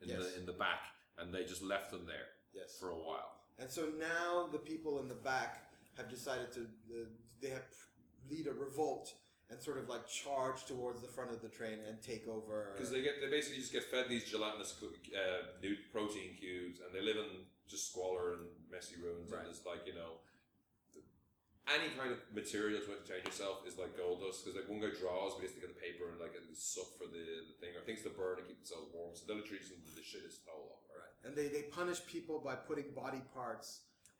Speaker 1: in
Speaker 2: Yes.
Speaker 1: the in the back, and they just left them there
Speaker 2: Yes.
Speaker 1: for a while.
Speaker 2: And so now the people in the back have decided to uh, they have lead a revolt and sort of like charge towards the front of the train and take over.
Speaker 1: Because they get they basically just get fed these gelatinous cu- uh, new protein cubes, and they live in just squalor and messy ruins,
Speaker 2: Right.
Speaker 1: and it's like you know. Any kind of material to entertain yourself is like gold dust because like one guy draws, but he has to get the paper and like it's soot for the, the thing or things to burn to keep themselves warm. So they're literally just the shit is all over. Right.
Speaker 2: and they, they punish people by putting body parts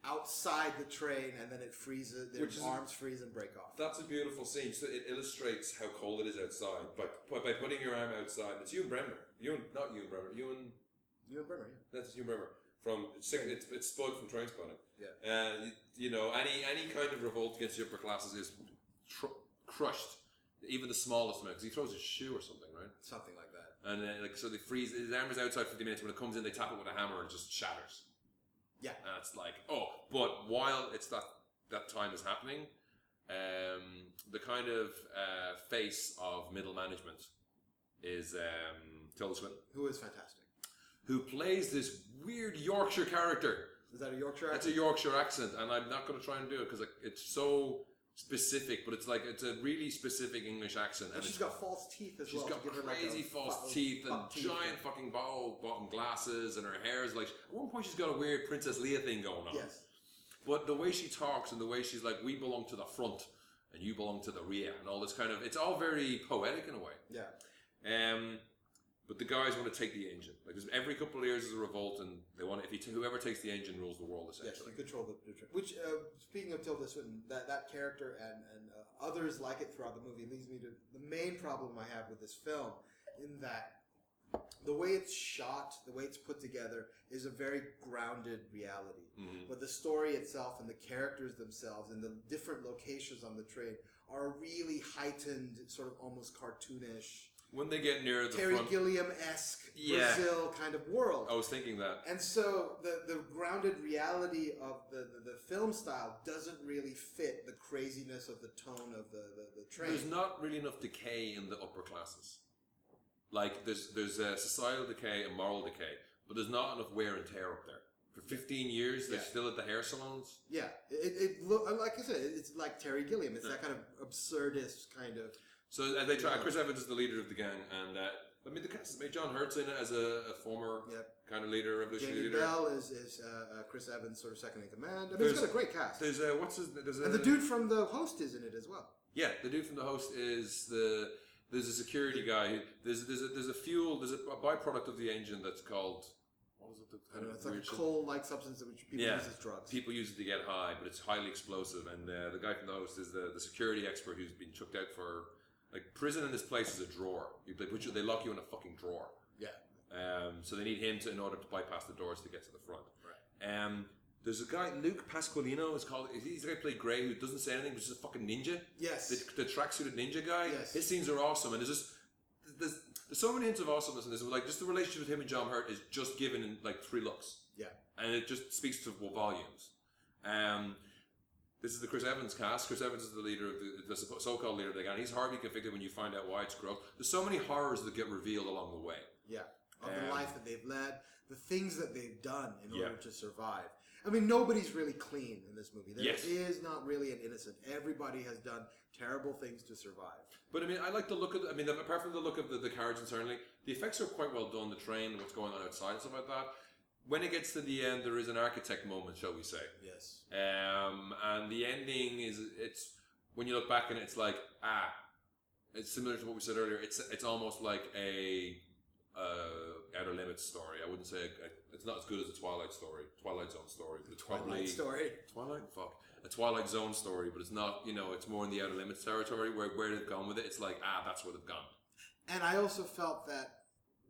Speaker 2: outside the train and then it freezes their
Speaker 1: Which is-
Speaker 2: arms freeze and break off.
Speaker 1: That's a beautiful scene. So it illustrates how cold it is outside. By, by, by putting your arm outside, it's Ewan Bremner. Ewan, not Ewan Bremner. Ewan,
Speaker 2: you remember?
Speaker 1: that's Ewan Bremner from it's, it's, it's Spud from Trainspotting.
Speaker 2: Yeah.
Speaker 1: And you know, any any kind of revolt against the upper classes is tr- crushed. Even the smallest amount, because he throws his shoe or something, right?
Speaker 2: Something like that.
Speaker 1: And then, like, so they freeze. His arm is outside 50 minutes. When it comes in, they tap it with a hammer and it just shatters.
Speaker 2: Yeah.
Speaker 1: And it's like, oh, but while it's that that time is happening, um, the kind of uh, face of middle management is um, Tilda Swinton,
Speaker 2: Who is fantastic?
Speaker 1: who plays this weird Yorkshire character.
Speaker 2: Is that a Yorkshire?
Speaker 1: That's a Yorkshire accent, and I'm not going to try and do it because it's so specific. But it's like it's a really specific English accent, and
Speaker 2: And she's
Speaker 1: it's
Speaker 2: got false teeth as
Speaker 1: She's
Speaker 2: well. to
Speaker 1: got
Speaker 2: give her, like, a
Speaker 1: crazy false
Speaker 2: fuck-
Speaker 1: teeth and
Speaker 2: fuck teeth.
Speaker 1: giant fucking bottle bottom glasses, and her hair is like. At one point, she's got a weird Princess Leia thing going on.
Speaker 2: Yes.
Speaker 1: But the way she talks and the way she's like, "We belong to the front, and you belong to the rear," and all this kind of. It's all very poetic in a way.
Speaker 2: Yeah.
Speaker 1: Um, but the guys want to take the engine. Like there's- every couple of years, there's a revolt, and they want if you t- whoever takes the engine rules the world
Speaker 2: Yes,
Speaker 1: essentially.
Speaker 2: you control the, the train. Which, uh, speaking of Tilda Swinton, that, that character and, and uh, others like it throughout the movie leads me to the main problem I have with this film in that the way it's shot, the way it's put together, is a very grounded reality.
Speaker 1: Mhm.
Speaker 2: But the story itself and the characters themselves and the different locations on the train are really heightened, sort of almost cartoonish,
Speaker 1: When they get near the
Speaker 2: Terry
Speaker 1: front,
Speaker 2: Gilliam esque
Speaker 1: Yeah.
Speaker 2: Brazil kind of world.
Speaker 1: I was thinking that.
Speaker 2: And so the, the grounded reality of the, the, the film style doesn't really fit the craziness of the tone of the, the, the train.
Speaker 1: There's not really enough decay in the upper classes. Like there's there's uh, societal decay and moral decay, but there's not enough wear and tear up there. For 15 years, they're
Speaker 2: Yeah.
Speaker 1: still at the hair salons.
Speaker 2: yeah, it, it look like I said, it's like Terry Gilliam. It's that kind of absurdist kind of.
Speaker 1: So as they try, Chris Evans is the leader of the gang, and uh, I mean the cast is made. John Hurt's in it as a, a former
Speaker 2: Yep.
Speaker 1: kind of leader, revolutionary
Speaker 2: Jamie
Speaker 1: leader.
Speaker 2: Bell is, is uh, uh, Chris Evans, sort of second in command. I mean,
Speaker 1: There's-
Speaker 2: it's got a great cast.
Speaker 1: There's a what's his there's a
Speaker 2: And the dude from the host is in it as well.
Speaker 1: Yeah, the dude from the host is the there's a security guy. who- There's there's a, there's a fuel there's a byproduct of the engine that's called what was it? The
Speaker 2: I don't know, it's like
Speaker 1: weird
Speaker 2: a
Speaker 1: shit?
Speaker 2: coal like substance which people
Speaker 1: Yeah.
Speaker 2: use as drugs.
Speaker 1: People use it to get high, but it's highly explosive. And uh, the guy from the host is the, the security expert who's been chucked out for like prison in this place is a drawer. You, they put you, they lock you in a fucking drawer.
Speaker 2: Yeah.
Speaker 1: Um, so they need him to in order to bypass the doors to get to the front.
Speaker 2: Right.
Speaker 1: Um, there's a guy Luke Pasqualino is called. He's the guy who played Gray who doesn't say anything, but is a fucking ninja.
Speaker 2: Yes.
Speaker 1: The, the tracksuited ninja guy.
Speaker 2: Yes.
Speaker 1: His scenes are awesome, and there's just there's, there's so many hints of awesomeness in this. Like just the relationship with him and John Hurt is just given in like three looks
Speaker 2: yeah.
Speaker 1: and it just speaks to volumes. Um, this is the Chris Evans cast. Chris Evans is the leader of the, the suppo- so-called leader of the gang. He's hardly convicted when you find out why it's gross. There's so many horrors that get revealed along the way.
Speaker 2: Yeah. Of
Speaker 1: Um,
Speaker 2: the life that they've led, the things that they've done in
Speaker 1: Yeah.
Speaker 2: order to survive. I mean, nobody's really clean in this movie. There is
Speaker 1: Yes.
Speaker 2: not really an innocent. Everybody has done terrible things to survive.
Speaker 1: But I mean, I like the look of. I mean, apart from the look of the, the carriage, and certainly the effects are quite well done. The train, what's going on outside, and stuff like that. When it gets to the end, there is an architect moment, shall we say?
Speaker 2: Yes.
Speaker 1: Um, and the ending is it's when you look back and it's like ah, it's similar to what we said earlier. It's it's almost like a uh, Outer Limits story. I wouldn't say a, a- it's not as good as a Twilight story, Twilight Zone story. The
Speaker 2: Twilight story.
Speaker 1: Twilight, fuck, a Twilight Zone story, but it's not. You know, it's more in the Outer Limits territory where where they've gone with it. It's like ah, that's where they've gone.
Speaker 2: And I also felt that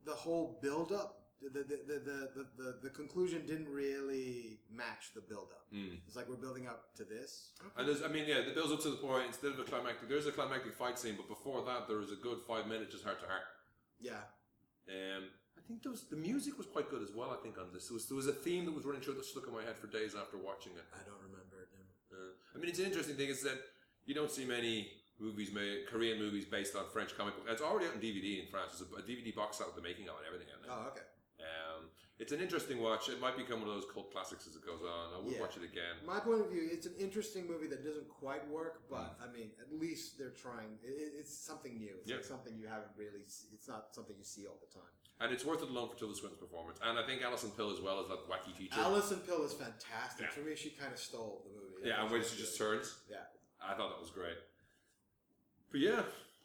Speaker 2: the whole build up the the, the, the, the, the, the conclusion didn't really match the build up.
Speaker 1: Mm.
Speaker 2: It's like we're building up to this.
Speaker 1: And there's, I mean, yeah, it builds up to the point. Instead of a climactic, there's a climactic fight scene, but before that, there is a good five minutes just heart to heart.
Speaker 2: Yeah.
Speaker 1: Um, I think there was, the music was quite good as well. I think on this, there was, there was a theme that was running through that stuck in my head for days after watching it.
Speaker 2: I don't remember it. Never.
Speaker 1: Uh, I mean, it's an interesting thing is that you don't see many movies made, Korean movies based on French comic book. It's already out on DVD in France. There's a, a DVD box set with the making of it and everything. on it.
Speaker 2: Oh, okay.
Speaker 1: Um, it's an interesting watch. It might become one of those cult classics as it goes on. I would
Speaker 2: Yeah.
Speaker 1: watch it again.
Speaker 2: My point of view, it's an interesting movie that doesn't quite work, but I mean, at least they're trying. It, it- it's something new. It's
Speaker 1: Mm. Yeah.
Speaker 2: like something you haven't really. s- It's not something you see all the time.
Speaker 1: And it's worth it alone for Tilda Swinton's performance. And I think Alison Pill as well as that wacky teacher.
Speaker 2: Alison Pill is fantastic.
Speaker 1: Yeah.
Speaker 2: For me, she kind of stole the movie.
Speaker 1: yeah, and when she just turns.
Speaker 2: Yeah.
Speaker 1: I thought that was great. But yeah,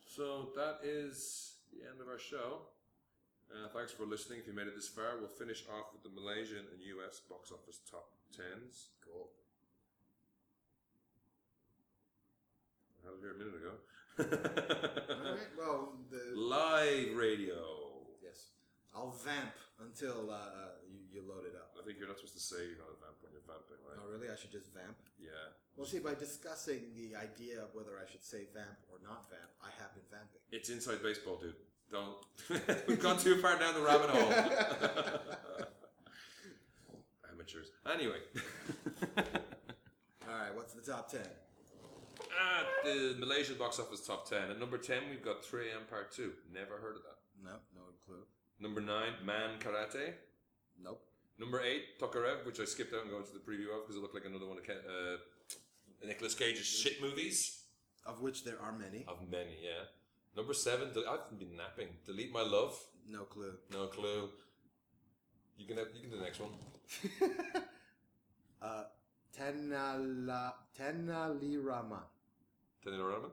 Speaker 1: so that is the end of our show. Uh, thanks for listening. If you made it this far, we'll finish off with the Malaysian and US box office top tens.
Speaker 2: Cool.
Speaker 1: I had it here a minute ago.
Speaker 2: All right. Well, the,
Speaker 1: Live radio.
Speaker 2: yes, I'll vamp until uh, you, you load it up.
Speaker 1: I think you're not supposed to say you're going to vamp when you're vamping, right?
Speaker 2: Oh, really? I should just vamp.
Speaker 1: Yeah.
Speaker 2: Well, see, by discussing the idea of whether I should say vamp or not vamp, I have been vamping.
Speaker 1: It's inside baseball, dude. Don't. We've gone too far down the rabbit hole. Amateurs. Anyway.
Speaker 2: All right. What's the top ten?
Speaker 1: At the Malaysian box office top 10. At number 10, we've got 3 AM Part 2. Never heard of that.
Speaker 2: No, no clue.
Speaker 1: Number 9, Man Karate.
Speaker 2: Nope.
Speaker 1: Number 8, Tokarev, which I skipped out and go into the preview of because it looked like another one of Ke- uh, Nicolas Cage's shit movies.
Speaker 2: Of which there are many.
Speaker 1: Of many, yeah. Number 7, del- I've been napping. Delete My Love.
Speaker 2: No clue.
Speaker 1: No clue. You can, have, you can do the next one.
Speaker 2: Uh, Tenala, Tenaliraman.
Speaker 1: Daniel Rodman?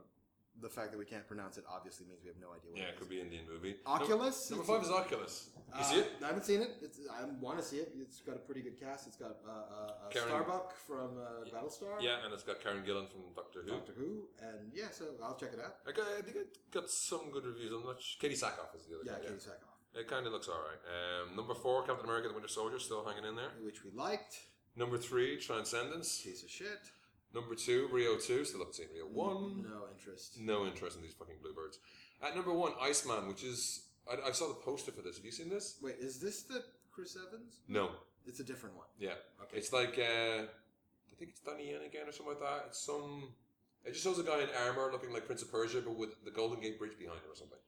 Speaker 2: The fact that we can't pronounce it obviously means we have no idea what
Speaker 1: Yeah,
Speaker 2: it
Speaker 1: it
Speaker 2: is.
Speaker 1: could be an Indian movie.
Speaker 2: Oculus?
Speaker 1: Number, number 5 is Oculus. You see
Speaker 2: Uh,
Speaker 1: it?
Speaker 2: I haven't seen it. It's, I want to see it. It's got a pretty good cast. It's got uh, uh, uh,
Speaker 1: Karen-
Speaker 2: Starbuck from uh, Battlestar.
Speaker 1: Yeah, and it's got Karen Gillan from Doctor Who.
Speaker 2: Doctor Who. And yeah, so I'll check it out.
Speaker 1: I, got, I think it got some good reviews. I'm not sh- Katie Sackhoff is the other
Speaker 2: Yeah,
Speaker 1: guy. yeah.
Speaker 2: Katie Sackhoff,
Speaker 1: It kind of looks alright. Um, number four, Captain America: The Winter Soldier, still hanging in there.
Speaker 2: which we liked.
Speaker 1: Number three, Transcendence.
Speaker 2: Piece of shit.
Speaker 1: Number two, Rio Two. Still haven't seen Rio One.
Speaker 2: Mm, No interest.
Speaker 1: No interest in these fucking bluebirds. At number one, Iceman, which is I, I saw the poster for this. Have you seen this?
Speaker 2: Wait, is this the Chris Evans?
Speaker 1: No.
Speaker 2: It's a different one.
Speaker 1: Yeah.
Speaker 2: Okay.
Speaker 1: It's like uh, I think it's Donnie Yen again or something like that. It's some. It just shows a guy in armor looking like Prince of Persia, but with the Golden Gate Bridge behind him or something.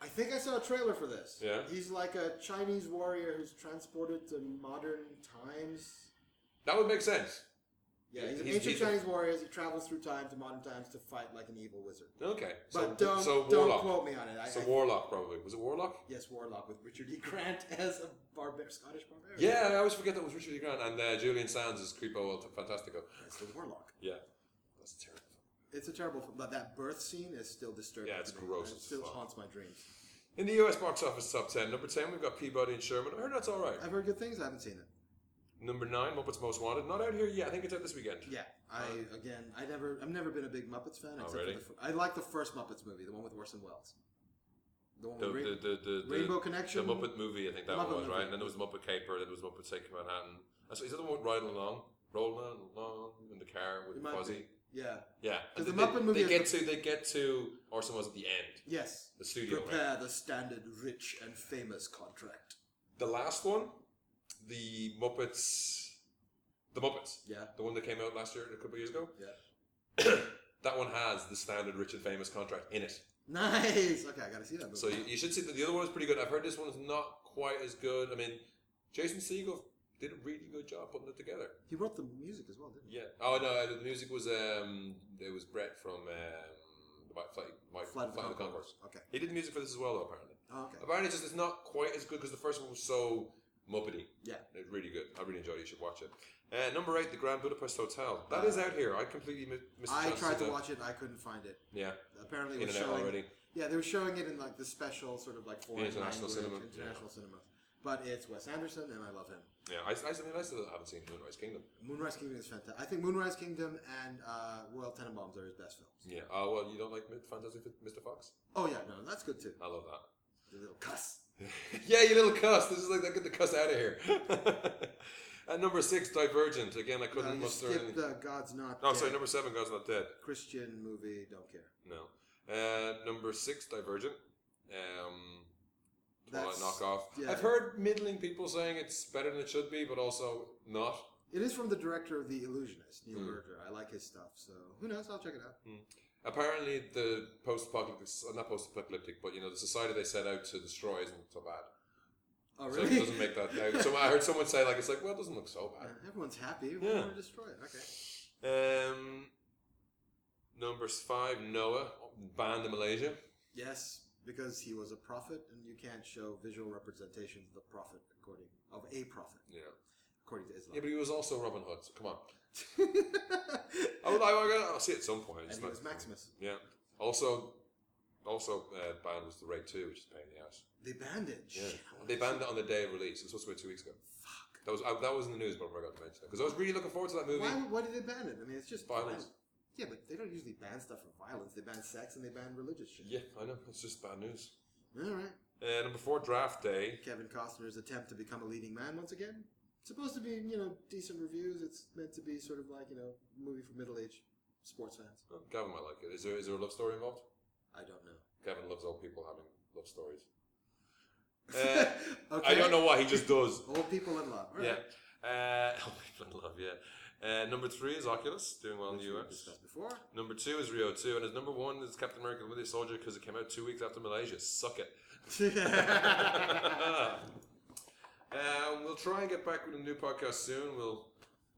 Speaker 2: I think I saw a trailer for this.
Speaker 1: Yeah?
Speaker 2: He's like a Chinese warrior who's transported to modern times.
Speaker 1: That would make sense.
Speaker 2: Yeah, he's an
Speaker 1: He's-
Speaker 2: ancient
Speaker 1: he's a-
Speaker 2: Chinese warrior. as He travels through time to modern times to fight like an evil wizard.
Speaker 1: Okay. So,
Speaker 2: But don't
Speaker 1: so
Speaker 2: don't
Speaker 1: Warlock.
Speaker 2: quote me on it. I,
Speaker 1: So
Speaker 2: I-
Speaker 1: Warlock probably was it Warlock?
Speaker 2: yes, Warlock with Richard E. Grant as a barbar- Scottish barbarian.
Speaker 1: Yeah, I always forget that was Richard E. Grant and uh, Julian Sands is Creepo El Fantastico.
Speaker 2: That's the Warlock.
Speaker 1: Yeah, that's terrible.
Speaker 2: It's a terrible, but that birth scene is still disturbing.
Speaker 1: Yeah, it's
Speaker 2: to me.
Speaker 1: gross
Speaker 2: It
Speaker 1: as
Speaker 2: still
Speaker 1: fuck.
Speaker 2: haunts my dreams.
Speaker 1: In the U.S. box office top ten, number ten we've got Peabody and Sherman. I heard that's all right.
Speaker 2: I've heard good things. I haven't seen it.
Speaker 1: Number nine, Muppets Most Wanted. Not out here yet. I think it's out this weekend.
Speaker 2: Yeah, I again, I never, I've never been a big Muppets fan.
Speaker 1: Oh,
Speaker 2: Except
Speaker 1: really?
Speaker 2: for the, fir- I like the first Muppets movie, the one with Orson Welles. The one
Speaker 1: The,
Speaker 2: with Ra-
Speaker 1: the, the, the, the-
Speaker 2: Rainbow Connection?
Speaker 1: The Muppet movie, I think that
Speaker 2: Muppet
Speaker 1: one was right.
Speaker 2: movie.
Speaker 1: And then there was Muppet Caper. Then there was Muppet Take Manhattan. That's, is that the one with Riding Along, Rolling Along in the car
Speaker 2: It
Speaker 1: with
Speaker 2: might
Speaker 1: Fuzzy?
Speaker 2: be. Yeah.
Speaker 1: Yeah.
Speaker 2: Because
Speaker 1: And
Speaker 2: the
Speaker 1: they-
Speaker 2: Muppet movie
Speaker 1: They
Speaker 2: is
Speaker 1: get
Speaker 2: the-
Speaker 1: to they get to Orson Welles at the end.
Speaker 2: Yes.
Speaker 1: The studio. right?
Speaker 2: Prepare the standard rich and famous contract.
Speaker 1: The last one, the Muppets, the Muppets,
Speaker 2: Yeah.
Speaker 1: the one that came out last year, a couple of years ago.
Speaker 2: Yeah.
Speaker 1: That one has the standard rich and famous contract in it.
Speaker 2: Nice. Okay, I gotta see that movie.
Speaker 1: So you, you should see that the other one is pretty good. I've heard this one is not quite as good. I mean, Jason Segel did a really good job putting it together.
Speaker 2: he wrote the music as well, didn't he?
Speaker 1: Yeah. Oh no, the music was um, it was Brett from um, the White Oh, Flight, White
Speaker 2: Flight of the
Speaker 1: Conchords.
Speaker 2: Conchords. Okay.
Speaker 1: He did the music for this as well, though. Apparently,
Speaker 2: Oh, okay.
Speaker 1: apparently, it's just it's not quite as good because the first one was so muppety.
Speaker 2: Yeah.
Speaker 1: It's really good. I really enjoyed it. You should watch it. Uh, number eight, The Grand Budapest Hotel. That is out here. I completely mi- missed. the
Speaker 2: I
Speaker 1: chance
Speaker 2: tried to
Speaker 1: do-
Speaker 2: watch it. I couldn't find it.
Speaker 1: Yeah,
Speaker 2: Apparently, it
Speaker 1: in
Speaker 2: was
Speaker 1: and out
Speaker 2: showing.
Speaker 1: already.
Speaker 2: Yeah, they were showing it in like the special sort of like foreign
Speaker 1: international cinema.
Speaker 2: language, international cinema. But it's Wes Anderson, and I love him.
Speaker 1: Yeah, I, I, I mean, I still haven't seen Moonrise Kingdom.
Speaker 2: Moonrise Kingdom is fantastic. I think Moonrise Kingdom and uh, Royal Tenenbaums are his best films.
Speaker 1: Yeah. Oh well, you don't like Mi- Fantastic Mr. Fox?
Speaker 2: Oh yeah, no, that's good too.
Speaker 1: I love that.
Speaker 2: The little cuss.
Speaker 1: yeah, you little cuss. This is like, get the cuss out of here. At number six, Divergent. Again, I
Speaker 4: Uh,
Speaker 1: couldn't
Speaker 4: you
Speaker 1: muster
Speaker 4: skip
Speaker 1: anything.
Speaker 4: the God's Not
Speaker 1: No,
Speaker 4: Dead
Speaker 1: sorry, number seven, God's Not Dead.
Speaker 4: Christian movie. Don't care.
Speaker 1: No. Uh, number six, Divergent. Um, Twilight
Speaker 4: That's-
Speaker 1: knockoff.
Speaker 4: yeah.
Speaker 1: I've heard middling people saying it's better than it should be, but also not.
Speaker 4: It is from the director of The Illusionist, Neil
Speaker 1: Hmm.
Speaker 4: Berger. I like his stuff, so who knows? I'll check it out.
Speaker 1: Apparently, the post-apocalyptic, uh, not post-apocalyptic, but you know, the society they set out to destroy isn't so bad.
Speaker 4: Oh,
Speaker 1: So
Speaker 4: really?
Speaker 1: it doesn't make that. So I heard someone say like, it's like, well, it doesn't look so
Speaker 4: Uh,
Speaker 1: bad.
Speaker 4: Everyone's happy. We
Speaker 1: Yeah.
Speaker 4: want to destroy it. Okay.
Speaker 1: Um, number five, Noah, banned in Malaysia.
Speaker 4: Yes, because he was a prophet, and you can't show visual representations of the prophet according of a prophet
Speaker 1: Yeah.
Speaker 4: according to
Speaker 1: Yeah,
Speaker 4: Islam.
Speaker 1: but he was also Robin Hood. So come on. I would, I would, I'll see it at some point. It's
Speaker 4: and he
Speaker 1: not-
Speaker 4: was Maximus.
Speaker 1: Yeah. Also, also uh, banned was the raid too, which is a pain in the ass.
Speaker 4: They banned it. Shit, I wanna
Speaker 1: They banned it on the day of release. It was supposed to be two weeks ago.
Speaker 4: Fuck.
Speaker 1: That was I, that was in the news, but I forgot to mention it because I was really looking forward to that movie.
Speaker 4: Why, why did they ban it? I mean, it's just
Speaker 1: Violence.
Speaker 4: violent. Yeah, but they don't usually ban stuff for violence. They ban sex and they ban religious shit.
Speaker 1: Yeah, I know. It's just bad news.
Speaker 4: All right.
Speaker 1: Uh, number four, Draft Day.
Speaker 4: Kevin Costner's attempt to become a leading man once again. It's supposed to be, you know, decent reviews. It's meant to be sort of like, you know, movie for middle-aged sports fans.
Speaker 1: Oh, Gavin might like it. Is there is there a love story involved?
Speaker 4: I don't know.
Speaker 1: Gavin loves old people having love stories. Uh,
Speaker 4: okay.
Speaker 1: I don't know why he just does.
Speaker 4: Old people in love. All
Speaker 1: Yeah.
Speaker 4: right.
Speaker 1: Uh, oh, people in love. Yeah. Uh, number three is Oculus doing well in
Speaker 4: Which
Speaker 1: the
Speaker 4: we
Speaker 1: US.
Speaker 4: discussed before.
Speaker 1: Number two is Rio 2, and his number one is Captain America the Winter Soldier because it came out two weeks after Malaysia. Suck it. um, Uh, we'll try and get back with a new podcast soon. We'll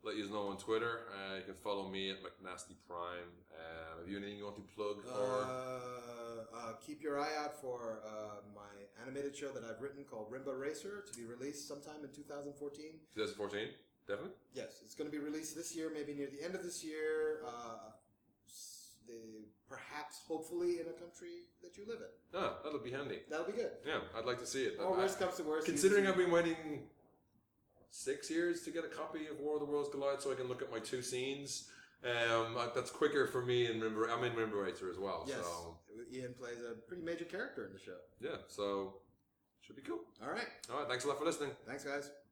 Speaker 1: let you know on Twitter. Uh, you can follow me at McNasty Prime. Um, have you anything you want to plug? or
Speaker 2: Uh, uh, keep your eye out for uh, my animated show that I've written called Rimba Racer to be released sometime in 2014.
Speaker 1: 2014? Definitely?
Speaker 2: Yes, it's going to be released this year, maybe near the end of this year. Uh, s- the, perhaps, hopefully, in a country that you live in.
Speaker 1: Ah, that'll be handy.
Speaker 2: That'll be good.
Speaker 1: Yeah, I'd like to see it.
Speaker 4: oh,
Speaker 2: Or
Speaker 1: I-
Speaker 2: worst comes to worst, you
Speaker 1: Considering
Speaker 2: see-
Speaker 1: I've been waiting six years to get a copy of War of the Worlds Goliath so I can look at my two scenes, um, I- that's quicker for me. And remember, I'm Oh. in Remember Racer as well.
Speaker 2: yes,
Speaker 1: So
Speaker 2: Ian plays a pretty major character in the show.
Speaker 1: yeah, so should be cool.
Speaker 2: All right,
Speaker 1: All right, thanks a lot for listening.
Speaker 2: thanks, guys.